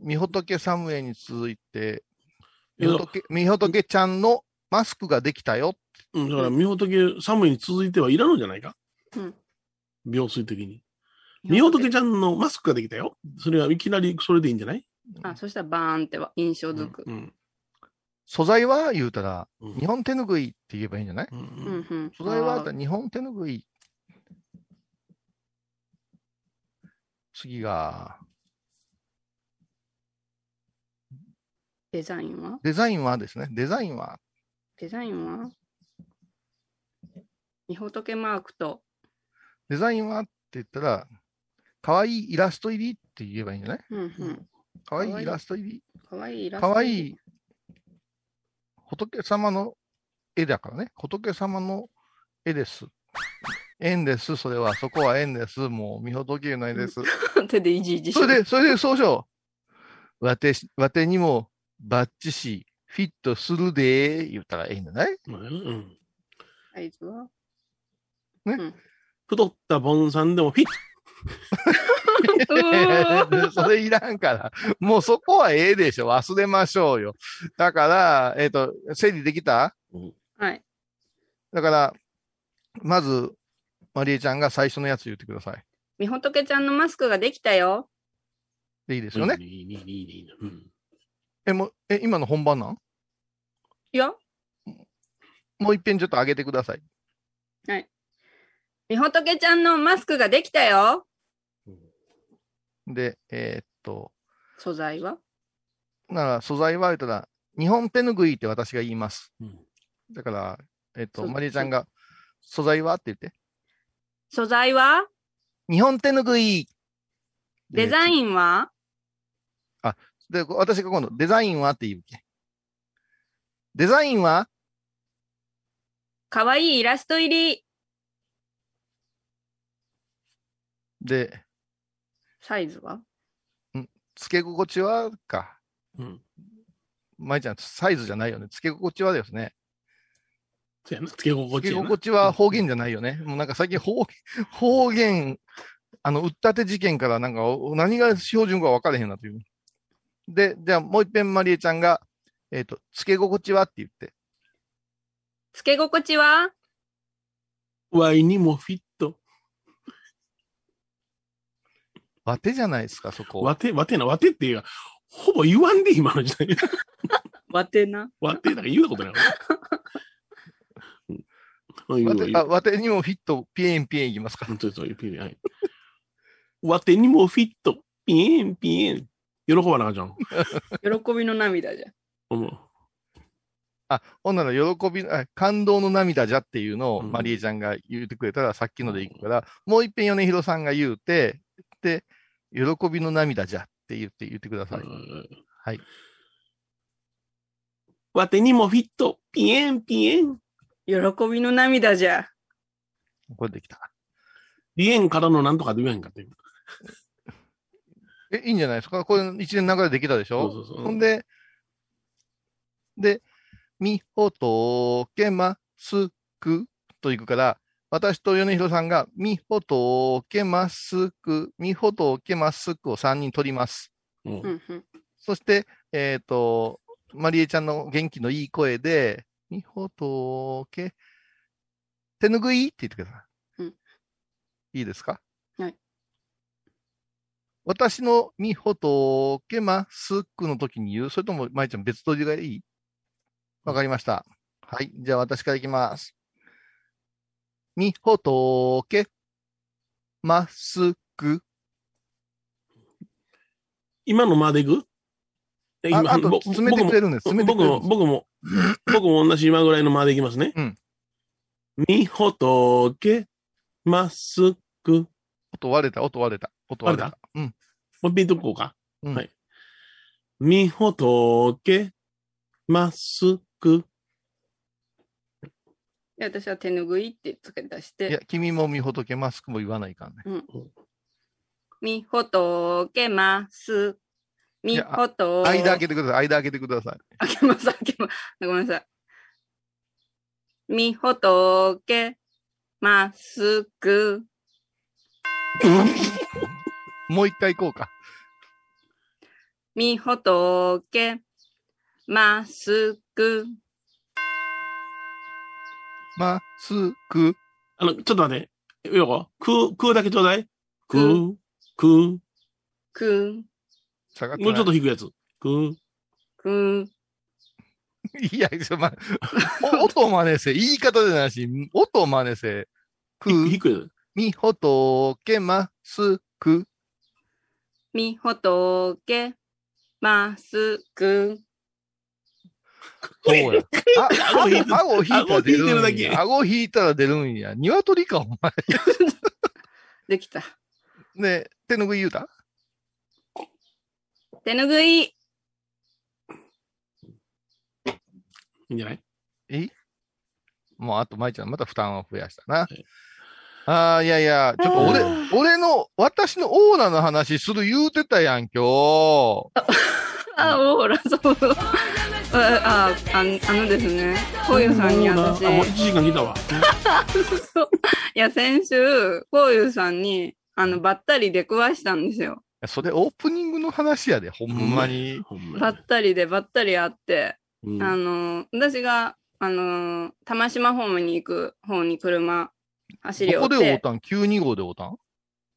[SPEAKER 2] みほとけサムエに続いて、
[SPEAKER 3] い
[SPEAKER 2] み
[SPEAKER 3] や
[SPEAKER 2] ほとけ、みほとけちゃんのマスクができたよ。
[SPEAKER 3] うんだから、みほとけ寒いに続いてはいらんのじゃないか
[SPEAKER 1] うん
[SPEAKER 3] 秒数的に。みほとけちゃんのマスクができたよ。それはいきなりそれでいいんじゃない
[SPEAKER 1] あ、そしたらバーンっては印象づく。
[SPEAKER 3] うん。
[SPEAKER 2] 素材は言うたら、
[SPEAKER 3] うん
[SPEAKER 2] 日本手ぬぐいって言えばいいんじゃない
[SPEAKER 3] うん
[SPEAKER 1] うんうん。
[SPEAKER 2] 素材は
[SPEAKER 1] あー
[SPEAKER 2] 日本手ぬぐい。次が、
[SPEAKER 1] デザインは
[SPEAKER 2] デザインはですね。デザインは、
[SPEAKER 1] デザインはみほとけマークと、
[SPEAKER 2] デザインはって言ったら、可愛いイラスト入りって言えばいいんじゃない
[SPEAKER 1] うんうん。
[SPEAKER 2] 可愛
[SPEAKER 1] 可愛
[SPEAKER 2] い
[SPEAKER 1] い
[SPEAKER 2] イラスト入り。
[SPEAKER 1] かわいいイラスト。
[SPEAKER 2] かわいい。仏様の絵だからね、仏様の絵です。縁です、それは。そこは縁です。もう見仏ないです。
[SPEAKER 1] 手でいじいじし
[SPEAKER 2] それで、それで、そうしよう。わてし、わてにもバッチし、フィットするでー、言ったらええんじゃない
[SPEAKER 3] まあうん。
[SPEAKER 1] サイズは
[SPEAKER 3] 太ったボンさんでもフィット。
[SPEAKER 1] うー
[SPEAKER 2] [laughs] それいらんから。もうそこはええでしょ。忘れましょうよ。だから、えっ、と、整理できた
[SPEAKER 1] はい。
[SPEAKER 2] だから、まず、マリエちゃんが最初のやつ言ってください。
[SPEAKER 1] みほとけちゃんのマスクができたよ。
[SPEAKER 2] でいいですよね。
[SPEAKER 3] いいね。いいね、いいね、いいね。うん。
[SPEAKER 2] え、もう、え、今の本番なん
[SPEAKER 1] いや、
[SPEAKER 2] もう一遍ちょっと上げてください。
[SPEAKER 1] みほとけちゃんのマスクができたよ。
[SPEAKER 2] で、えーっと、
[SPEAKER 1] 素材は
[SPEAKER 2] なら素材は言ったら、日本手ぬぐいって私が言います。
[SPEAKER 3] うん
[SPEAKER 2] だから、えーっと、
[SPEAKER 1] そう
[SPEAKER 2] マリエちゃんが、素材はって言って。
[SPEAKER 1] 素材は
[SPEAKER 2] 日本手ぬぐい
[SPEAKER 1] デザ
[SPEAKER 2] ン
[SPEAKER 1] インは
[SPEAKER 2] で、私が今度、デザインはって言うけ。デザインは
[SPEAKER 1] かわいいイラスト入り。
[SPEAKER 2] で、
[SPEAKER 1] サイズは
[SPEAKER 2] 付け心地はか。
[SPEAKER 3] うん。
[SPEAKER 2] 舞ちゃん、サイズじゃないよね。付け心地はですね。
[SPEAKER 3] そうやな、つけ心
[SPEAKER 2] 付
[SPEAKER 3] 地
[SPEAKER 2] け
[SPEAKER 3] やな
[SPEAKER 2] 心。地は方言じゃないよね。もうなんか最近方言、 [laughs] 方言、あの、うったて事件からなんかお何が標準語か分からへんなという。で、じゃあもう一遍マリエちゃんが、えっ、と、付け心地はって言って。
[SPEAKER 1] つけ心地は
[SPEAKER 3] ワイにもフィット。
[SPEAKER 2] わてじゃないですか、そこ。
[SPEAKER 3] わて、わてな、わてって言うやほぼ言わんで、今の時代。
[SPEAKER 1] わてな。
[SPEAKER 3] わてなんか言うた
[SPEAKER 2] [laughs]
[SPEAKER 3] ことないわ。うん
[SPEAKER 2] わ
[SPEAKER 3] うん言う
[SPEAKER 2] て
[SPEAKER 3] わ
[SPEAKER 2] あわてにもフィット、ピエンピエンいきますか
[SPEAKER 3] 言う。そうそう、言うピエンはい。わてにもフィット。ピエン、ピエン。喜ばなあかんじゃん。
[SPEAKER 1] 喜びの涙じゃ。
[SPEAKER 3] 思う。
[SPEAKER 2] あ、ほんなら喜び、あ感動の涙じゃっていうのを
[SPEAKER 3] うん
[SPEAKER 2] マリエちゃんが言ってくれたら、さっきのでいくから、もう一遍米広さんが言うて、で、喜びの涙じゃって言って、言ってください。はい。
[SPEAKER 3] わてにもフィット。ピエン、ピエン。
[SPEAKER 1] 喜びの涙じゃ。
[SPEAKER 2] これできた。
[SPEAKER 3] リエンからのなんとかで言わへんかって。
[SPEAKER 2] え、いいんじゃないですかこれ一年の中でできたでしょ
[SPEAKER 3] そうそうそう
[SPEAKER 2] ほんで、で、みほとけますくといくから、私と米広さんが、みほとけますく、みほとけますくを3人取ります。
[SPEAKER 3] う
[SPEAKER 1] う
[SPEAKER 3] ん
[SPEAKER 1] んうん。
[SPEAKER 2] そして、えっ、と、マリエちゃんの元気のいい声で、みほとけ、手ぬぐいって言ってください。
[SPEAKER 1] うん
[SPEAKER 2] いいですか
[SPEAKER 1] はい。
[SPEAKER 2] 私のみほとけますくの時に言うそれとも、まいちゃん別撮りがいいわかりました。はい。じゃあ私からいきます。みほとけますく。
[SPEAKER 3] 今のまでぐ
[SPEAKER 2] ああと、
[SPEAKER 3] ぼ
[SPEAKER 2] 詰めてくれるんです。詰めてく
[SPEAKER 3] 僕
[SPEAKER 2] れる
[SPEAKER 3] も、
[SPEAKER 2] んです。
[SPEAKER 3] 僕も、僕も同じ今ぐらいの間でいきますね。
[SPEAKER 2] うん。
[SPEAKER 3] みほとけ、まっすぐ。
[SPEAKER 2] 音割れた、音割れた、音割れた。うん。
[SPEAKER 3] もう一遍とこうか。
[SPEAKER 2] うん
[SPEAKER 3] はい。みほとけ、まっすぐ。
[SPEAKER 1] で、私は手ぬぐいってつけ出し
[SPEAKER 2] いや
[SPEAKER 1] て、、
[SPEAKER 2] 君もみほとけマスクも言わないかんね。
[SPEAKER 1] みほとけます。
[SPEAKER 2] い
[SPEAKER 1] み
[SPEAKER 2] やあ
[SPEAKER 1] ほと
[SPEAKER 2] 間開けてください。間開けてください。
[SPEAKER 1] 開けます、開けます。ごめんなさい。みほとけますく。
[SPEAKER 2] もう一回行こうか。
[SPEAKER 1] みほとけますく。
[SPEAKER 2] マスク。
[SPEAKER 3] あの、ちょっと待って。よこ、く、くだけちょうだい。く
[SPEAKER 1] く、
[SPEAKER 3] く、
[SPEAKER 1] く、
[SPEAKER 2] 下がってな
[SPEAKER 3] も
[SPEAKER 2] いう
[SPEAKER 3] ちょっと低いやつ。く、
[SPEAKER 1] く。
[SPEAKER 2] [laughs] いや、ちょ、ま、お音を真似せ。言い方じゃないし、音を真似せ。く、
[SPEAKER 3] 低いやつ。
[SPEAKER 2] みほとけマスク。
[SPEAKER 1] みほとけますく。
[SPEAKER 2] そうや。あ、顎ひ顎を引いたら
[SPEAKER 3] 顎を引
[SPEAKER 2] 出る
[SPEAKER 3] い
[SPEAKER 2] ん
[SPEAKER 3] てるだけ
[SPEAKER 2] や。顎を引いたら出るんや。鶏か、お前。
[SPEAKER 1] できた。
[SPEAKER 2] ね手ぬぐい言うた
[SPEAKER 1] 手ぬぐい。
[SPEAKER 3] いいんじゃない
[SPEAKER 2] もう、あと、舞ちゃん、また負担を増やしたな
[SPEAKER 3] はい。
[SPEAKER 2] ああ、いやいや、ちょっと俺
[SPEAKER 1] あー、
[SPEAKER 2] 俺の、私のオーラの話する言うてたやん、今日。
[SPEAKER 1] [laughs] あ、オーラ、そう。あ、あああのですね、こうゆ [laughs] さんに
[SPEAKER 3] もうな
[SPEAKER 1] 私、
[SPEAKER 3] あもう1時間来たわ。
[SPEAKER 1] [laughs] いや、先週、こうゆさんに、あの、ばったり出くわしたんですよ。
[SPEAKER 2] それオープニングの話やで、ほんまに。
[SPEAKER 3] ほん
[SPEAKER 1] ば
[SPEAKER 3] ま
[SPEAKER 1] ったりでばったり会って、
[SPEAKER 3] に。
[SPEAKER 1] あの、私が、あの、玉島ホームに行く方に車、走り
[SPEAKER 2] ど
[SPEAKER 1] 寄
[SPEAKER 2] こ
[SPEAKER 1] っ
[SPEAKER 2] でおう
[SPEAKER 1] て、
[SPEAKER 2] たん ?92 号でおうたん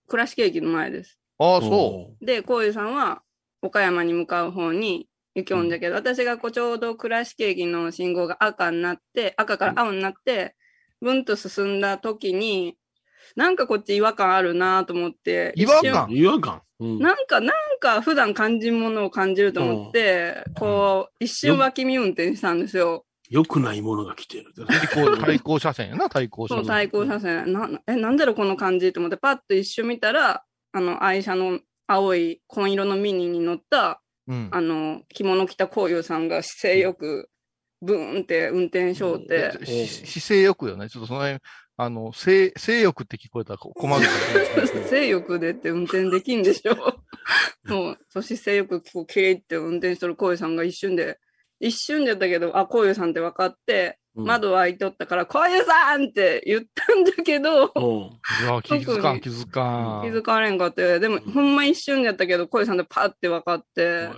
[SPEAKER 1] 倉敷駅の前です。
[SPEAKER 2] ああ、
[SPEAKER 3] うん
[SPEAKER 2] そ
[SPEAKER 1] で、こうゆさんは、岡山に向かう方に行きょんじゃけど、私がこうちょうど倉敷駅の信号が赤になって、赤から青になって、ブンと進んだ時に、なんかこっち違和感あるなと思って、
[SPEAKER 2] 違和
[SPEAKER 1] 一瞬
[SPEAKER 2] 感
[SPEAKER 3] 違和感。うん
[SPEAKER 1] なんか、なんか普段感じるものを感じると思って、こう、一瞬脇見運転したんですよ。
[SPEAKER 3] 良くないものが来
[SPEAKER 2] [laughs]
[SPEAKER 3] てる。
[SPEAKER 2] う。対向、対向車線やな、対向車
[SPEAKER 1] そう、
[SPEAKER 2] 線。
[SPEAKER 1] 対向車線。な、え、なんだろうこの感じと思って、パッと一瞬見たら、あの、愛車の青い紺色のミニに乗った、
[SPEAKER 2] うん。
[SPEAKER 1] あの、着物着たこうゆうさんが姿勢よく、ブーンって運転しようって。
[SPEAKER 2] し姿勢よくよね。ちょっとその辺、あの、性、性欲って聞こえたら困
[SPEAKER 1] [laughs]
[SPEAKER 2] るから。
[SPEAKER 1] 性欲でって運転できんでしょ [laughs] もう、そして性欲、こう、ケーって運転しとるこうゆさんが一瞬で、一瞬でだけど、あ、こうゆさんって分かって、
[SPEAKER 3] うん
[SPEAKER 1] 窓開いとったから、こうゆさんって言ったんだけど、
[SPEAKER 3] うん
[SPEAKER 2] いや、気づかん、
[SPEAKER 1] 特に
[SPEAKER 2] 気づか
[SPEAKER 1] 気
[SPEAKER 2] ん
[SPEAKER 1] づ。かれんかって、でも、
[SPEAKER 3] うん
[SPEAKER 1] ほんま一瞬やったけど、こうゆさんでパって分かって、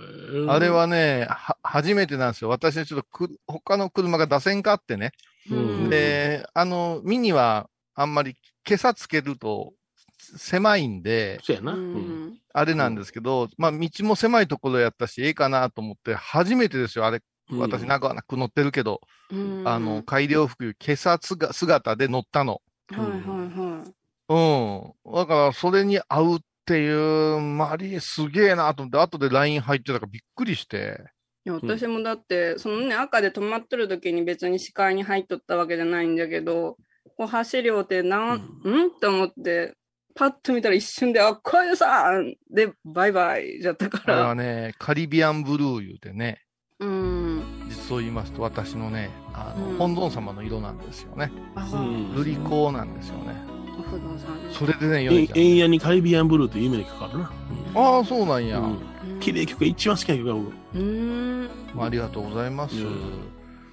[SPEAKER 2] あれ、はね、は、初めてなんですよ。私はちょっとく、他の車が出せんかってね。
[SPEAKER 3] うん
[SPEAKER 1] うん
[SPEAKER 2] で、あの、ミニはあんまり、今朝つけると狭いんで、
[SPEAKER 3] そうやな。
[SPEAKER 1] う
[SPEAKER 3] うん
[SPEAKER 1] ん
[SPEAKER 2] あれなんですけど、まあ、道も狭いところやったし、ええかなと思って、初めてですよ。あれ、私、
[SPEAKER 3] うん
[SPEAKER 2] なんかなく乗ってるけど、
[SPEAKER 1] うん
[SPEAKER 2] あの、改良服、今朝つが姿で乗ったの。
[SPEAKER 1] はいはいはい。
[SPEAKER 2] うん。だから、それに合うっていう、マリーすげえなと思って、後で LINE 入ってたからびっくりして。
[SPEAKER 1] いや私もだって、そのね、赤で止まっとる時に別に視界に入っとったわけじゃないんだけど、こう走りおって、なん、んと思って、パッと見たら一瞬で、あ、こゆさんで、バイバイじゃったか
[SPEAKER 2] あれは
[SPEAKER 1] ら。
[SPEAKER 2] ね、カリビアンブルー言うてね、
[SPEAKER 1] うん。
[SPEAKER 2] 実を言いますと私のね、あの、
[SPEAKER 1] うん
[SPEAKER 2] 本尊様の色なんですよね。
[SPEAKER 1] あ、
[SPEAKER 3] うん
[SPEAKER 2] 瑠璃光なんですよね。
[SPEAKER 1] お不動産。
[SPEAKER 2] それでね、ヨ
[SPEAKER 3] え
[SPEAKER 2] ネ
[SPEAKER 3] ん
[SPEAKER 2] ちゃん。
[SPEAKER 3] 円屋にカリビアンブルーという有名な曲があるな。
[SPEAKER 2] ああ、そうなんや。
[SPEAKER 3] うんうん綺麗な曲が一番好きな曲が僕。
[SPEAKER 1] うん。
[SPEAKER 2] まあ、ありがとうございます。
[SPEAKER 3] うん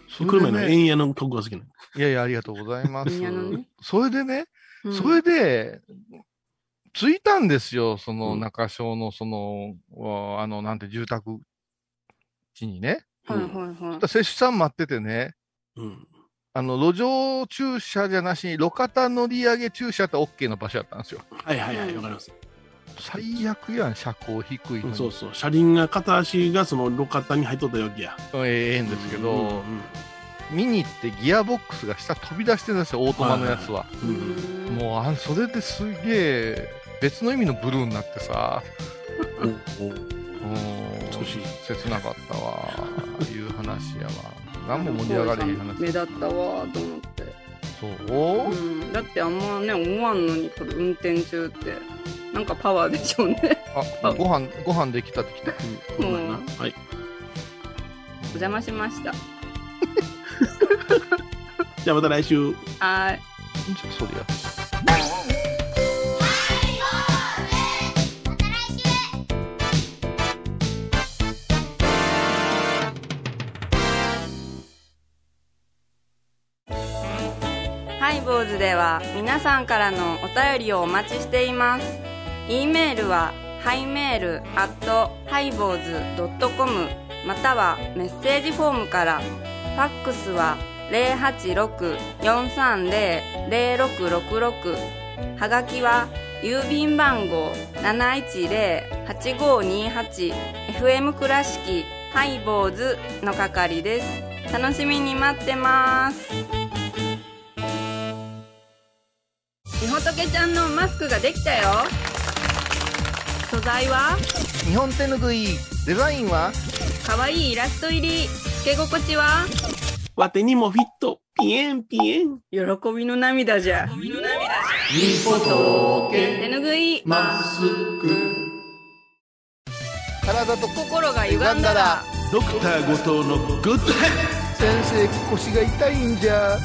[SPEAKER 2] それ
[SPEAKER 3] 車
[SPEAKER 2] で
[SPEAKER 3] の
[SPEAKER 2] ね、
[SPEAKER 3] 円屋の曲が好きなの。
[SPEAKER 2] いやいや、ありがとうございます
[SPEAKER 1] いやあのね。
[SPEAKER 2] それでね、
[SPEAKER 1] うん
[SPEAKER 2] それで、着いたんですよ、その
[SPEAKER 3] うん
[SPEAKER 2] 中小の、その、あの、なんて、住宅地にね。
[SPEAKER 1] はいはいはい
[SPEAKER 2] そしたら。接種さん待っててね、
[SPEAKER 3] うん。
[SPEAKER 2] あの、路上駐車じゃなしに、路肩乗り上げ駐車って OK の場所だったんですよ。
[SPEAKER 3] はいはいはい、わかります。
[SPEAKER 2] 最悪やん、車高低いのに。
[SPEAKER 3] そうそう。車輪が、片足がその路肩に入っとったわけや。
[SPEAKER 2] うんええんですけど、
[SPEAKER 3] うん
[SPEAKER 2] ミニってギアボックスが下飛び出してるんですよ、オートマのやつは。
[SPEAKER 3] うんうん
[SPEAKER 2] もうあ、それですげえ、別の意味のブルーになってさ、
[SPEAKER 3] おお
[SPEAKER 2] うん
[SPEAKER 3] 美しい。
[SPEAKER 2] 切なかったわ、いう話やわ。何も盛り上がりへん
[SPEAKER 1] 目
[SPEAKER 2] 話。
[SPEAKER 1] 立ったわーと思って、
[SPEAKER 2] そう
[SPEAKER 1] うん、だってあんまね思わんのにこれ運転中ってなんかパワーでしょうね [laughs]
[SPEAKER 2] あ、ご飯、ご飯できたってきた。
[SPEAKER 3] うんほんまやなはい。
[SPEAKER 1] お邪魔しました
[SPEAKER 3] じゃあまた来週。
[SPEAKER 1] はーい
[SPEAKER 2] じゃあそれや。
[SPEAKER 1] ハイボーズでは皆さんからのお便りをお待ちしています。e メールはハイメールアットハイボーズドットコムまたはメッセージフォームから。ファックスは086-430-0666はがきは郵便番号710-8528 FM 倉敷ハイボーズの係です。楽しみに待ってます。みほとけちゃんのマスクができたよ素材は
[SPEAKER 5] 日本手ぬぐいデザインは
[SPEAKER 1] 可愛いイラスト入りつけ心地は
[SPEAKER 3] わてにもフィット。ピエンピエン。
[SPEAKER 1] 喜びの涙じゃ手ぬぐい
[SPEAKER 5] 体と
[SPEAKER 1] 心が歪んだら
[SPEAKER 3] ドクター後藤のグッドヘッド
[SPEAKER 5] 先生腰が痛いんじゃ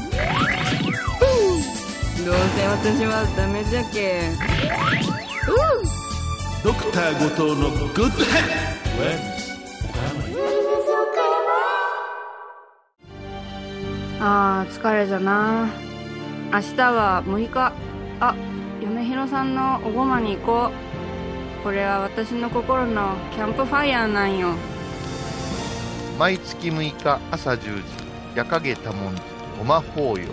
[SPEAKER 1] どうせ私はダメじゃけ
[SPEAKER 3] ドクター後藤のグッドヘッド
[SPEAKER 1] あー疲れじゃな明日は6日あ嫁ひろさんのおごまに行こうこれは私の心のキャンプファイヤーなんよ
[SPEAKER 2] 毎月6日朝10時、夜影多文字、ごま法要。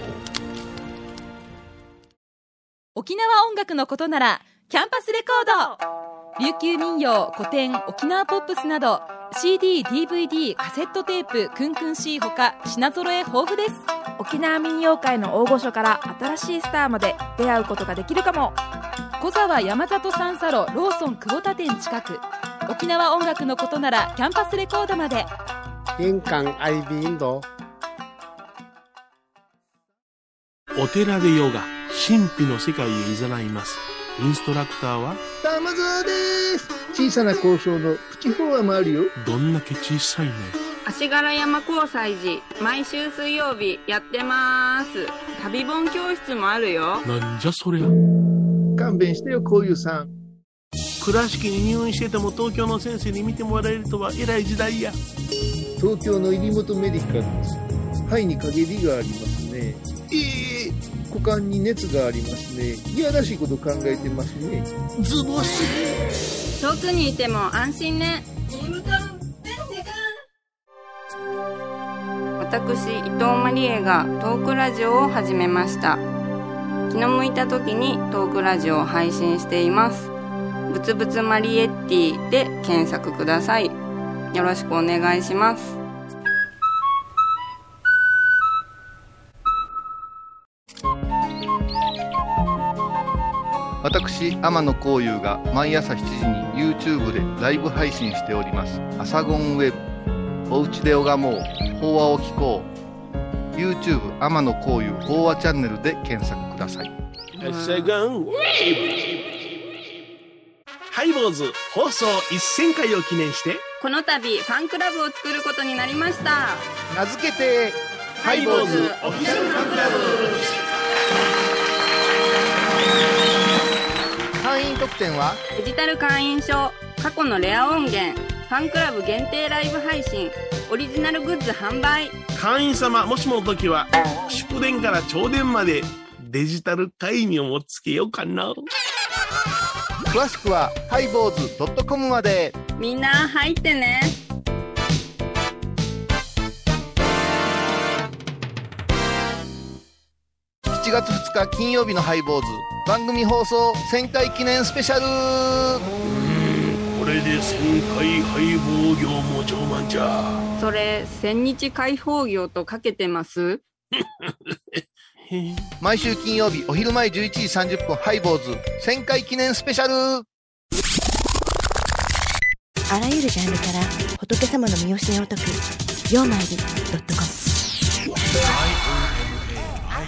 [SPEAKER 8] 沖縄音楽のことならキャンパスレコード琉球民謡古典沖縄ポップスなど CDDVD カセットテープクンクン C ほか品揃え豊富です
[SPEAKER 9] 沖縄民謡界の大御所から新しいスターまで出会うことができるかも
[SPEAKER 8] 小沢山里三佐路ローソン久保田店近く沖縄音楽のことならキャンパスレコードまで
[SPEAKER 10] 玄関アイビーインド
[SPEAKER 3] お寺でヨガ。神秘の世界へ誘います。インストラクターは
[SPEAKER 5] 玉沢です小さな交渉のプチフォアもあるよ
[SPEAKER 3] どんだけ小さいね。
[SPEAKER 8] 足柄山交際時毎週水曜日やってます旅本教室もあるよ
[SPEAKER 3] なんじゃそりゃ。
[SPEAKER 7] 勘弁してよ、こういうさん。
[SPEAKER 3] 倉敷に入院してても東京の先生に見てもらえるとは偉い時代や。
[SPEAKER 7] 東京の入元メディカルです。肺に陰りがありますね。ええ股間に熱がありますね。いやらしいこと考えてますね。ズボス
[SPEAKER 8] 遠くにいても安心ね私伊藤マリエがトークラジオを始めました気の向いた時にトークラジオを配信していますぶつぶつマリエッティで検索くださいよろしくお願いします
[SPEAKER 2] 私、天野幸雄が毎朝7時に YouTube でライブ配信しております。アサゴンウェブ。おうちで拝もう。法話を聞こう。YouTube 天野幸雄法話チャンネルで検索ください。
[SPEAKER 3] シャガンウェーブハイボーズ放送1000回を記念して、
[SPEAKER 8] この度ファンクラブを作ることになりました
[SPEAKER 7] 名付けて、
[SPEAKER 8] ハイボーズオフィシャルファンクラ
[SPEAKER 7] 会員特典は、
[SPEAKER 8] ブデジタル会員証過去のレア音源ファンクラブ限定ライブ配信オリジナルグッズ販売
[SPEAKER 3] 会員様もしもの時は、祝電から朝電までデジタル会議をもつけようかな。
[SPEAKER 2] 詳しくは、ハイボーズ .com まで。
[SPEAKER 8] みんな入ってね
[SPEAKER 2] 7月2日金曜日のハイボーズ。番組放送1000回記念スペシャル
[SPEAKER 3] これで1000回配合業も上満じゃ。
[SPEAKER 8] それ千日開放業とかけてます
[SPEAKER 2] 毎週金曜日お昼前11時30分ハイボーズ1000回記念スペシャル
[SPEAKER 4] あらゆるジャンルから仏様の身教えを解く「曜マイルドットコム」
[SPEAKER 11] r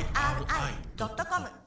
[SPEAKER 11] i .com